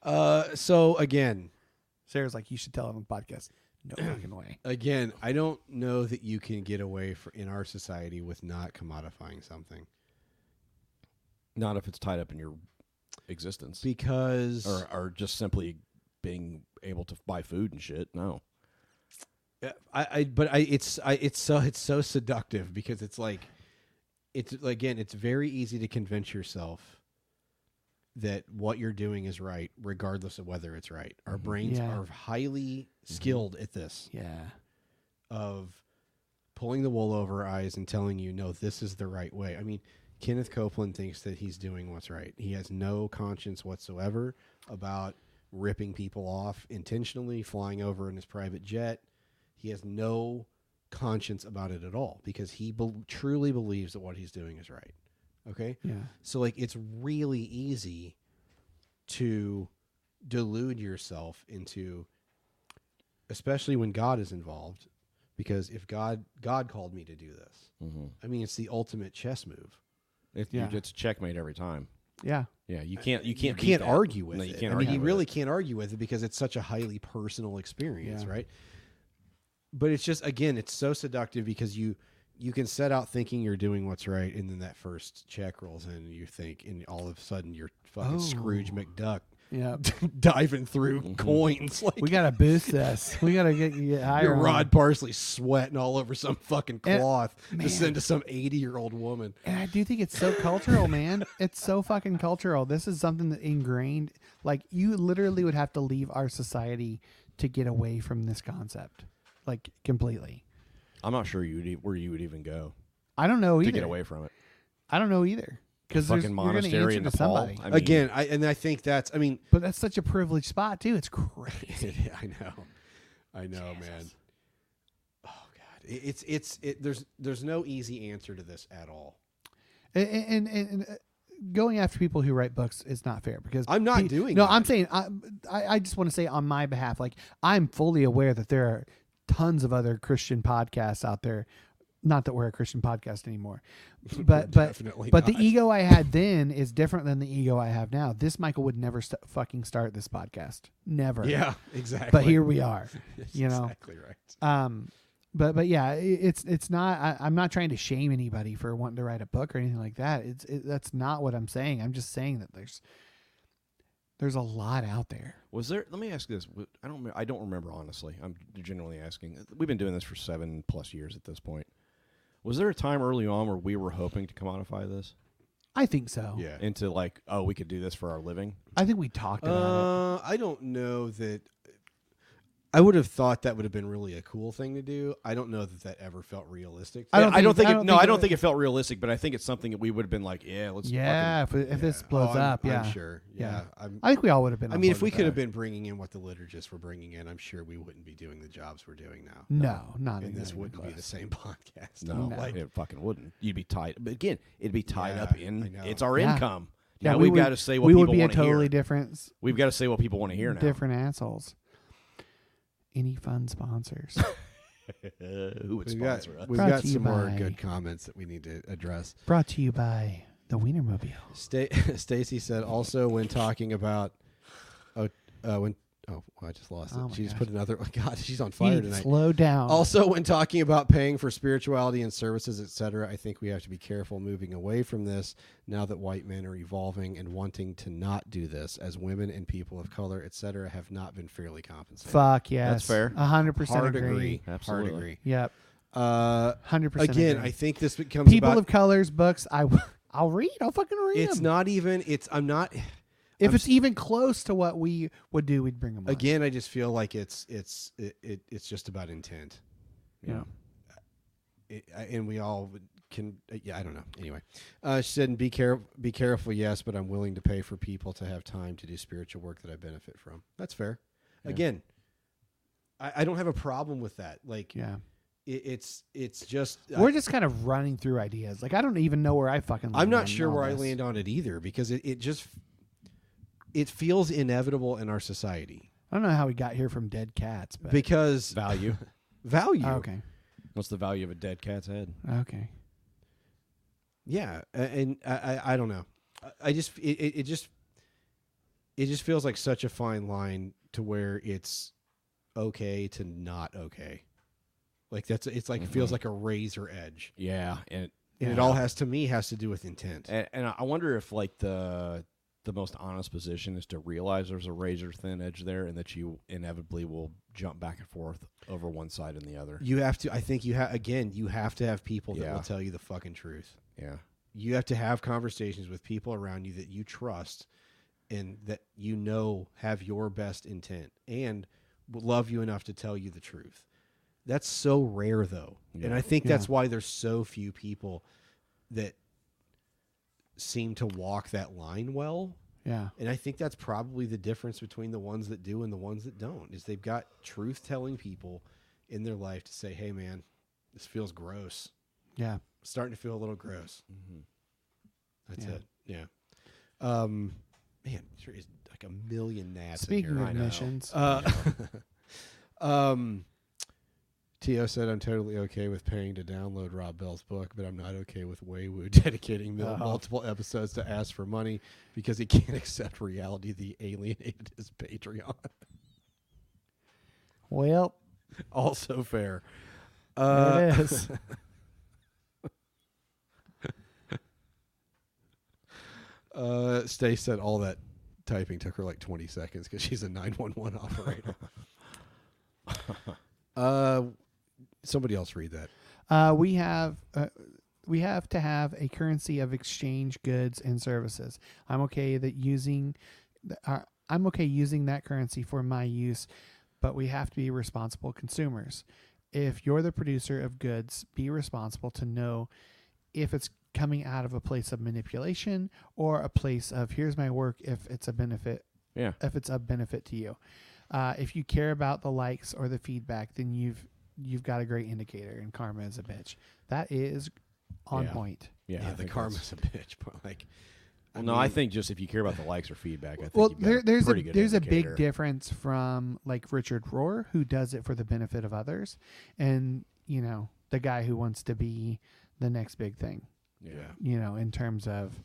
Uh, so again, sarah's like you should tell it on the podcast no fucking way again, I don't know that you can get away for, in our society with not commodifying something Not if it's tied up in your existence because or or just simply being able to buy food and shit. No. Yeah, uh, I, I but I it's I it's so it's so seductive because it's like it's again it's very easy to convince yourself that what you're doing is right regardless of whether it's right. Our brains Yeah. are highly skilled at this yeah of pulling the wool over our eyes and telling you no this is the right way. I mean, Kenneth Copeland thinks that he's doing what's right. He has no conscience whatsoever about ripping people off intentionally, flying over in his private jet. He has no conscience about it at all because he bel truly believes that what he's doing is right. Okay? yeah So like it's really easy to delude yourself into especially when God is involved Mm-hmm. because if God God called me to do this. I mean, it's the ultimate chess move It, Yeah. It's checkmate every time. Yeah. Yeah, you can't. You can't. Uh, beat you can't that. argue with No, it. You can't I mean, argue you with really it. can't argue with it because it's such a highly personal experience, Yeah. right? But it's just again, it's so seductive because you you can set out thinking you're doing what's right, and then that first check rolls in, and you think, and all of a sudden you're fucking Oh. Scrooge McDuck, Yeah. diving through Mm-hmm. coins like We gotta boost this. We gotta get you higher. your on- Rod Parsley sweating all over some fucking And- cloth man. to send to some eighty year old woman. And I do think it's so cultural, man. It's so fucking cultural. This is something that ingrained. Like you literally would have to leave our society to get away from this concept, like completely. I'm not sure you would e- where you would even go I don't know either. to get away from it. I don't know either. Because there's Fucking you're gonna monastery answer to in Nepal. somebody. I mean, again, I and I think that's. I mean, But that's such a privileged spot too. It's crazy. I know, I know, man. Oh God, It- it's it's it. There's there's no easy answer to this at all. and, and, and, and, uh, going after people who write books is not fair because I'm not pe- doing No, that. I'm saying I, I I just want to say on my behalf, like I'm fully aware that there are tons of other Christian podcasts out there. Not that we're a Christian podcast anymore, but but definitely but not. the ego I had then is different than the ego I have now. This Michael would never st- fucking start this podcast, never. Yeah, exactly. But here we are, you know. exactly right. Um, but but yeah, i- it's it's not. I, I'm not trying to shame anybody for wanting to write a book or anything like that. It's it, that's not what I'm saying. I'm just saying that there's there's a lot out there. Was there? Let me ask this. W- I don't. remem- I don't remember honestly. I'm genuinely asking. Uh, We've been doing this for seven plus years at this point. Was there a time early on where we were hoping to commodify this I think so. Yeah. into like, oh, we could do this for our living? I think we talked about it. Uh, I don't know that. I would have thought that would have been really a cool thing to do. I don't know that that ever felt realistic. I don't I don't think- think. I it, don't no, think I it don't would- think it felt realistic, but I think it's something that we would have been like, yeah, let's. Yeah, if, if this blows Oh, I'm- up, yeah, I'm sure. Yeah, I'm, I think we all would have been. I on mean, board if we with could that. have been bringing in what the liturgists were bringing in, I'm sure we wouldn't be doing the jobs we're doing now. no, not and in this even wouldn't be close. the same podcast. No, No. like, it fucking wouldn't. You'd be tied. But again, it'd be tied Yeah, up I in know. it's our Yeah. income. Yeah, now we we've got would- to say what we people would be a want to totally hear. different We've got to say what people want to hear now. different assholes. Any fun sponsors? Uh, who would We've got, sponsor us? we've Brought got to you some more by- good comments that we need to address. Brought to you by the Wienermobile. Sta- Stacy said also when talking about oh uh, when oh I just lost Oh it. my She just gosh. put another. Oh God, she's on You fire need to tonight. Oh, slow down. Also, when talking about paying for spirituality and services, etc., I think we have to be careful moving away from this now that white men are evolving and wanting to not do this, as women and people of color, etc., have not been fairly compensated. Fuck yes. fair. A hundred percent Hard agree. agree. Absolutely. Hard agree. Yep. Uh, Hundred percent. again, agree. I think this becomes people about, of colors books. I w- I'll read. I'll fucking read It's 'em. not even. It's. I'm not. If I'm it's even close to what we would do, we'd bring them on. Again, I just feel like it's. It's. It, it, it's just about intent. Yeah. it, I- and we all would- can uh, yeah i don't know anyway uh, she said be careful be careful yes but i'm willing to pay for people to have time to do spiritual work that i benefit from that's fair again I, I don't have a problem with that like Yeah. it, it's it's just I- We're just kind of running through ideas. Like I don't even know where I fucking. i'm land on not sure all where i this. land on it either because it, it just it feels inevitable in our society I don't know how we got here from dead cats, but because Value. value Oh, okay, What's the value of a dead cat's head? okay. Yeah, a- and I, I, I don't know. I- I just it, it, it just it just feels like such a fine line to where it's okay to not okay. Like that's it's like it feels like a razor edge, Mm-hmm. Yeah, and and it all has to me has to do with intent. and, and I wonder if like the the most honest position is to realize there's a razor thin edge there, and that you inevitably will jump back and forth over one side and the other. You have to. I think you have again. You have to have people that Yeah. will tell you the fucking truth. Yeah, You have to have conversations with people around you that you trust and that you know have your best intent and will love you enough to tell you the truth. That's so rare though. And I think that's why there's so few people that seem to walk that line well. Yeah. And I think that's probably the difference between the ones that do and the ones that don't is they've got truth telling people in their life to say, "Hey man, this feels gross." Yeah. starting to feel a little gross. That's Yeah. it. Mm-hmm. Yeah. Um, man, there is like a million gnats. Uh, Speaking in here. of missions, Uh, um, Tio said, I'm totally okay with paying to download Rob Bell's book, but I'm not okay with Weiwu dedicating mil- Uh-huh. multiple episodes to ask for money because he can't accept reality that he alienated his Patreon. Well, also fair. There it is. uh, Stace said all that typing took her like 20 seconds because she's a 911 operator. uh, somebody else read that. Uh, we have uh, we have to have a currency of exchange goods and services. I'm okay that using th- uh, I'm okay using that currency for my use, but we have to be responsible consumers. If you're the producer of goods, be responsible to know if it's coming out of a place of manipulation or a place of here's my work if it's a benefit Yeah. if it's a benefit to you. Uh, if you care about the likes or the feedback, then you've you've got a great indicator, and karma is a bitch. That is on Yeah. point. Yeah, I the think karma's a bitch, but like, Well, no, I think just if you care about the likes or feedback, I think Well, you've got there, there's a pretty good there's a indicator. big difference from like Richard Rohr, who does it for the benefit of others, and you know the guy who wants to be the next big thing. Yeah. you know, in terms of,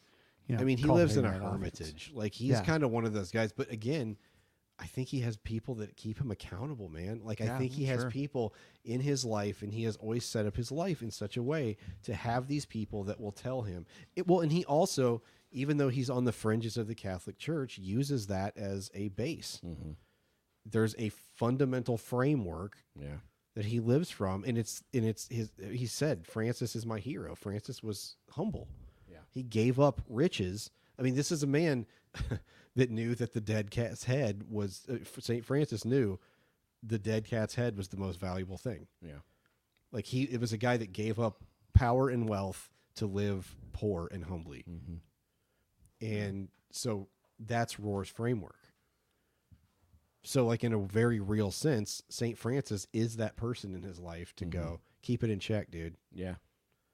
you know, I mean, he lives in a cultivating that offense. hermitage. Like he's Yeah. kind of one of those guys. But again, I think he has people that keep him accountable, man. Like I Yeah, think he sure. has people in his life, and he has always set up his life in such a way to have these people that will tell him. It well, and he also, even though he's on the fringes of the Catholic Church, uses that as a base. There's a fundamental framework Yeah. that he lives from and it's and it's his he said francis is my hero francis was humble Yeah. he gave up riches i mean this is a man that knew that the dead cat's head was uh, st francis knew the dead cat's head was the most valuable thing Yeah. like he it was a guy that gave up power and wealth to live poor and humbly Mm-hmm. Mm-hmm. and so that's roar's framework so like in a very real sense saint francis is that person in his life to go Mm-hmm. keep it in check dude Yeah.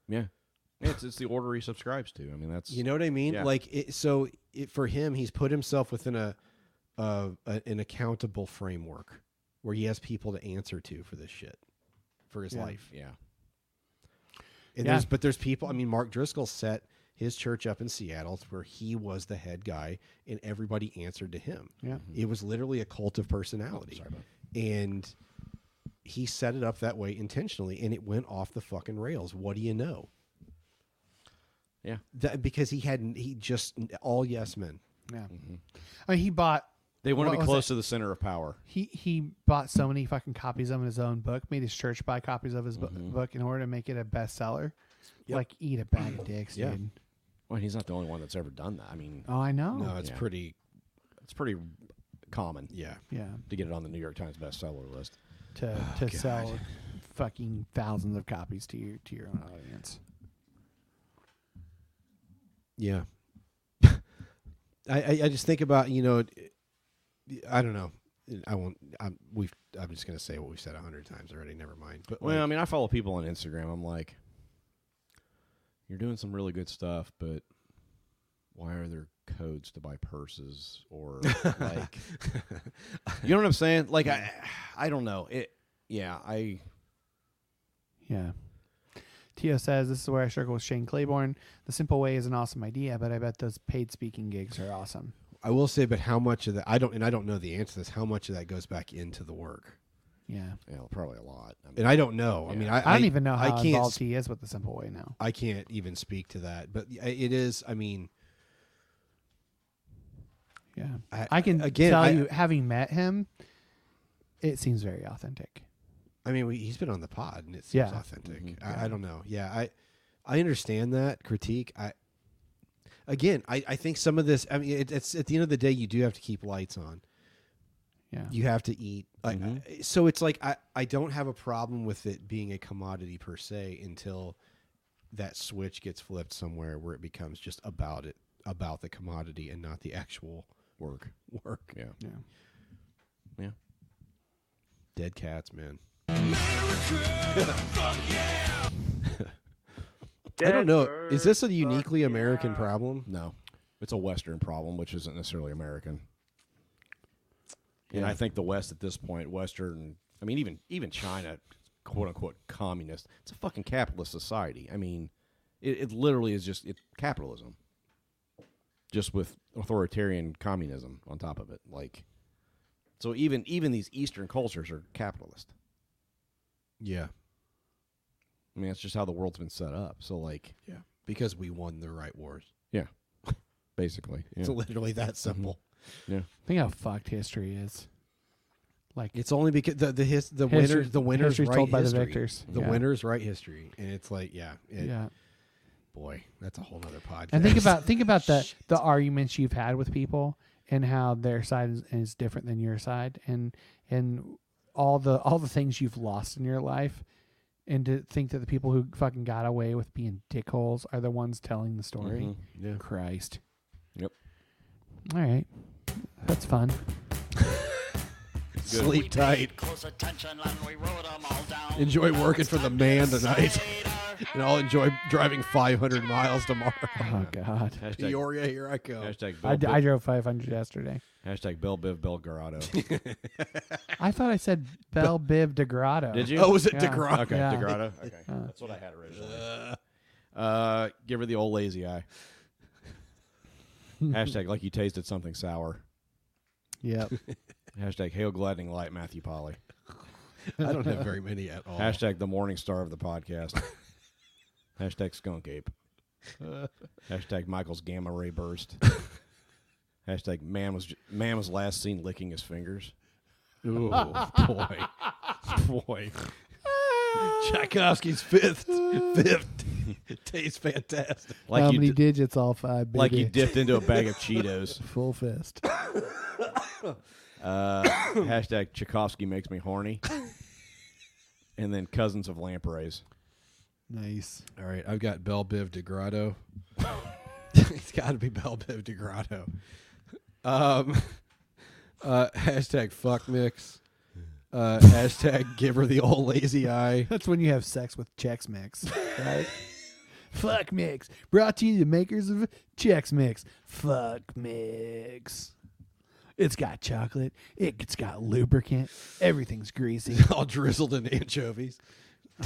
Yeah. Yeah, It's, it's the order he subscribes to. I mean, that's you know what i mean Yeah. like it, so it, for him he's put himself within a, uh a an accountable framework where he has people to answer to for this shit for his Yeah. life yeah. And Yeah. there's but there's people. I mean, Mark Driscoll set his church up in Seattle where he was the head guy, and everybody answered to him. Yeah. it was literally a cult of personality, and he set it up that way intentionally, and it went off the fucking rails. What do you know? Yeah. That because he hadn't. He just all yes men. Yeah, I mean, he bought They want What to be was close it? to the center of power. he he bought so many fucking copies of his own book, made his church buy copies of his bu- Mm-hmm. book in order to make it a bestseller. Like eat a bag of dicks, Yeah. dude. Well, he's not the only one that's ever done that. I mean, Oh, I know. No, it's Yeah. pretty. it's pretty common Yeah, Yeah, to get it on the New York Times bestseller list. to Oh, to sell fucking thousands of copies to your to your own audience. yeah. I, I I just think about you know, it- I don't know. I won't. I'm we've. I'm just gonna say what we've said a hundred times already. Never mind. But Well, like- I mean, I follow people on Instagram. I'm like, you're doing some really good stuff, but why are there codes to buy purses or like, you know what I'm saying? Like, I, I don't know. It, yeah, I, Yeah. Tio says this is where I struggle with Shane Claiborne. The simple way is an awesome idea, but I bet those paid speaking gigs are awesome. I will say, but how much of that? I don't, and I don't know the answer to this. How much of that goes back into the work? Yeah. you know, probably a lot. I mean, And I don't know. I mean, I, I don't even know I how can't. involved sp- he is with the simple way now. I can't even speak to that. But I- it is. I mean, Yeah. I, I- can again, tell I- you, having met him, it seems very authentic. I mean, we, he's been on the pod, and it seems Yeah. authentic. I, I don't know. Yeah, I, I understand that critique. I, again, I, I think some of this. I mean, it, it's at the end of the day, you do have to keep lights on. Yeah. you have to eat. I- Mm-hmm. I, so it's like I, I don't have a problem with it being a commodity per se until that switch gets flipped somewhere where it becomes just about it about the commodity and not the actual work. work. Yeah. Yeah. Yeah. Dead cats, man. I don't know. Is this a uniquely American problem? No, it's a Western problem, which isn't necessarily American. And Yeah. I think the West at this point, Western, I mean, even even China quote unquote communist. It's a fucking capitalist society. I mean, it, it literally is just it, capitalism, just with authoritarian communism on top of it. Like, so even even these Eastern cultures are capitalist. Yeah. I mean, that's just how the world's been set up. So like, Yeah. Because we won the right wars. yeah, basically, It's yeah. Mm-hmm. literally that simple. yeah. Think how fucked history is. Like It's only because the the his, the History- winners the winners history's write told by the history. victors. The Yeah. winners write history, and it's like yeah, it- Yeah. Boy, that's a whole other podcast. And think about think about the the arguments you've had with people and how their side is, is different than your side and and all the all the things you've lost in your life and to think that the people who fucking got away with being dickholes are the ones telling the story. Mhm. Yeah. Christ. Yep. All right. That's fun. sleep tight. Close attention and we wrote 'em all down. Enjoy working for the man tonight, and I'll enjoy driving 500 miles tomorrow. Oh god. Peoria, here I come. Hashtag Bill I, d- I Biv- drove 500 yesterday. Hashtag Bill Biv Bill Garotto. I thought I said Bell Biv DeGrotto. Did you? Okay, Yeah. Oh, DeGrotto. Okay, Uh, that's what I had originally. Uh, give her the old lazy eye. Hashtag like you tasted something sour. Yep. Hashtag hail gliding light Matthew Polly. I don't have very many at all. Hashtag the morning star of the podcast. Hashtag skunk ape. Hashtag Michael's gamma ray burst. Hashtag man was man was last seen licking his fingers. Oh boy, boy. Tchaikovsky's fifth, fifth. It tastes fantastic. Like how you many di- digits? All five. Baby. like you dipped into a bag of Cheetos. Full fist. Uh, hashtag Tchaikovsky makes me horny. And then cousins of lampreys. Nice. All right, I've got Bell Biv DeGrotto. it's got to be Bell Biv DeGrotto. Um, uh, hashtag fuck mix. Uh, hashtag give her the old lazy eye. That's when you have sex with Chex Mix, right? Fuck Mix. Brought to you the makers of Chex Mix. Fuck Mix. It's got chocolate. It's got lubricant. Everything's greasy. All drizzled in anchovies.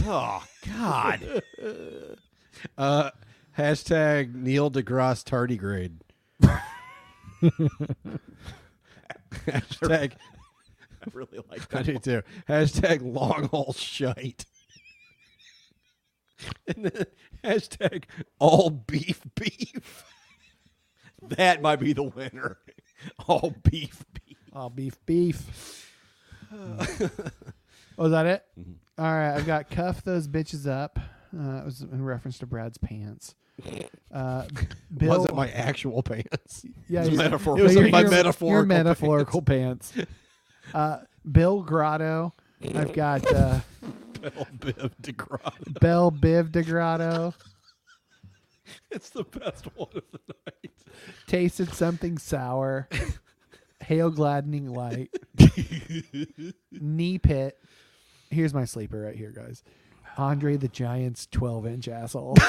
Oh God. Uh, hashtag Neil deGrasse tardigrade. hashtag I really like I that. do too. Hashtag long haul shite. And then hashtag all beef beef. That might be the winner. All beef beef. All Oh, beef, beef. oh, is that it? Mm-hmm. All right, I've got cuff those bitches up. Uh, it was in reference to Brad's pants. Uh, Bill, Wasn't my actual pants. yeah, it was you- metaphor. no, It was your- my your- metaphorical. your metaphorical pants. Uh, Bill Grotto. I've got uh, pants. All Biv DeGrasse. Bell Biv DeGrotto. It's the best one of the night. Tasted something sour. Hail gladdening light. knee pit. Here's my sleeper right here, guys. Andre the Giant's 12 inch asshole.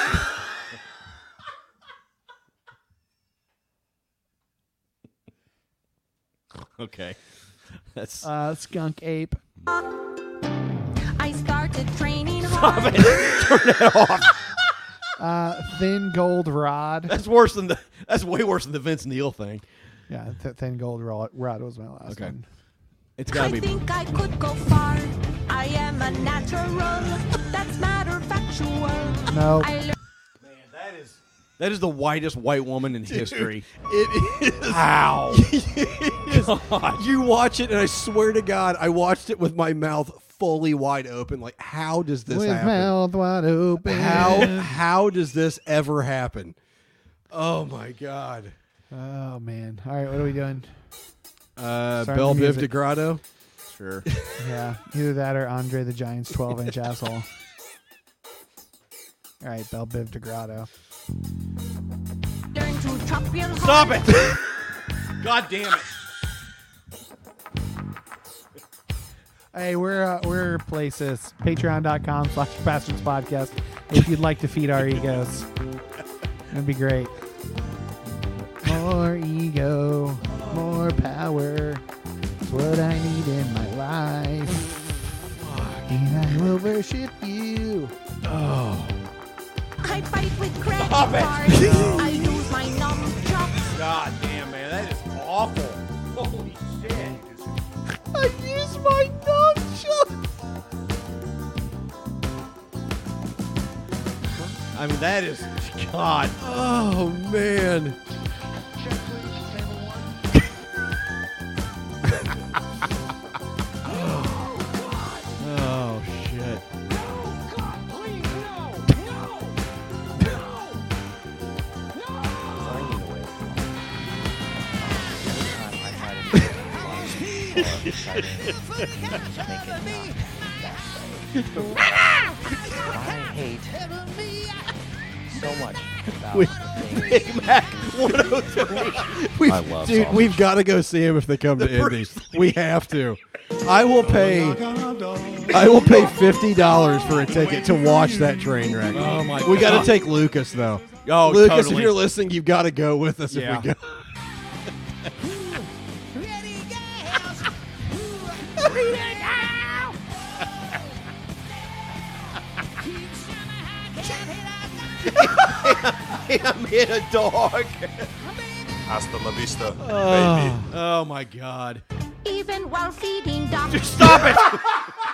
Okay. That's Uh, skunk ape. I started training hard. Uh, thin gold rod. that's worse than the that's way worse than the Vince Neil thing. Yeah, th- thin gold ro- rod was my last Okay. one. It's I gotta be think I could go far. I am a natural. That's matter factual. No. I learned that is that is the whitest white woman in history. It is. Ow. You watch it, and I swear to God, I watched it with my mouth fully wide open. Like, how does this With happen? mouth wide open. How how does this ever happen? Oh my god. Oh, man. All right, what are we doing? Uh Start Bell the Biv music. DeGrotto. Sure. Yeah, either that or Andre the Giant's 12 inch asshole. All right, Bell Biv DeGrotto. to chop your heart. Stop it! God damn it. Hey, we're uh, we're places. Patreon.com slash bastards podcast. If you'd like to feed our egos, that'd be great. More ego, more power. It's what I need in my life. And I will worship you. Oh. I fight with credit Stop it. cards. I use my nunchucks. God damn, man, that is awful. Holy shit. I use my nunchucks. I mean, that is God. Oh man. Oh shit. I hate so much about We- the thing. Big Mac 103. We've- I love dude, sausages. we've got to go see him if they come to Indy's. We have to. I will pay. I will pay fifty dollars for a ticket to watch that train wreck. Oh, my We got God. to take Lucas though. Oh, Lucas, totally. if you're listening, you've got to go with us Yeah. if we go. I'm in a dog. Hasta la vista, Oh. baby. Oh my God. Even while feeding dogs. Stop it!